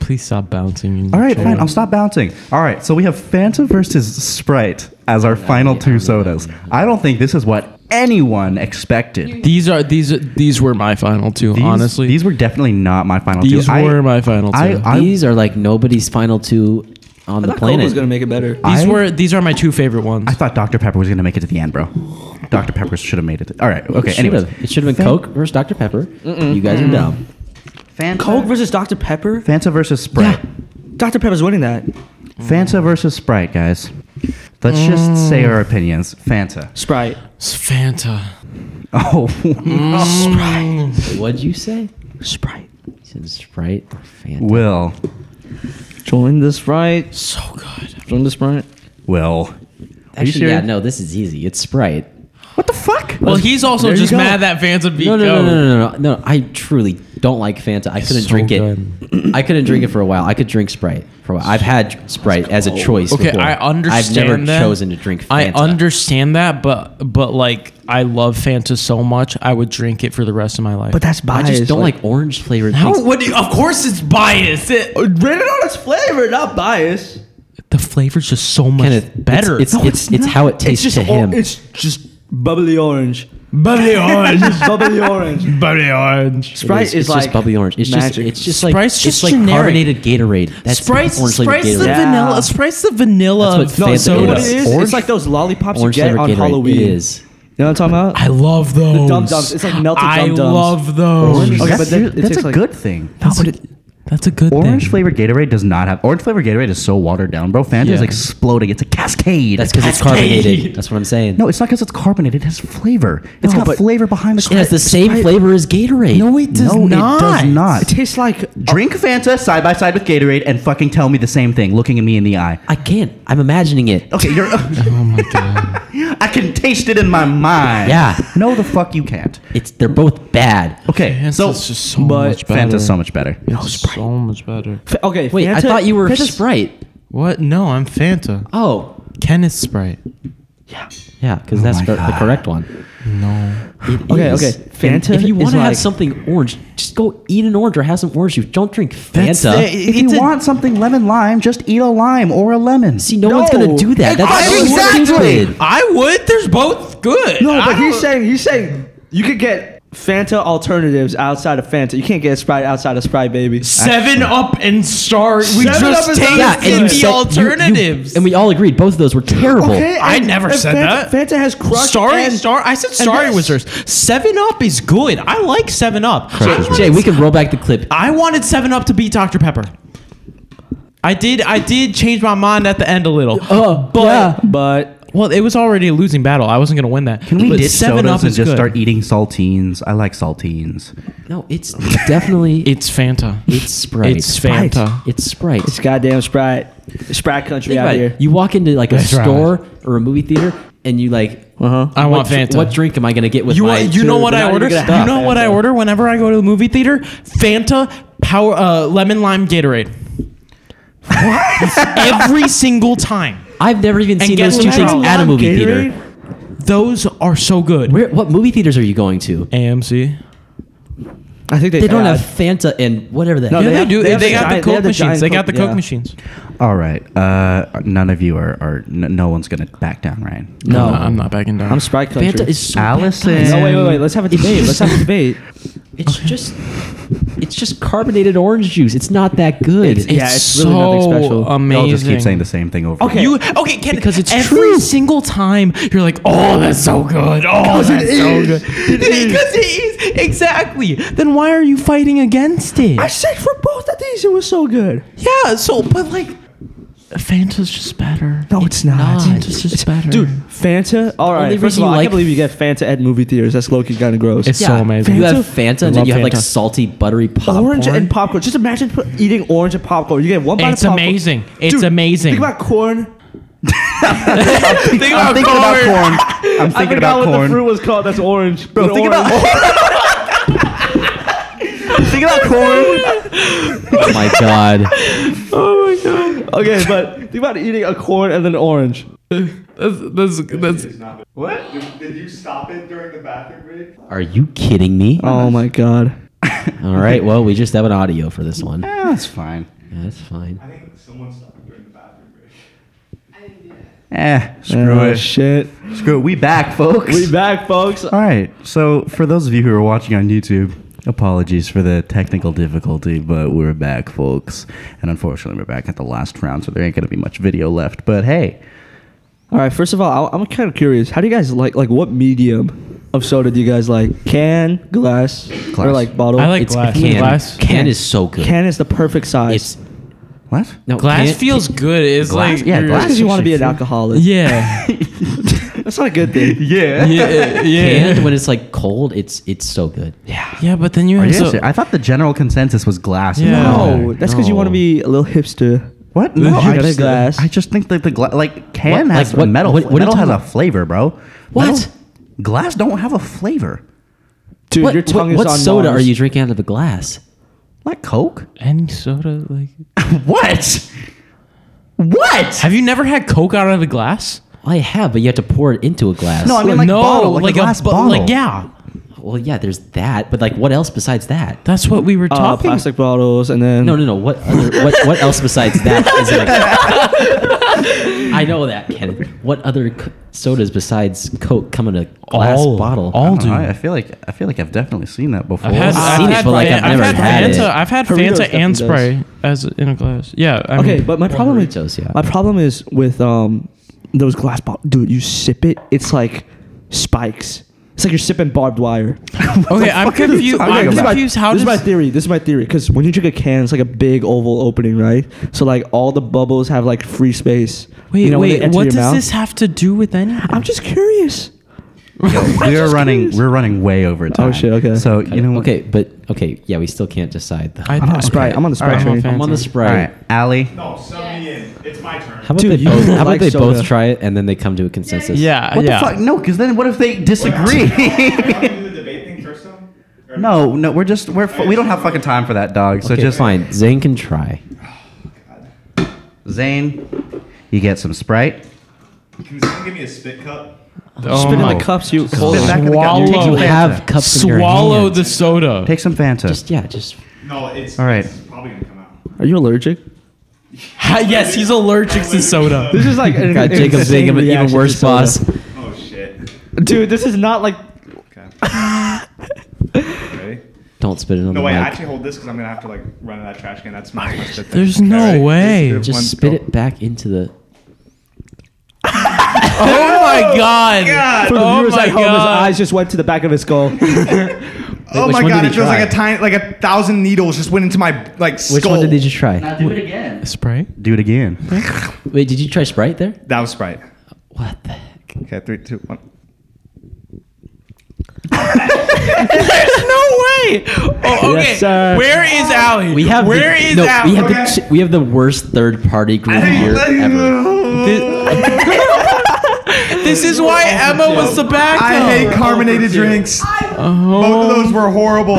Speaker 2: Please stop bouncing.
Speaker 1: All right, fine. I'll stop bouncing. All right, so we have Fanta versus Sprite as our final two sodas. I don't think this is what anyone expected.
Speaker 2: These are these are, these were my final two.
Speaker 1: These-
Speaker 2: honestly,
Speaker 1: these were definitely not my final two.
Speaker 2: These
Speaker 1: I-
Speaker 2: were my final two.
Speaker 1: I- I-
Speaker 4: These are like nobody's final two on the
Speaker 3: I thought Coke
Speaker 4: planet.
Speaker 3: was gonna make it better.
Speaker 2: these
Speaker 1: I-
Speaker 2: were these are my two favorite ones.
Speaker 1: I thought Dr. Pepper was going to make it to the end, bro. Dr. Pepper should have made it. All right. Okay.
Speaker 4: It
Speaker 1: Anyways.
Speaker 4: should've. it should have been Coke versus Dr. Pepper. You guys are dumb.
Speaker 1: Fanta,
Speaker 3: Coke versus Dr. Pepper?
Speaker 1: Fanta versus Sprite.
Speaker 3: Dr. Pepper's winning that.
Speaker 1: Fanta versus Sprite, guys. Let's
Speaker 4: Mm.
Speaker 1: just say our opinions. Fanta.
Speaker 3: Sprite.
Speaker 2: It's Fanta.
Speaker 1: Oh.
Speaker 4: What'd you say?
Speaker 3: Sprite.
Speaker 4: He said Sprite or Fanta.
Speaker 1: Will.
Speaker 3: Join the Sprite.
Speaker 2: So good.
Speaker 3: Join the Sprite.
Speaker 1: Will. Are you
Speaker 4: Actually,
Speaker 1: serious?
Speaker 4: yeah, no, this is easy. It's Sprite.
Speaker 1: What the fuck?
Speaker 2: Well, he's also
Speaker 4: There you
Speaker 2: just
Speaker 4: go.
Speaker 2: mad that fans would be
Speaker 4: No, no, no, no, no, no, no. I truly don't like Fanta. I couldn't
Speaker 2: so
Speaker 4: drink it. I couldn't drink it for a while. I could drink Sprite for a while. I've had Sprite as a choice.
Speaker 2: Okay,
Speaker 4: before.
Speaker 2: I understand.
Speaker 4: I've never
Speaker 2: that.
Speaker 4: chosen to drink Fanta.
Speaker 2: I understand that, but but like I love Fanta so much, I would drink it for the rest of my life.
Speaker 3: But that's
Speaker 4: I
Speaker 3: biased.
Speaker 4: just don't like, orange flavored
Speaker 2: how?
Speaker 4: things.
Speaker 2: What do you, of course, it's biased. It,
Speaker 3: Rated on its flavor, not bias.
Speaker 2: the flavor's just so much
Speaker 4: Kenneth, it's-
Speaker 2: better.
Speaker 4: It's it's it's, how it tastes to him.
Speaker 3: oh, It's just bubbly orange.
Speaker 2: bubbly orange.
Speaker 3: bubbly orange.
Speaker 2: bubbly orange.
Speaker 4: It
Speaker 3: Sprite
Speaker 4: is-
Speaker 3: is
Speaker 4: it's
Speaker 3: like
Speaker 4: just bubbly orange. It's
Speaker 3: magic.
Speaker 4: just it's just like
Speaker 2: Sprite's
Speaker 4: it's
Speaker 2: just
Speaker 4: like
Speaker 2: generic.
Speaker 4: carbonated Gatorade. That's
Speaker 2: Sprite's,
Speaker 4: orange flavored
Speaker 2: Sprite's the
Speaker 4: Gatorade.
Speaker 2: vanilla.
Speaker 3: Yeah.
Speaker 2: Sprite's the vanilla
Speaker 4: That's
Speaker 2: of
Speaker 4: what
Speaker 3: no,
Speaker 4: Fanta
Speaker 3: so
Speaker 2: soda.
Speaker 3: what it is,
Speaker 1: Orange-
Speaker 3: it's like those lollipops you
Speaker 4: Orange
Speaker 3: get
Speaker 4: flavored
Speaker 3: on
Speaker 4: Gatorade.
Speaker 3: Halloween.
Speaker 4: It is.
Speaker 3: You know what I'm talking about?
Speaker 2: I love those.
Speaker 3: Dum Dums. It's like melted
Speaker 2: I
Speaker 3: Dum Dums.
Speaker 2: love those.
Speaker 3: Orange- Okay,
Speaker 1: that's
Speaker 3: but then it
Speaker 1: that's
Speaker 3: tastes
Speaker 1: a
Speaker 3: like-
Speaker 1: good thing.
Speaker 2: That's, a, that's a good
Speaker 1: Orange
Speaker 2: thing.
Speaker 1: flavored Gatorade does not have. Orange flavored Gatorade is so watered down, bro. Fanta is
Speaker 2: Yeah.
Speaker 1: exploding. It's a cascade.
Speaker 4: That's because it's carbonated. That's what I'm saying.
Speaker 1: No, it's not because it's carbonated. It has flavor. It's
Speaker 3: No,
Speaker 1: got
Speaker 3: but-
Speaker 1: flavor behind the.
Speaker 4: it has the same flavor as Gatorade.
Speaker 2: No, it does
Speaker 1: no,
Speaker 2: not.
Speaker 1: it does
Speaker 3: It
Speaker 1: not.
Speaker 3: tastes like
Speaker 1: Drink Fanta side by side with Gatorade and fucking tell me the same thing, looking at me in the eye.
Speaker 4: I can't. I'm imagining it.
Speaker 1: Okay, you're.
Speaker 2: Oh my god.
Speaker 1: I can taste it in my mind.
Speaker 4: Yeah.
Speaker 1: No, the fuck you can't.
Speaker 4: It's they're both bad.
Speaker 1: Okay, so
Speaker 2: Fanta's just so
Speaker 3: but
Speaker 2: much better.
Speaker 1: Fanta's so much better.
Speaker 2: so much better.
Speaker 3: F- okay.
Speaker 4: Wait, I
Speaker 3: Fanta-
Speaker 4: thought you were
Speaker 3: Fanta's-
Speaker 4: Sprite.
Speaker 2: What? No, I'm Fanta.
Speaker 4: Oh,
Speaker 2: Kenneth Sprite.
Speaker 4: yeah, because
Speaker 1: Oh
Speaker 4: that's
Speaker 1: my
Speaker 4: cor- the
Speaker 1: God.
Speaker 4: correct one.
Speaker 2: No.
Speaker 4: It
Speaker 3: Okay,
Speaker 4: is.
Speaker 3: okay.
Speaker 4: And
Speaker 3: Fanta
Speaker 4: If you
Speaker 3: is
Speaker 4: want to have
Speaker 3: like-
Speaker 4: something orange, just go eat an orange or have some orange juice. Don't drink
Speaker 2: That's
Speaker 4: Fanta.
Speaker 2: the-
Speaker 1: If you
Speaker 2: it's a-
Speaker 1: want something lemon lime, just eat a lime or a lemon.
Speaker 4: See, no, one's gonna do that. That's so
Speaker 2: Exactly.
Speaker 4: stupid.
Speaker 2: I would. There's both good.
Speaker 3: No,
Speaker 2: I
Speaker 3: but he's
Speaker 2: don't-
Speaker 3: saying he's saying you could get Fanta alternatives outside of Fanta. You can't get Sprite outside of Sprite, baby.
Speaker 10: Seven up and start. We
Speaker 3: Seven Up
Speaker 10: just
Speaker 3: is
Speaker 10: tasted
Speaker 3: not a
Speaker 4: you
Speaker 3: good.
Speaker 10: the
Speaker 4: said- you- you-
Speaker 10: alternatives.
Speaker 4: and we all agreed both of those were terrible.
Speaker 3: Okay,
Speaker 10: I
Speaker 3: and-
Speaker 10: never
Speaker 3: and
Speaker 10: said
Speaker 3: Fanta,
Speaker 10: that.
Speaker 3: Fanta has crushed.
Speaker 10: Starry,
Speaker 3: and-
Speaker 10: star. I said starry was
Speaker 3: this.
Speaker 10: first. Seven up is good. I like seven up. I
Speaker 4: Jay,
Speaker 10: wanted-
Speaker 4: Jay, we can roll back the clip.
Speaker 10: I wanted seven up to beat Dr Pepper. I did. I did change my mind at the end a little.
Speaker 2: Uh,
Speaker 4: Oh,
Speaker 10: but
Speaker 4: yeah.
Speaker 10: but well, it was already a losing battle. I wasn't gonna win that.
Speaker 1: Can we
Speaker 10: but
Speaker 1: ditch sodas and
Speaker 10: is
Speaker 1: just
Speaker 10: good.
Speaker 1: start eating saltines? I like saltines.
Speaker 4: No, it's definitely
Speaker 2: It's Fanta.
Speaker 4: it's Sprite.
Speaker 2: It's Fanta.
Speaker 4: It's Sprite.
Speaker 3: It's goddamn Sprite. Sprite country
Speaker 4: Think
Speaker 3: out
Speaker 4: about
Speaker 3: here.
Speaker 4: it. You walk into like a
Speaker 2: That's right.
Speaker 4: store or a movie theater, and you like,
Speaker 3: Uh huh.
Speaker 2: I
Speaker 4: what
Speaker 2: want
Speaker 4: dr-
Speaker 2: Fanta.
Speaker 4: What drink am I gonna get with
Speaker 10: You,
Speaker 4: my?
Speaker 10: want, you know
Speaker 4: Dude,
Speaker 10: what
Speaker 4: we're not
Speaker 10: I
Speaker 4: even
Speaker 10: order?
Speaker 4: gonna
Speaker 10: You
Speaker 4: have
Speaker 10: know what I
Speaker 4: Fanta.
Speaker 10: order whenever I go to the movie theater? Fanta, power, uh, lemon lime Gatorade. Every single time.
Speaker 4: I've never even
Speaker 10: And
Speaker 4: seen
Speaker 10: get
Speaker 4: those two things
Speaker 10: Lemon
Speaker 4: at a
Speaker 10: Lime
Speaker 4: movie
Speaker 10: Gatorade?
Speaker 4: theater.
Speaker 10: Those are so good.
Speaker 4: Where? What movie theaters are you going to?
Speaker 10: AMC.
Speaker 3: I think they,
Speaker 4: They don't
Speaker 3: tried.
Speaker 4: have Fanta and whatever the
Speaker 3: No,
Speaker 4: hell.
Speaker 10: Yeah,
Speaker 3: they
Speaker 10: Oh, they, do.
Speaker 3: have- they
Speaker 10: They, got
Speaker 3: have the giant-
Speaker 10: the
Speaker 3: they
Speaker 10: Coke
Speaker 3: have the
Speaker 10: machines. They
Speaker 3: giant
Speaker 10: got the
Speaker 3: Coke-
Speaker 10: Coke
Speaker 3: yeah.
Speaker 10: machines.
Speaker 1: All right. Uh, none of you are, are n- no one's going to back down, right?
Speaker 3: No,
Speaker 2: I'm not, I'm not backing down.
Speaker 3: I'm Sprite country.
Speaker 4: Fanta is so
Speaker 1: Allison.
Speaker 3: No, wait, wait, wait. Let's have a debate. Let's have a debate.
Speaker 4: It's just, it's just carbonated orange juice. It's not that good.
Speaker 3: It's- yeah, really nothing
Speaker 2: so
Speaker 3: special.
Speaker 2: Amazing.
Speaker 1: Y'all just keep saying the same thing over.
Speaker 3: Okay.
Speaker 10: You okay? Ken,
Speaker 4: Because it's
Speaker 10: every
Speaker 4: true.
Speaker 10: single time you're like, "Oh, that's so good. Oh, that's so good." because it is exactly. Then why are you fighting against it?
Speaker 3: I said for both of these, it was so good.
Speaker 10: yeah. So, but like, Fanta's just better.
Speaker 3: No, it's, not.
Speaker 10: Fanta's just better,
Speaker 3: Dude, Fanta. All right.
Speaker 4: only
Speaker 3: First
Speaker 4: reason
Speaker 3: of all,
Speaker 4: you
Speaker 3: I
Speaker 4: like-
Speaker 3: can't believe you get Fanta at movie theaters. That's low key kind of gross.
Speaker 2: It's so amazing.
Speaker 4: You
Speaker 3: Fanta-
Speaker 4: have Fanta,
Speaker 2: I
Speaker 4: and then
Speaker 2: love
Speaker 4: you have like
Speaker 2: Fanta.
Speaker 4: salty, buttery popcorn.
Speaker 3: orange and popcorn. Just imagine put, eating orange and popcorn. You get one bite
Speaker 2: It's
Speaker 3: of popcorn.
Speaker 2: amazing. It's
Speaker 3: Dude,
Speaker 2: amazing.
Speaker 3: Think about corn.
Speaker 1: I'm thinking about corn. I'm
Speaker 3: I
Speaker 1: thinking
Speaker 3: forgot
Speaker 1: about
Speaker 3: what
Speaker 1: corn.
Speaker 3: the fruit was called. That's orange.
Speaker 1: Bro, think about think about corn.
Speaker 4: Oh my god!
Speaker 3: about. Okay, but think about eating a corn and an orange.
Speaker 2: That's, that's, that's,
Speaker 6: What? Did, did you stop it during the bathroom break?
Speaker 4: Are you kidding me?
Speaker 3: Oh my god.
Speaker 4: All right. Well, we just have an audio for this one.
Speaker 1: Yeah, that's fine.
Speaker 4: That's fine.
Speaker 6: I think someone stopped it during the bathroom break.
Speaker 1: Eh, screw
Speaker 3: Oh
Speaker 1: it.
Speaker 3: shit.
Speaker 1: Screw it. We back, folks.
Speaker 3: We back, folks.
Speaker 1: All right. So for those of you who are watching on YouTube, apologies for the technical difficulty, but we're back, folks. And unfortunately, we're back at the last round, so there ain't gonna be much video left. But hey,
Speaker 3: All right. First of all, I- I'm kind of curious. How do you guys like like what medium of soda do you guys like? Can, glass, or
Speaker 1: Glass.
Speaker 3: like bottle?
Speaker 2: I like
Speaker 4: It's
Speaker 2: glass.
Speaker 4: can.
Speaker 2: Glass.
Speaker 4: Can is so good.
Speaker 3: Can is the perfect size.
Speaker 4: It's
Speaker 1: what?
Speaker 4: no
Speaker 2: glass
Speaker 4: can-
Speaker 2: feels good. It's
Speaker 1: Glass?
Speaker 2: like
Speaker 1: Yeah,
Speaker 2: you're-
Speaker 1: glass
Speaker 3: Because you want to be an alcoholic.
Speaker 2: Yeah,
Speaker 3: That's not a good thing.
Speaker 1: Yeah.
Speaker 2: yeah, yeah.
Speaker 4: Canned when it's like cold, it's it's so good.
Speaker 2: yeah, but then you
Speaker 1: Are
Speaker 2: have
Speaker 1: you
Speaker 2: so-
Speaker 1: serious? I thought the general consensus was glass.
Speaker 2: Yeah.
Speaker 3: No, that's because you want to
Speaker 4: No.
Speaker 3: be a little hipster.
Speaker 1: What?
Speaker 3: You
Speaker 1: No, I
Speaker 3: gotta
Speaker 1: just,
Speaker 3: glass.
Speaker 1: I just think that the gla- like can
Speaker 4: What?
Speaker 1: has
Speaker 4: Like, what-
Speaker 1: metal.
Speaker 4: what- what are you
Speaker 1: metal has
Speaker 4: talking
Speaker 1: a flavor, bro.
Speaker 4: What?
Speaker 1: Metal- glass don't have a flavor.
Speaker 3: Dude,
Speaker 4: what
Speaker 3: your tongue
Speaker 4: what,
Speaker 3: is
Speaker 4: what
Speaker 3: on
Speaker 4: soda
Speaker 3: Mars.
Speaker 4: are you drinking out of a glass?
Speaker 1: Like Coke.
Speaker 2: any soda like.
Speaker 1: What? What?
Speaker 2: Have you never had Coke out of a glass?
Speaker 4: Well, I have, but you have to pour it into a glass.
Speaker 1: No, I mean like
Speaker 2: no,
Speaker 1: bottle, like, a glass
Speaker 2: bu-
Speaker 1: bottle.
Speaker 2: Like yeah,
Speaker 4: Well, yeah, there's that, but like, what else besides that?
Speaker 2: that's what we were
Speaker 3: Uh,
Speaker 2: talking.
Speaker 3: plastic bottles and then
Speaker 4: No, no, no. What other, what what else besides that is in a I know that, Ken. What other c- sodas besides Coke come in a glass
Speaker 2: All-
Speaker 4: bottle?
Speaker 2: all-
Speaker 1: I,
Speaker 2: dude.
Speaker 1: I feel like I feel like I've definitely seen that before.
Speaker 2: I've had,
Speaker 4: I've
Speaker 2: I've
Speaker 4: seen it,
Speaker 2: had
Speaker 4: but, like,
Speaker 2: Fan-
Speaker 4: I've never had
Speaker 2: Fanta,
Speaker 4: it.
Speaker 2: I've had
Speaker 3: Doritos
Speaker 2: Fanta and
Speaker 3: definitely
Speaker 2: Sprite as in a glass. Yeah. I
Speaker 3: Okay,
Speaker 2: mean-
Speaker 3: but my problem is
Speaker 4: Doritos, yeah.
Speaker 3: my problem is with um those glass bottles. Dude, you sip it, it's like spikes. It's like you're sipping barbed wire.
Speaker 2: okay, I'm confused.
Speaker 1: talking
Speaker 2: I'm
Speaker 1: about?
Speaker 2: confused. How
Speaker 3: this
Speaker 2: does
Speaker 3: is my theory. This is my theory. Because when you drink a can, it's like a big oval opening, right? So like all the bubbles have like free space.
Speaker 2: wait
Speaker 3: you know, when they
Speaker 2: wait?
Speaker 3: enter
Speaker 2: What
Speaker 3: your
Speaker 2: does
Speaker 3: mouth.
Speaker 2: this have to do with anything?
Speaker 3: I'm just curious.
Speaker 1: Yo, we are running. We're running way over time.
Speaker 3: shit, okay.
Speaker 1: So you know. what?
Speaker 4: okay, but okay, yeah, we still can't decide though.
Speaker 2: I-
Speaker 4: I,
Speaker 3: I'm on Sprite. I'm on the
Speaker 2: All right,
Speaker 3: Sprite train.
Speaker 2: I'm
Speaker 4: am on the
Speaker 1: All
Speaker 4: Sprite.
Speaker 1: right, Allie.
Speaker 6: Uh,
Speaker 8: No, send me in. It's my turn.
Speaker 4: How about
Speaker 3: Dude,
Speaker 4: they
Speaker 3: you
Speaker 4: both? How about
Speaker 3: like
Speaker 4: they both
Speaker 3: soda.
Speaker 4: try it and then they come to a consensus?
Speaker 2: Yeah.
Speaker 1: What
Speaker 2: yeah.
Speaker 1: the fuck? No, because then what if they disagree?
Speaker 6: Are we gonna do the debate thing first though? Or
Speaker 1: no, no, we're just we're fu- we don't have fucking time for that, dog. So
Speaker 4: Okay,
Speaker 1: just
Speaker 4: fine. Zane can try.
Speaker 1: Zane, you get some Sprite.
Speaker 6: Can someone give me a spit cup?
Speaker 2: Oh
Speaker 3: Spit in
Speaker 2: my-
Speaker 3: the cups, you.
Speaker 1: Spit back in the cup.
Speaker 2: Swallow.
Speaker 1: Take some
Speaker 4: You
Speaker 2: Fanta.
Speaker 4: have
Speaker 1: Fanta.
Speaker 4: cups in your
Speaker 2: Swallow
Speaker 4: hand.
Speaker 2: the soda.
Speaker 1: Take some Fanta.
Speaker 4: Just yeah, just
Speaker 6: No, it's,
Speaker 1: All right.
Speaker 6: it's probably gonna come out.
Speaker 3: Are you allergic?
Speaker 2: Ha- yes, he's allergic to soda.
Speaker 3: This is like an
Speaker 4: got Jacob
Speaker 3: insane
Speaker 4: Jacob, an even
Speaker 3: reaction to
Speaker 4: worse
Speaker 3: soda.
Speaker 4: boss.
Speaker 6: Oh shit.
Speaker 3: Dude, this is not like.
Speaker 6: Okay.
Speaker 4: salt spit it on the
Speaker 8: No way.
Speaker 4: mic.
Speaker 8: I actually hold this because I'm gonna have to like run to that trash can. That's my.
Speaker 2: There's no way.
Speaker 4: Just
Speaker 2: One-
Speaker 4: spit it back into the.
Speaker 2: Oh my god!
Speaker 3: For the
Speaker 2: oh
Speaker 3: viewers
Speaker 2: my
Speaker 3: at home, his
Speaker 2: god!
Speaker 3: eyes just went to the back of his skull.
Speaker 8: oh
Speaker 4: which
Speaker 8: my
Speaker 4: one
Speaker 8: god!
Speaker 4: did
Speaker 8: It
Speaker 4: he
Speaker 8: feels
Speaker 4: try?
Speaker 8: like a tiny, like a thousand needles just went into my like skull.
Speaker 4: Which one did you just try?
Speaker 1: do it again.
Speaker 2: Sprite.
Speaker 1: Do it again.
Speaker 4: Wait, did you try Sprite there?
Speaker 8: That was Sprite.
Speaker 4: What the heck?
Speaker 8: Okay, three, two, one.
Speaker 2: Oh, okay.
Speaker 3: Yes, sir.
Speaker 2: Where is Allie?
Speaker 4: We have
Speaker 2: Where
Speaker 4: the,
Speaker 2: is
Speaker 4: no,
Speaker 2: Allie?
Speaker 4: we have
Speaker 8: Okay.
Speaker 4: the we have the worst third party group here ever.
Speaker 8: oh. I
Speaker 2: This is why Emma was the back.
Speaker 8: hate carbonated drinks. Both of those were horrible.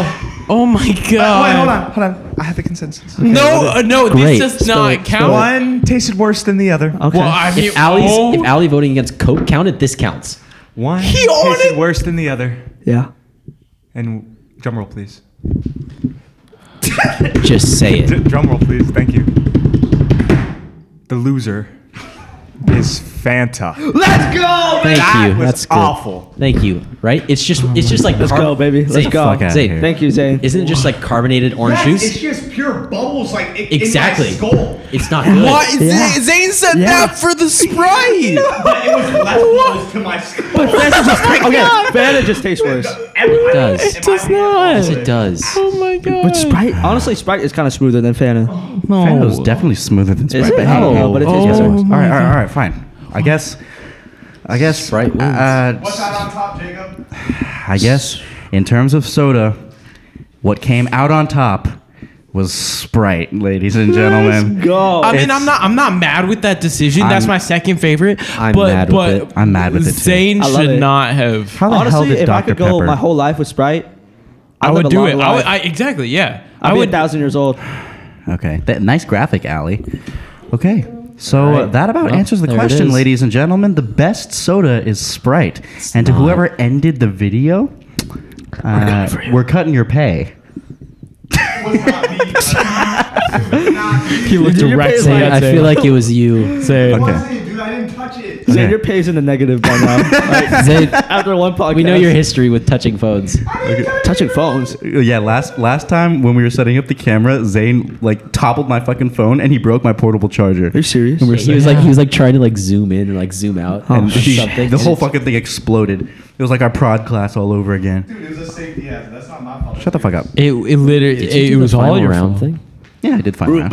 Speaker 2: Oh my god!
Speaker 8: Wait, hold on, hold on. I have the consensus.
Speaker 2: No, uh, no,
Speaker 4: Great.
Speaker 2: this does
Speaker 4: Spill
Speaker 2: not
Speaker 4: it,
Speaker 2: count.
Speaker 4: spill it.
Speaker 8: One tasted worse than the other.
Speaker 3: Okay.
Speaker 2: Well, I mean,
Speaker 4: If Allie's
Speaker 2: oh,
Speaker 4: if Allie voting against Coke counted, this counts.
Speaker 6: One
Speaker 2: He
Speaker 6: tasted
Speaker 2: ordered-
Speaker 6: worse than the other.
Speaker 3: yeah.
Speaker 6: And drum roll, please.
Speaker 4: Just say
Speaker 6: D-
Speaker 4: it.
Speaker 6: drum roll, please. Thank you. The loser is Fanta.
Speaker 3: Let's go,
Speaker 4: Thank
Speaker 6: That
Speaker 4: you.
Speaker 6: was
Speaker 4: That's good.
Speaker 6: awful.
Speaker 4: Thank you. Right? It's just it's just like
Speaker 3: Let's go, baby. Let's
Speaker 4: Zane,
Speaker 3: go.
Speaker 1: fuck outta
Speaker 4: Zane,
Speaker 1: here.
Speaker 3: Thank you, Zane.
Speaker 4: Isn't it just like carbonated orange
Speaker 8: That's- It's
Speaker 4: juice?
Speaker 8: just pure bubbles, like it,
Speaker 4: Exactly.
Speaker 8: in my skull.
Speaker 4: It's not good.
Speaker 2: Why Z-
Speaker 3: Yeah.
Speaker 2: Zane said
Speaker 3: Yeah.
Speaker 2: that for the Sprite?
Speaker 8: But it was left close to my skull.
Speaker 3: But Fanta just ta- okay. Fanta just tastes worse.
Speaker 8: It
Speaker 4: does.
Speaker 2: It does not.
Speaker 4: Yes, it does.
Speaker 2: Oh my god!
Speaker 3: But Sprite, honestly, Sprite is kind of smoother than Fanta.
Speaker 2: no.
Speaker 1: That was definitely smoother than Sprite.
Speaker 3: Oh. it? Oh.
Speaker 1: but hey,
Speaker 3: No,
Speaker 1: hey,
Speaker 3: but it
Speaker 1: hey,
Speaker 3: tastes better.
Speaker 1: all right, all right, all right, fine. I guess. I guess.
Speaker 4: Sprite wins.
Speaker 1: Uh,
Speaker 8: What's that on top, Jacob?
Speaker 1: I guess in terms of soda, what came out on top was Sprite, ladies and gentlemen.
Speaker 3: Go.
Speaker 2: I mean,
Speaker 1: It's-
Speaker 2: I'm not. I'm not mad with that decision. That's
Speaker 1: I'm-
Speaker 2: my second favorite.
Speaker 4: I'm
Speaker 2: but,
Speaker 4: mad with
Speaker 2: but
Speaker 4: it.
Speaker 1: I'm mad with it too.
Speaker 2: Zane
Speaker 3: I love
Speaker 2: should
Speaker 3: it.
Speaker 2: not have.
Speaker 1: How the hell
Speaker 3: honestly,
Speaker 1: did
Speaker 3: if
Speaker 1: Dr.
Speaker 3: I could
Speaker 1: Pepper?
Speaker 3: go my whole life with Sprite,
Speaker 2: I would
Speaker 3: live a
Speaker 2: do
Speaker 3: long
Speaker 2: it. I would,
Speaker 3: life.
Speaker 2: I, exactly. Yeah.
Speaker 3: I'd
Speaker 2: I
Speaker 3: be a
Speaker 2: would.
Speaker 3: thousand years old.
Speaker 1: okay, that, nice graphic, Allie. Okay, so uh, that about
Speaker 4: Well,
Speaker 1: answers the
Speaker 4: there it
Speaker 1: question,
Speaker 4: is.
Speaker 1: ladies and gentlemen. The best soda is Sprite, and to
Speaker 4: not.
Speaker 1: whoever ended the video, uh, we're cutting your pay.
Speaker 2: He looked directly
Speaker 4: Zane, I
Speaker 2: at
Speaker 4: feel
Speaker 2: Zane.
Speaker 4: like it was you.
Speaker 2: Zane.
Speaker 1: Okay.
Speaker 8: dude, I didn't touch it.
Speaker 3: Zane,
Speaker 1: Okay.
Speaker 3: your pay's in the negative by now. Like,
Speaker 4: Zane,
Speaker 3: after one podcast,
Speaker 4: we know your history with touching phones.
Speaker 3: touching phones.
Speaker 1: Yeah, last last time when we were setting up the camera, Zane like toppled my fucking phone and he broke my portable charger.
Speaker 3: Are you serious?
Speaker 4: He was like he was like trying to like zoom in and like zoom out
Speaker 3: Oh,
Speaker 4: and
Speaker 1: She-
Speaker 4: something.
Speaker 1: the whole fucking thing exploded. It was like our prod class all over again.
Speaker 8: Dude, it was a safety hazard. That's not my fault.
Speaker 1: Shut the fuck up.
Speaker 2: It, it literally.
Speaker 4: Did you
Speaker 2: It,
Speaker 4: do the
Speaker 2: was all
Speaker 4: final
Speaker 2: your
Speaker 4: round
Speaker 2: fault.
Speaker 4: thing.
Speaker 1: Yeah, I did fine. round.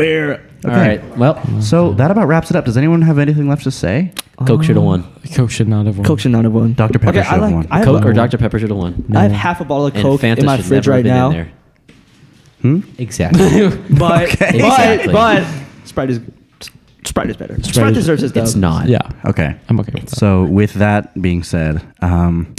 Speaker 4: All right. Well,
Speaker 1: So that about wraps it up. Does anyone have anything left to say?
Speaker 3: Oh.
Speaker 4: Coke should have won.
Speaker 2: Coke should not have won.
Speaker 3: Coke should not have won.
Speaker 1: Dr. Pepper
Speaker 3: Okay,
Speaker 1: should
Speaker 3: I
Speaker 1: have
Speaker 3: like.
Speaker 1: won.
Speaker 3: I have,
Speaker 4: Coke or Dr Pepper should have won.
Speaker 3: I have half a bottle of
Speaker 4: And
Speaker 3: Coke
Speaker 4: Fanta
Speaker 3: in my
Speaker 4: should
Speaker 3: fridge
Speaker 4: never
Speaker 3: right
Speaker 4: have been in
Speaker 3: now, Hmm?
Speaker 4: there. Exactly.
Speaker 3: but
Speaker 1: Okay.
Speaker 3: but
Speaker 4: Exactly.
Speaker 3: but Sprite is Sprite is better. Sprite,
Speaker 2: is-
Speaker 3: deserves his dub.
Speaker 4: it's not.
Speaker 2: Yeah.
Speaker 1: Okay.
Speaker 2: I'm okay with that.
Speaker 1: So with that being said, um,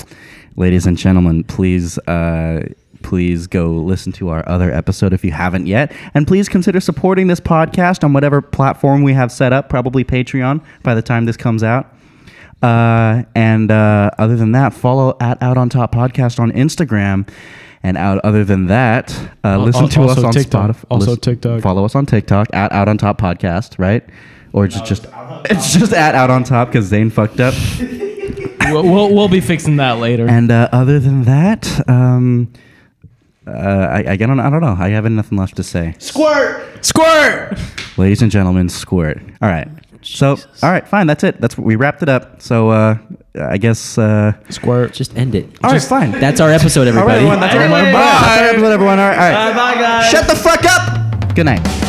Speaker 1: ladies and gentlemen, please. Uh, Please go listen to our other episode if you haven't yet. And please consider supporting this podcast on whatever platform we have set up, probably Patreon by the time this comes out. Uh, and uh, other than that, follow at Out on Top Podcast on Instagram. And out, other than that, uh,
Speaker 2: Al-
Speaker 1: listen to
Speaker 2: al-
Speaker 1: us
Speaker 2: also
Speaker 1: on
Speaker 2: TikTok.
Speaker 1: Spotify.
Speaker 2: Also
Speaker 1: Listen-
Speaker 2: TikTok.
Speaker 1: Follow us on TikTok at Out on Top Podcast, right? Or is it just it's just at Out on Top because Zane fucked up.
Speaker 2: we'll, we'll, we'll be fixing that later.
Speaker 1: And uh, other than that, um, uh, I, I don't I don't know. I have nothing left to say.
Speaker 2: Squirt.
Speaker 1: Ladies and gentlemen, squirt. All right. So all right, fine. That's it. That's we wrapped it up. So uh, I guess. Uh,
Speaker 2: Squirt.
Speaker 4: Just end it.
Speaker 1: all right,
Speaker 4: Just-
Speaker 1: fine.
Speaker 4: That's our episode,
Speaker 1: all right,
Speaker 4: everybody.
Speaker 1: everyone. That's our episode. That's our episode, everyone. All right. All right.
Speaker 3: Bye, guys.
Speaker 1: Shut the fuck up. Good night.